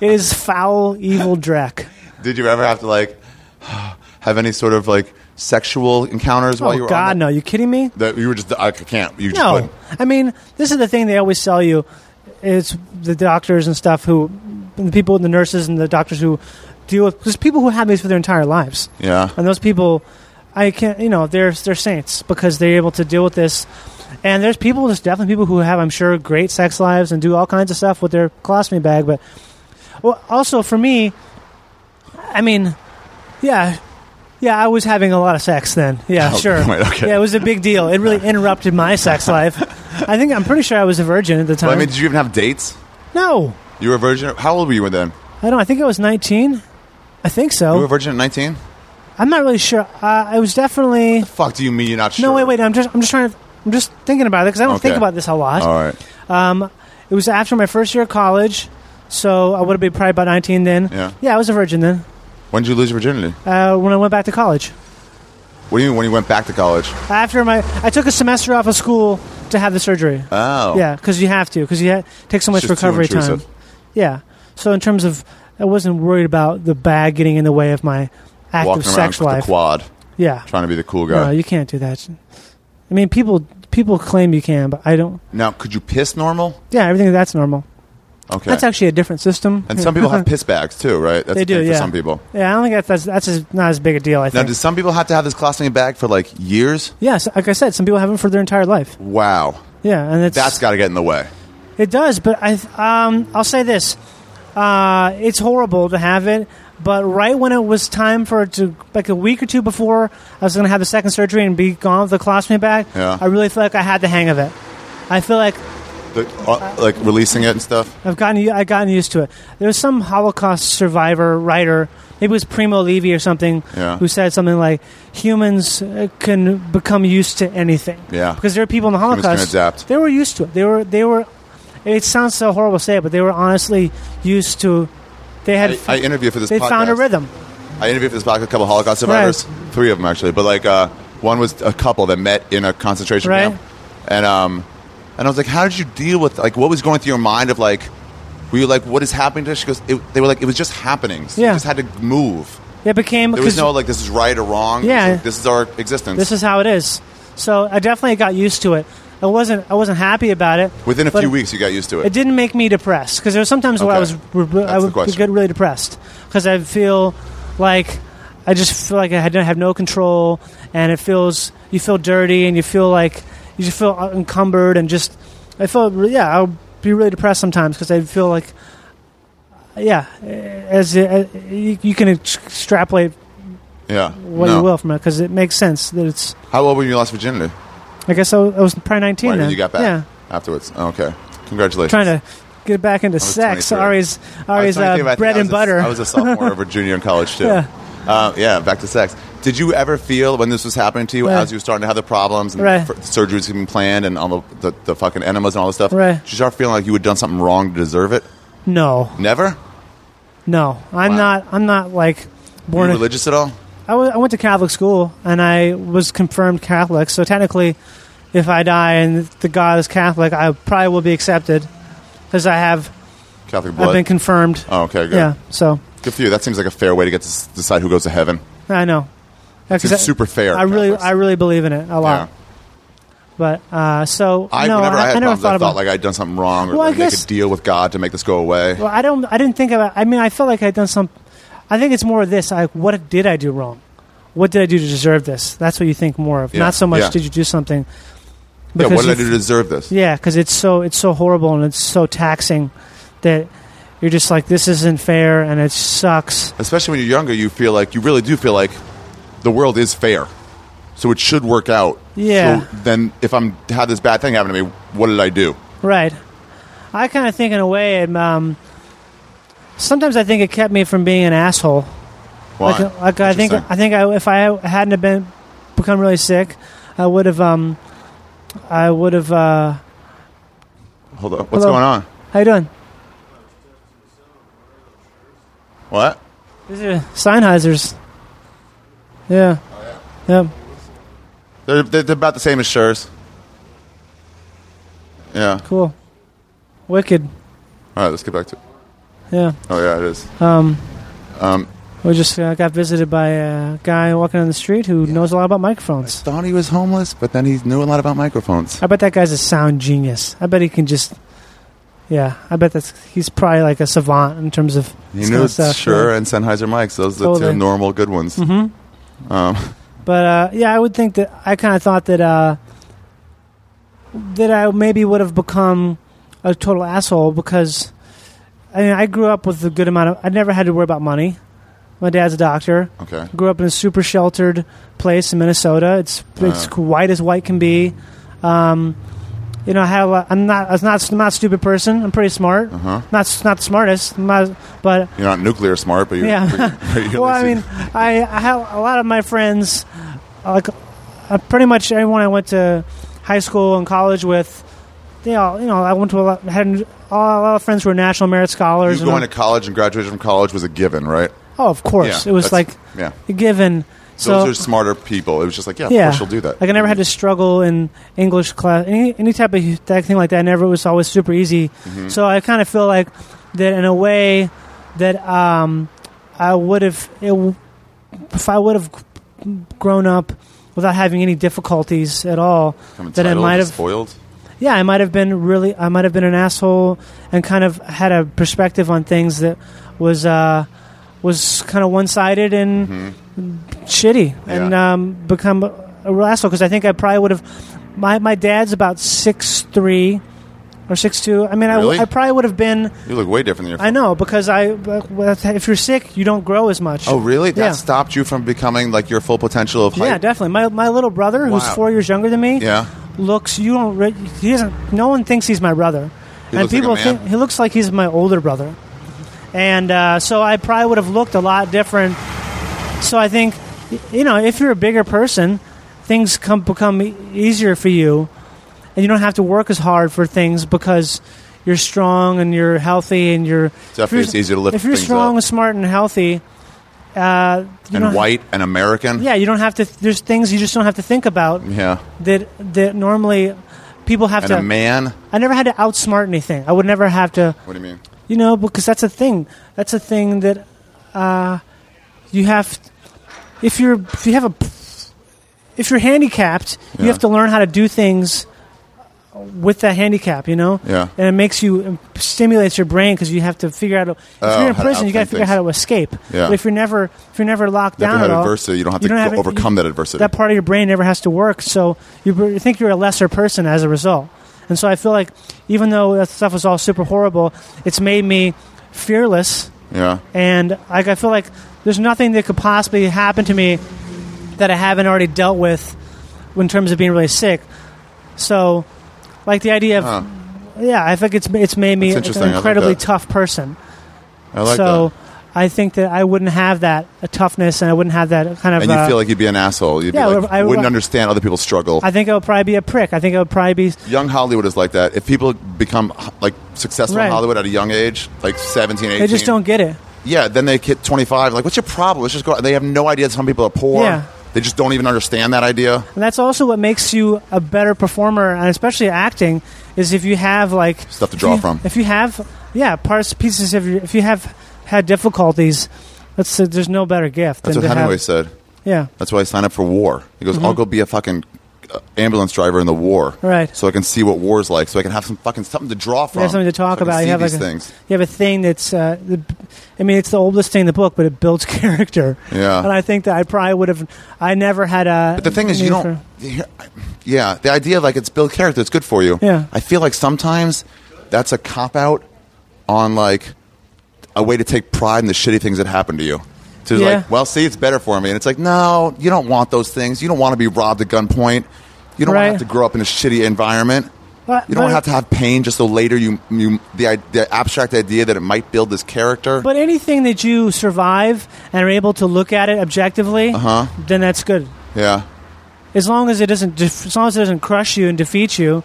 It is foul, evil dreck. Did you ever have to like (sighs) have any sort of like sexual encounters while you Oh were God, on no! You kidding me? that? That you were just I can't. You just No, couldn't. I mean this is the thing they always sell you. It's the doctors and stuff who, and the people and the nurses and the doctors who deal with just people who have these for their entire lives. Yeah. and those people, I can't. You know, they're they're saints because they're able to deal with this. And there's people, there's definitely people who have, I'm sure, great sex lives and do all kinds of stuff with their colostomy bag. But well, also for me, I mean, yeah, yeah, I was having a lot of sex then. Yeah, Oh, sure. wait, (laughs) okay. Yeah, it was a big deal. It really interrupted my sex life. I think I'm pretty sure I was a virgin at the time. Well, I mean, did you even have dates? no, You were a virgin. How old were you then? I don't. I think I was 19. I think You were a so. virgin at nineteen. I'm not really sure. Uh, I was definitely. Fuck, do you mean you're not sure? No, wait, wait. I'm just, I'm just trying to, I'm just thinking about it because I don't Okay. Oh. think about this a lot. All right. Um, it was after my first year of college, so I would have been probably about 19 then. Yeah. Yeah, I was a virgin then. When did you lose your virginity? Uh, when I went back to college, What do you mean when you went back to college? after my, I took a semester off of school to have the surgery. Oh, Yeah, because you have to, because you ha- take so much just too recovery time. intrusive. Yeah. So in terms of, I wasn't worried about the bag getting in the way of my Walking active around sex with life. the quad, yeah. trying to be the cool No, guy. you can't do that. I mean, people people claim you can, but I don't. now, could you piss normal? Yeah, everything that's normal. Okay. That's actually a different system. and some (laughs) people have piss bags too, right? That's They a do, thing for yeah. some people. yeah, I don't think that's that's, that's as, not as big a deal. I Now, think. do some people have to have this colostomy bag for like years? yes, like I said, some people have them for their entire life. Wow, Yeah, and it's that's got to get in the way. it does. But I um I'll say this, uh, it's horrible to have it. But right when it was time for it to like a week or two before I was going to have the second surgery and be gone with the colostomy bag, Yeah. I really feel like I had the hang of it. I feel like The, uh, like releasing it and stuff. I've gotten I've gotten used to it. There was some Holocaust survivor writer, maybe it was Primo Levi or something, Yeah. who said something like, "Humans uh, can become used to anything." Yeah. because there are people in the Humans can Holocaust. adapt. They were used to it. They were they were. It sounds so horrible to say it, but they were honestly used to. They had. I, I interviewed for this. they podcast. found a rhythm. I interviewed for this podcast a couple of Holocaust survivors, three of them actually, but like uh, one was a couple that met in a concentration Right. camp, and um, And I was like, how did you deal with like what was going through your mind of like, were you like, what is happening to? us? She goes, it, they were like, it was just happening. So Yeah. you just had to move. It became There was 'cause no like, this is right or wrong. It was Yeah. like, this is our existence. this is how it is. So I definitely got used to it. I wasn't I wasn't happy about it. Within a but few weeks, you got used to it. It didn't make me depressed because there was sometimes where I Okay. was re- I the would question. get really depressed because I feel like I just feel like I had, have no control and it feels you feel dirty and you feel like you just feel encumbered and just I feel re- yeah I'll be really depressed sometimes because I feel like yeah eh, as, as you, you can ex- extrapolate yeah. what No. you will from it because it makes sense that it's How old were you when you lost virginity? I guess I was, I was probably 19 Right, then. when you got back Yeah. afterwards. Oh, okay. Congratulations. Trying to get back into sex. 23. Ari's, I was Ari's trying to think uh, about- bread I and was a- butter. I was a sophomore over junior in college too. (laughs) Yeah. Yeah. yeah, back to sex. Did you ever feel when this was happening to you, Right. as you were starting to have the problems and Right. fr- surgery was being planned and all the, the, the fucking enemas and all this stuff? Right. Did you start feeling like you had done something wrong to deserve it? no, Never? no. I'm Wow. not, I'm not like Were born. you a- religious at all? I wa- I went to Catholic school and I was confirmed Catholic. So technically, if I die and the God is Catholic, I probably will be accepted because I have, Catholic blood? I've been confirmed. oh, okay, good. yeah. So Good for you. That seems like a fair way to get to s- decide who goes to heaven. I know. Yeah, 'cause Seems I- super fair. I really, Catholics. I really believe in it a Yeah. lot. But uh, so I, no, whenever I, I, had never problems, thought I about thought like I'd done something wrong or Well, I like, make guess- a deal with God to make this go away. Well, I don't. I didn't think about. I mean, I felt like I'd done some. I think it's more of this. Like, what did I do wrong? What did I do to deserve this? That's what you think more of. Yeah, Not so much yeah. did you do yeah, something. what because did I you- do to deserve this? Yeah, because it's so it's so horrible and it's so taxing that you're just like this isn't fair and it sucks. especially when you're younger, you feel like you really do feel like the world is fair, so it should work out. Yeah. So then, if I'm had this bad thing happen to me, what did I do? Right. I kind of think in a way. Um, sometimes I think it kept me from being an asshole. Why? Like, like I think Interesting. I think I, if I hadn't have been become really sick, I would have um, I would have. Uh, Hold on. What's Hello. going on? how you doing? What? These are Sennheisers. Yeah. yeah. Yep. They're, they're they're about the same as Schur's. Yeah. Cool. Wicked. All right. Let's get back to. Yeah. Oh yeah, it is. We just uh, got visited by a guy walking on the street who knows a lot about microphones. Thought he was homeless, but then he knew a lot about microphones. I bet that guy's a sound genius. I bet he can just. Yeah, I bet that's he's probably like a savant in terms of He this knew kind of stuff. Schur and Sennheiser mics. Those are the Totally. Mm-hmm. two normal good ones. Um, But uh, yeah, I would think that I kind of thought that uh, that I maybe would have become a total asshole because I mean, I grew up with a good amount of. I never had to worry about money. My dad's a doctor. Okay. Grew up in a super sheltered place in Minnesota. It's it's white as white can be. Um, you know, I had a lot, I'm not. I'm not. I'm not a stupid person. I'm pretty smart. Uh-huh. Not s- not the smartest. I'm not- but You're not nuclear smart, but you're. (laughs) (laughs) yeah. but you're at well, I least- mean, I, I have a lot of my friends, like uh, pretty much everyone I went to high school and college with. They all, you know, I went to a lot, had a lot of friends who were national merit scholars. you and going all- to college and graduating from college was a given, right? oh, of course, Yeah, it was like that's- yeah. a given. So Those are smarter people. It was just like, yeah, of yeah, course she'll do that. Like I never had to struggle in English class, any any type of hu- that thing like that. I never it was always super easy. Mm-hmm. So I kind of feel like that in a way that um, I would have it, w- if I would have grown up without having any difficulties at all, Become that I entitled might and have spoiled. yeah, I might have been really, I might have been an asshole and kind of had a perspective on things that was uh, was kind of one sided and shitty, Mm-hmm. and Yeah. um, become a real asshole because I think I probably would have. My my dad's about six three or six two. I mean, Really? I, I probably would have been. You look way different than your. I know because I if you're sick, you don't grow as much. Oh, really? That yeah. stopped you from becoming like your full potential of height. Yeah, definitely. My my little brother, who's Wow. four years younger than me, Yeah. looks you don't re- he doesn't no one thinks he's my brother He and looks like people a man. think he looks like he's my older brother and uh, so i probably would have looked a lot different so i think y- you know if you're a bigger person things come become e- easier for you and you don't have to work as hard for things because you're strong and you're healthy and you're if Definitely you're- it's easier to lift if you're things strong up. and smart and healthy uh, you and don't- white and American. yeah you don't have to there's things you just don't have to think about Yeah. that that normally people have and to. a man. I never had to outsmart anything. I would never have to, What do you mean? you know, because that's a thing. That's a thing that uh, you have. If you're if you have a if you're handicapped, you Yeah. have to learn how to do things with that handicap, you know. Yeah. And it makes you it stimulates your brain because you have to figure out. If Oh, you're in how to prison, you got to outthink figure out how to escape. Yeah. But if you're never if you're never locked Never down had at all, adversity. You don't have to don't go- overcome that adversity. That part of your brain never has to work, so you br- think you're a lesser person as a result. And so I feel like even though that stuff was all super horrible, it's made me fearless Yeah. and like I feel like there's nothing that could possibly happen to me that I haven't already dealt with in terms of being really sick. So, like the idea of Huh. yeah, I think it's it's made me That's an interesting. I like incredibly that. tough person. I like so. that. I think that I wouldn't have that uh, toughness, and I wouldn't have that kind of. And you uh, feel like you'd be an asshole. You'd Yeah, be like, I- I- wouldn't understand other people's struggle. I think I would probably be a prick. I think I would probably be young Hollywood is like that. If people become like successful Right. in Hollywood at a young age, like 17, 18. they just don't get it. Yeah, then they hit 25. Like, what's your problem? Let's just go. out." They have no idea some people are poor. Yeah. They just don't even understand that idea. And that's also what makes you a better performer, and especially acting, is if you have like Stuff to if draw you- from. If you have, yeah, parts pieces of your. If you have had difficulties, that's there's no better gift. That's than what to Hemingway have, said. Yeah, That's why I signed up for war. He goes, I'll go be a fucking uh, ambulance driver in the war. Right. So I can see what war's like. So I can have some fucking something to draw from. you have something to talk so I can about. see you have these like a, things. you have a thing that's. Uh, the, I mean, it's the oldest thing in the book, but it builds (laughs) character. Yeah. and I think that I probably would have. I never had a. But The thing is, you don't. Yeah, the idea of like it's build character. It's good for you. Yeah. I feel like sometimes that's a cop out on like a way to take pride in the shitty things that happen to you. To Yeah. like, well, see, it's better for me, and it's like, no, you don't want those things. You don't want to be robbed at gunpoint. You don't Right. want to have to grow up in a shitty environment. But- you don't but- have to have pain just so later you you the, i- the abstract idea that it might build this character. But anything that you survive and are able to look at it objectively, uh-huh. then that's good. yeah, as long as it doesn't def- as long as it doesn't crush you and defeat you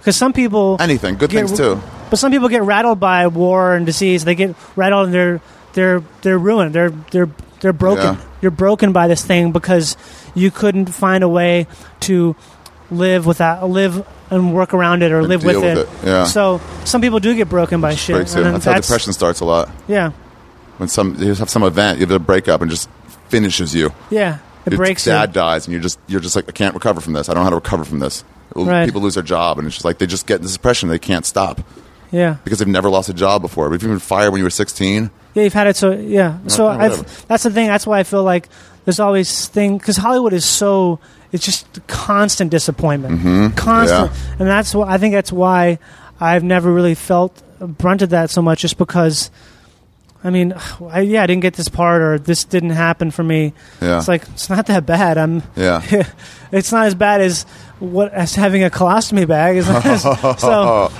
because some people anything. Good get- things too. but some people get rattled by war and disease they get rattled and they're they're they're ruined they're they're they're broken Yeah. you're broken by this thing because you couldn't find a way to live without live and work around it or live deal with with it, it, yeah. so some people do get broken by shit Breaks you. and then That's how depression starts a lot. yeah when some you have some event, you have a breakup and just finishes you. yeah it Your breaks dad you dies and you're just you're just like I can't recover from this. I don't know how to recover from this. L- Right. People lose their job and it's just like they just get in this depression. They can't stop yeah because they've never lost a job before. But if you've been fired when you were 16, Yeah, you've had it. So yeah. So yeah, I've, whatever. that's the thing. That's why I feel like there's always thing because Hollywood is so it's just constant disappointment, constant, Mm-hmm. Yeah. and that's why I think that's why I've never really felt brunted that so much, just because. I mean, (sighs) I, yeah, I didn't get this part, or this didn't happen for me. Yeah. It's like it's not that bad. I'm. Yeah. (laughs) it's not as bad as what as having a colostomy bag. It's not (laughs) as- (laughs) so yeah, Oh.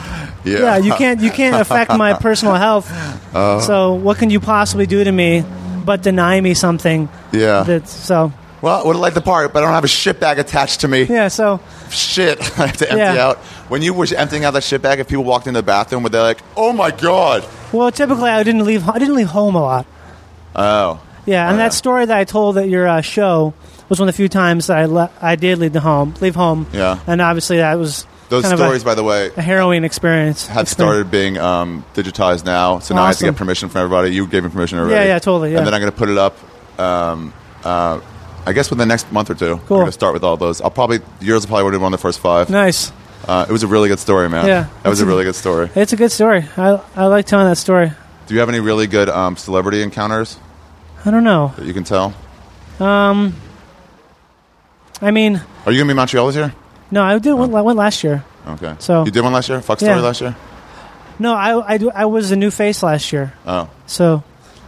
yeah, you can't you can't affect my personal health. so what can you possibly do to me but deny me something? (laughs) Yeah. That's so Well, I would have liked the part, but I don't have a shit bag attached to me. yeah. So Shit, (laughs) I have to empty Yeah. out. When you were emptying out that shit bag, if people walked in the bathroom, were they like, "Oh my god"? well, typically I didn't leave. I didn't leave home a lot. Oh, Yeah, and that story that I told at your uh, show was one of the few times that I le- I did leave the home, leave home. Yeah. And obviously that was those kind stories, of a, by the way, a harrowing experience. have started being um, digitized now. So now I have to Awesome. get permission from everybody. You gave me permission already. yeah, totally, yeah. And then I'm going to put it up. Um, uh, I guess within the next month or two. Cool. We're going to start with all those. I'll probably yours will probably would have won the first five. Nice. Uh, it was a really good story, man. Yeah. that was a really good story. It's a good story. I I like telling that story. Do you have any really good um, celebrity encounters I don't know. that you can tell? I mean, Are you going to be in Montreal this year? no, I did one, I went last year. Okay. So- you did one last year. Fuck story Yeah. last year. No, I, I, do- I was a new face last year. Oh. So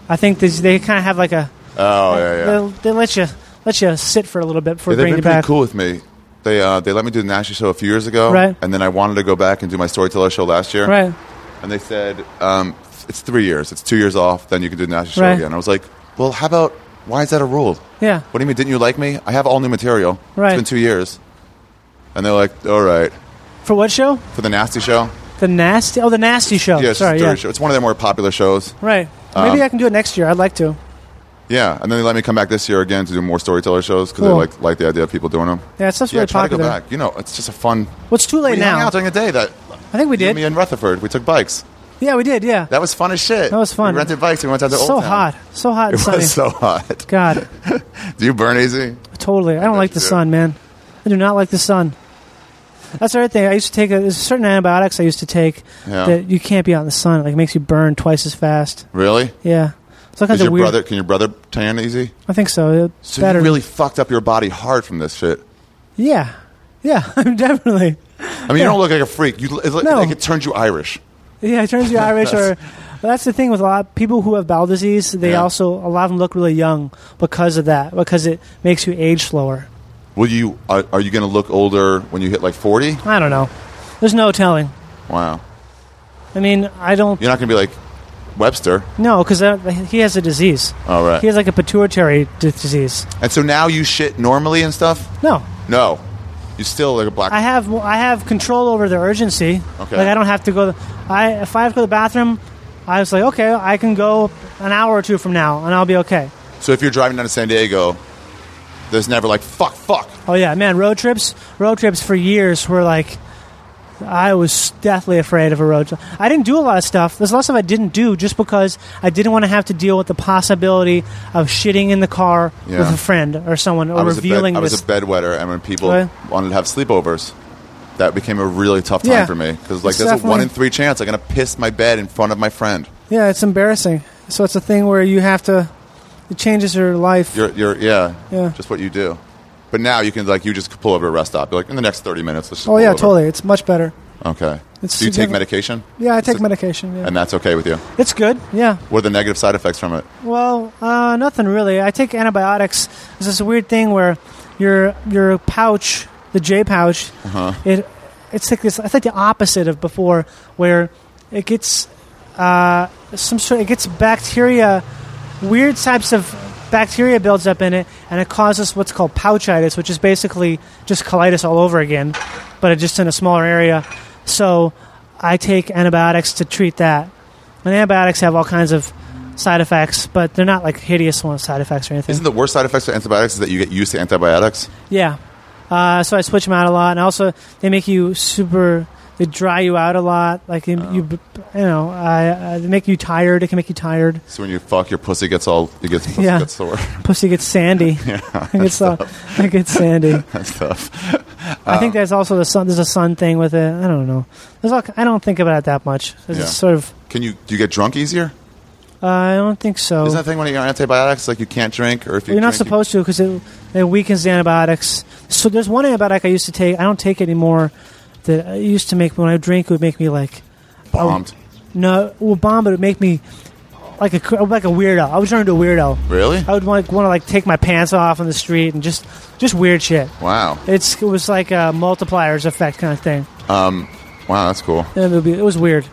I think this, they kind of have like a Oh yeah yeah. they'll, they let you let you sit for a little bit before Yeah, they've bringing been pretty you back. cool with me. They uh, they let me do the Nash show a few years ago, Right. and then I wanted to go back and do my storyteller show last year, Right. And they said um, it's three years. It's two years off. Then you can do the Nash show Right. again. I was like, well, how about why is that a rule? Yeah. What do you mean? Didn't you like me? I have all new material. Right. It's been two years, and they're like, all right, For what show? for the nasty show. The nasty. Oh, the nasty show. Yeah, it's just a Sorry. story Yeah. show. It's one of their more popular shows. Right. Maybe Um, I can do it next year. I'd like to. Yeah, and then they let me come back this year again to do more storyteller shows because Cool. they like like the idea of people doing them. Yeah, that stuff's yeah, really try popular. to go back. You know, it's just a fun. Well, it's too late we hung now. out during the day that I think we you and did. me in Rutherford. We took bikes. yeah, we did. Yeah, That was fun as shit. That was fun. We rented bikes. We went down to so Old Town. hot, so hot and It sunny. was so (laughs) hot. God, Do you burn easy? totally. I don't bet like you the do. sun, man. I do not like the sun. That's the other thing. I used to take a, there's certain antibiotics I used to take Yeah. that you can't be out in the sun. It like makes you burn twice as fast. Really? Yeah, it's all kinds Is your of weird. brother? Can your brother tan easy? I think so. It- So better. you really fucked up your body hard from this shit. yeah, yeah, (laughs) definitely. I mean, you don't look like a freak. You it, No. like it turns you Irish. Yeah, it turns (laughs) you Irish or. Well, that's the thing with a lot of people who have bowel disease. They Yeah. also a lot of them look really young because of that because it makes you age slower. Will you? Are, are you going to look older when you hit like forty? I don't know. There's no telling. Wow. I mean, I don't You're not going to be like Webster. know because he has a disease. All right. He has like a pituitary d- disease. And so now you shit normally and stuff? No, No. You still like a black. I have I have control over the urgency. Okay. Like I don't have to go. I if I have to go to the bathroom, I was like, okay, I can go an hour or two from now and I'll be okay. so if you're driving down to San Diego, there's never like fuck, fuck. Oh yeah, man, road trips, road trips for years were like I was deathly afraid of a road trip. I didn't do a lot of stuff. There's a lot of stuff I didn't do just because I didn't want to have to deal with the possibility of shitting in the car with Yeah. a friend or someone or I was a bed, revealing I was this. a bedwetter, and when people Okay. wanted to have sleepovers, that became a really tough time Yeah. for me because like It's there's a definitely- one in three chance I'm going to piss my bed in front of my friend. yeah, it's embarrassing. So it's a thing where you have to. It changes your life. You're, you're yeah, Yeah. just what you do. But now you can like you just pull over a rest stop. You're like in the next thirty minutes. Let's just oh pull yeah, over. totally. It's much better. Okay. It's do you take significant- medication? Yeah, I Is take it- medication. Yeah. And that's okay with you. It's good. Yeah. What are the negative side effects from it? Well, uh, nothing really. I take antibiotics. There's this weird thing where your your pouch, the J pouch, Uh-huh. it it's like this. It's like the opposite of before, where it gets uh, some sort. It gets bacteria, weird types of bacteria builds up in it, and it causes what's called pouchitis, which is basically just colitis all over again, but it just in a smaller area. So I take antibiotics to treat that. And antibiotics have all kinds of side effects, but they're not like hideous one side effects or anything. Isn't the worst side effects of antibiotics is that you get used to antibiotics? yeah. Uh, so I switch them out a lot, and also they make you super. They dry you out a lot. Like you, you, b- Oh. you know, I, uh, they make you tired. It can make you tired. So when you fuck, your pussy gets all it gets pussy Yeah. gets sore. (laughs) Pussy gets sandy. (laughs) it gets uh, it gets sandy. (laughs) That's tough. I think there's also the sun. There's a sun thing with it. I don't know. There's all, I don't think about it that much. It's Yeah. just sort of. Can you do you get drunk easier? Uh, I don't think so. Isn't that the thing when you're on antibiotics like you can't drink or if you You're not drink, supposed to because it, it weakens the antibiotics. So there's one antibiotic I used to take. I don't take anymore. That I used to make when I drink it would make me like you bombed? no well bomb, but it would make me like a cr- like a weirdo. I would turn into a weirdo. Really? I would want want to like take my pants off on the street and just just weird shit. Wow. It's it was like a multipliers effect kind of thing. Wow, that's cool. It would be, it was weird.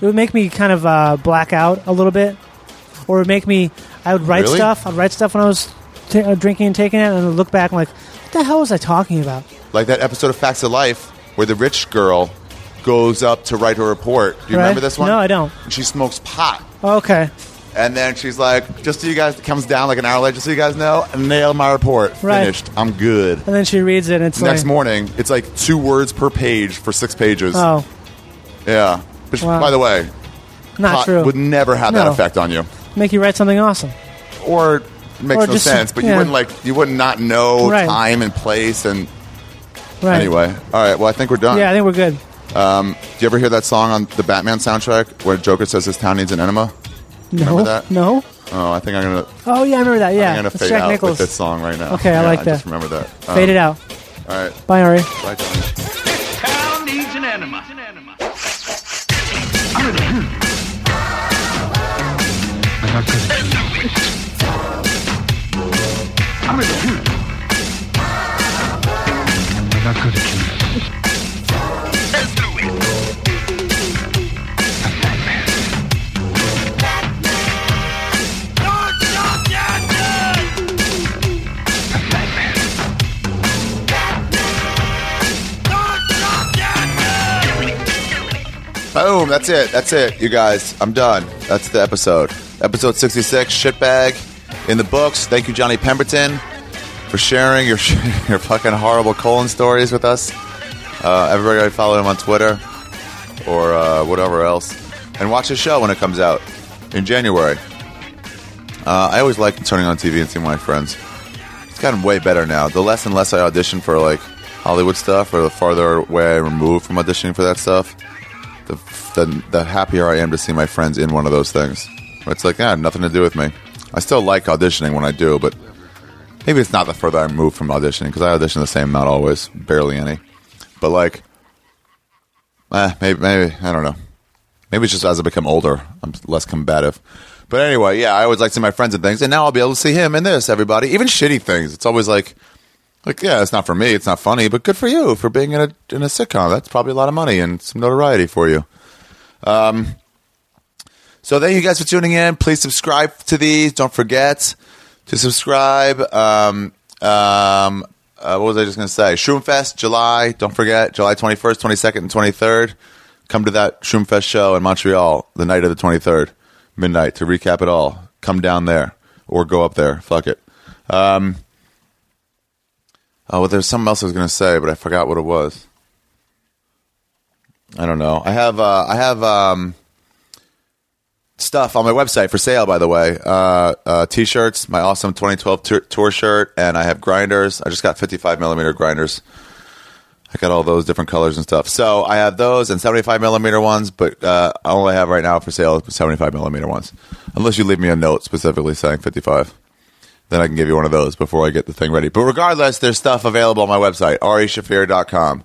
It would make me kind of uh, black out a little bit, or it would make me. I would write Really? stuff. I'd write stuff when I was t- uh, drinking and taking it, and I'd look back and like, what the hell was I talking about? Like that episode of Facts of Life where the rich girl goes up to write her report. Do you Right? remember this one? No, I don't. And she smokes pot. Oh, Okay, And then she's like, just so you guys comes down like an hour later, just so you guys know, nailed my report. Right. Finished. I'm good. and then she reads it, and it's Next like, morning, it's like two words per page for six pages. oh, Yeah. Which, Wow. by the way, not pot true. would never have that No. effect on you. make you write something awesome. Or it makes Or no just- sense, but you yeah. wouldn't like you would not know Right. time and place and Right. anyway. All right, well I think we're done. Yeah, I think we're good. Do you ever hear that song on the Batman soundtrack where Joker says his town needs an enema? No, Remember that? no. Oh, I think I'm gonna Oh yeah, I remember that. Yeah, I'm gonna It's fade Jack out Nichols. with this song right now. Okay, I Yeah, like I just that. remember that. Um, Fade it out. All right. Bye, Ari. Bye, Johnny. Town needs an enema. Boom, that's it. That's it, you guys. I'm done. That's the episode. Episode 66, shitbag. in the books. Thank you, Johnny Pemberton, for sharing your (laughs) your fucking horrible colon stories with us. Uh, everybody follow him on Twitter or uh, whatever else, and watch his show when it comes out in January. Uh, I always like turning on TV and seeing my friends. It's gotten way better now. The less and less I audition for like Hollywood stuff, or the farther away I remove from auditioning for that stuff, the the, the happier I am to see my friends in one of those things. It's like, ah, nothing to do with me. I still like auditioning when I do, but maybe it's not the further I move from auditioning because I audition the same amount always, barely any. But like, eh, maybe, maybe I don't know. Maybe it's just as I become older, I'm less combative. But anyway, yeah, I always like to see my friends and things, and now I'll be able to see him and this, everybody, even shitty things. It's always like, like yeah, it's not for me, it's not funny, but good for you for being in a in a sitcom. That's probably a lot of money and some notoriety for you. So thank you guys for tuning in. Please subscribe to these. Don't forget to subscribe. Um, um, uh, what was I just going to say? Shroomfest, July. Don't forget, July 21st, 22nd, and 23rd. Come to that Shroomfest show in Montreal the night of the 23rd, midnight, to recap it all. Come down there or go up there. Fuck it. Um, oh, well, there's something else I was going to say, but I forgot what it was. I don't know. I have, uh, I have, um, stuff on my website for sale by the way uh, uh, t-shirts my awesome 2012 tour, tour shirt and i have grinders i just got 55 millimeter grinders i got all those different colors and stuff so i have those and 75 millimeter ones but uh, all i have right now for sale is 75 millimeter ones unless you leave me a note specifically saying 55 then i can give you one of those before i get the thing ready but regardless there's stuff available on my website reshafir.com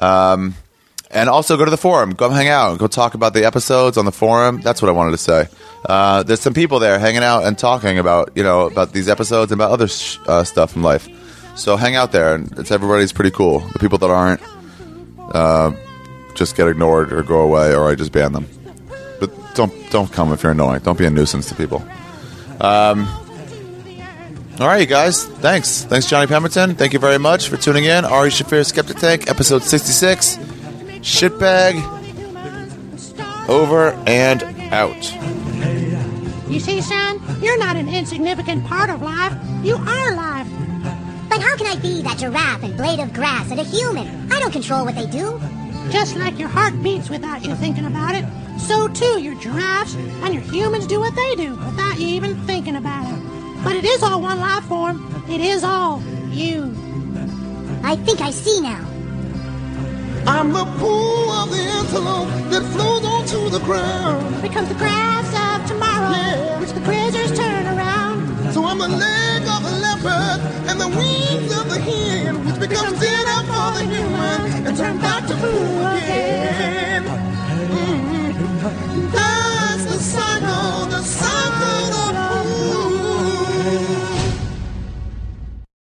Um, and also go to the forum. Go hang out. Go talk about the episodes on the forum. That's what I wanted to say. Uh, there's some people there hanging out and talking about you know about these episodes and about other sh- uh, stuff in life. So hang out there, and it's everybody's pretty cool. The people that aren't uh, just get ignored or go away, or I just ban them. But don't don't come if you're annoying. Don't be a nuisance to people. All right, you guys. Thanks. Thanks, Johnny Pemberton. Thank you very much for tuning in. Ari Shafir, Skeptic Tank, episode 66. Shitbag over and out. You see, son, you're not an insignificant part of life. You are life. But how can I be that giraffe and blade of grass and a human? I don't control what they do. Just like your heart beats without you thinking about it, so too your giraffes and your humans do what they do without you even thinking about it. But it is all one life form. It is all you. I think I see now. I'm the pool of the antelope that flows onto the ground. Becomes the crafts of tomorrow, Yeah. which the prisoners turn around. So I'm the leg of the leopard and the wings of the hen, which becomes dinner for the Mm-hmm. human and turn back to food again. Mm.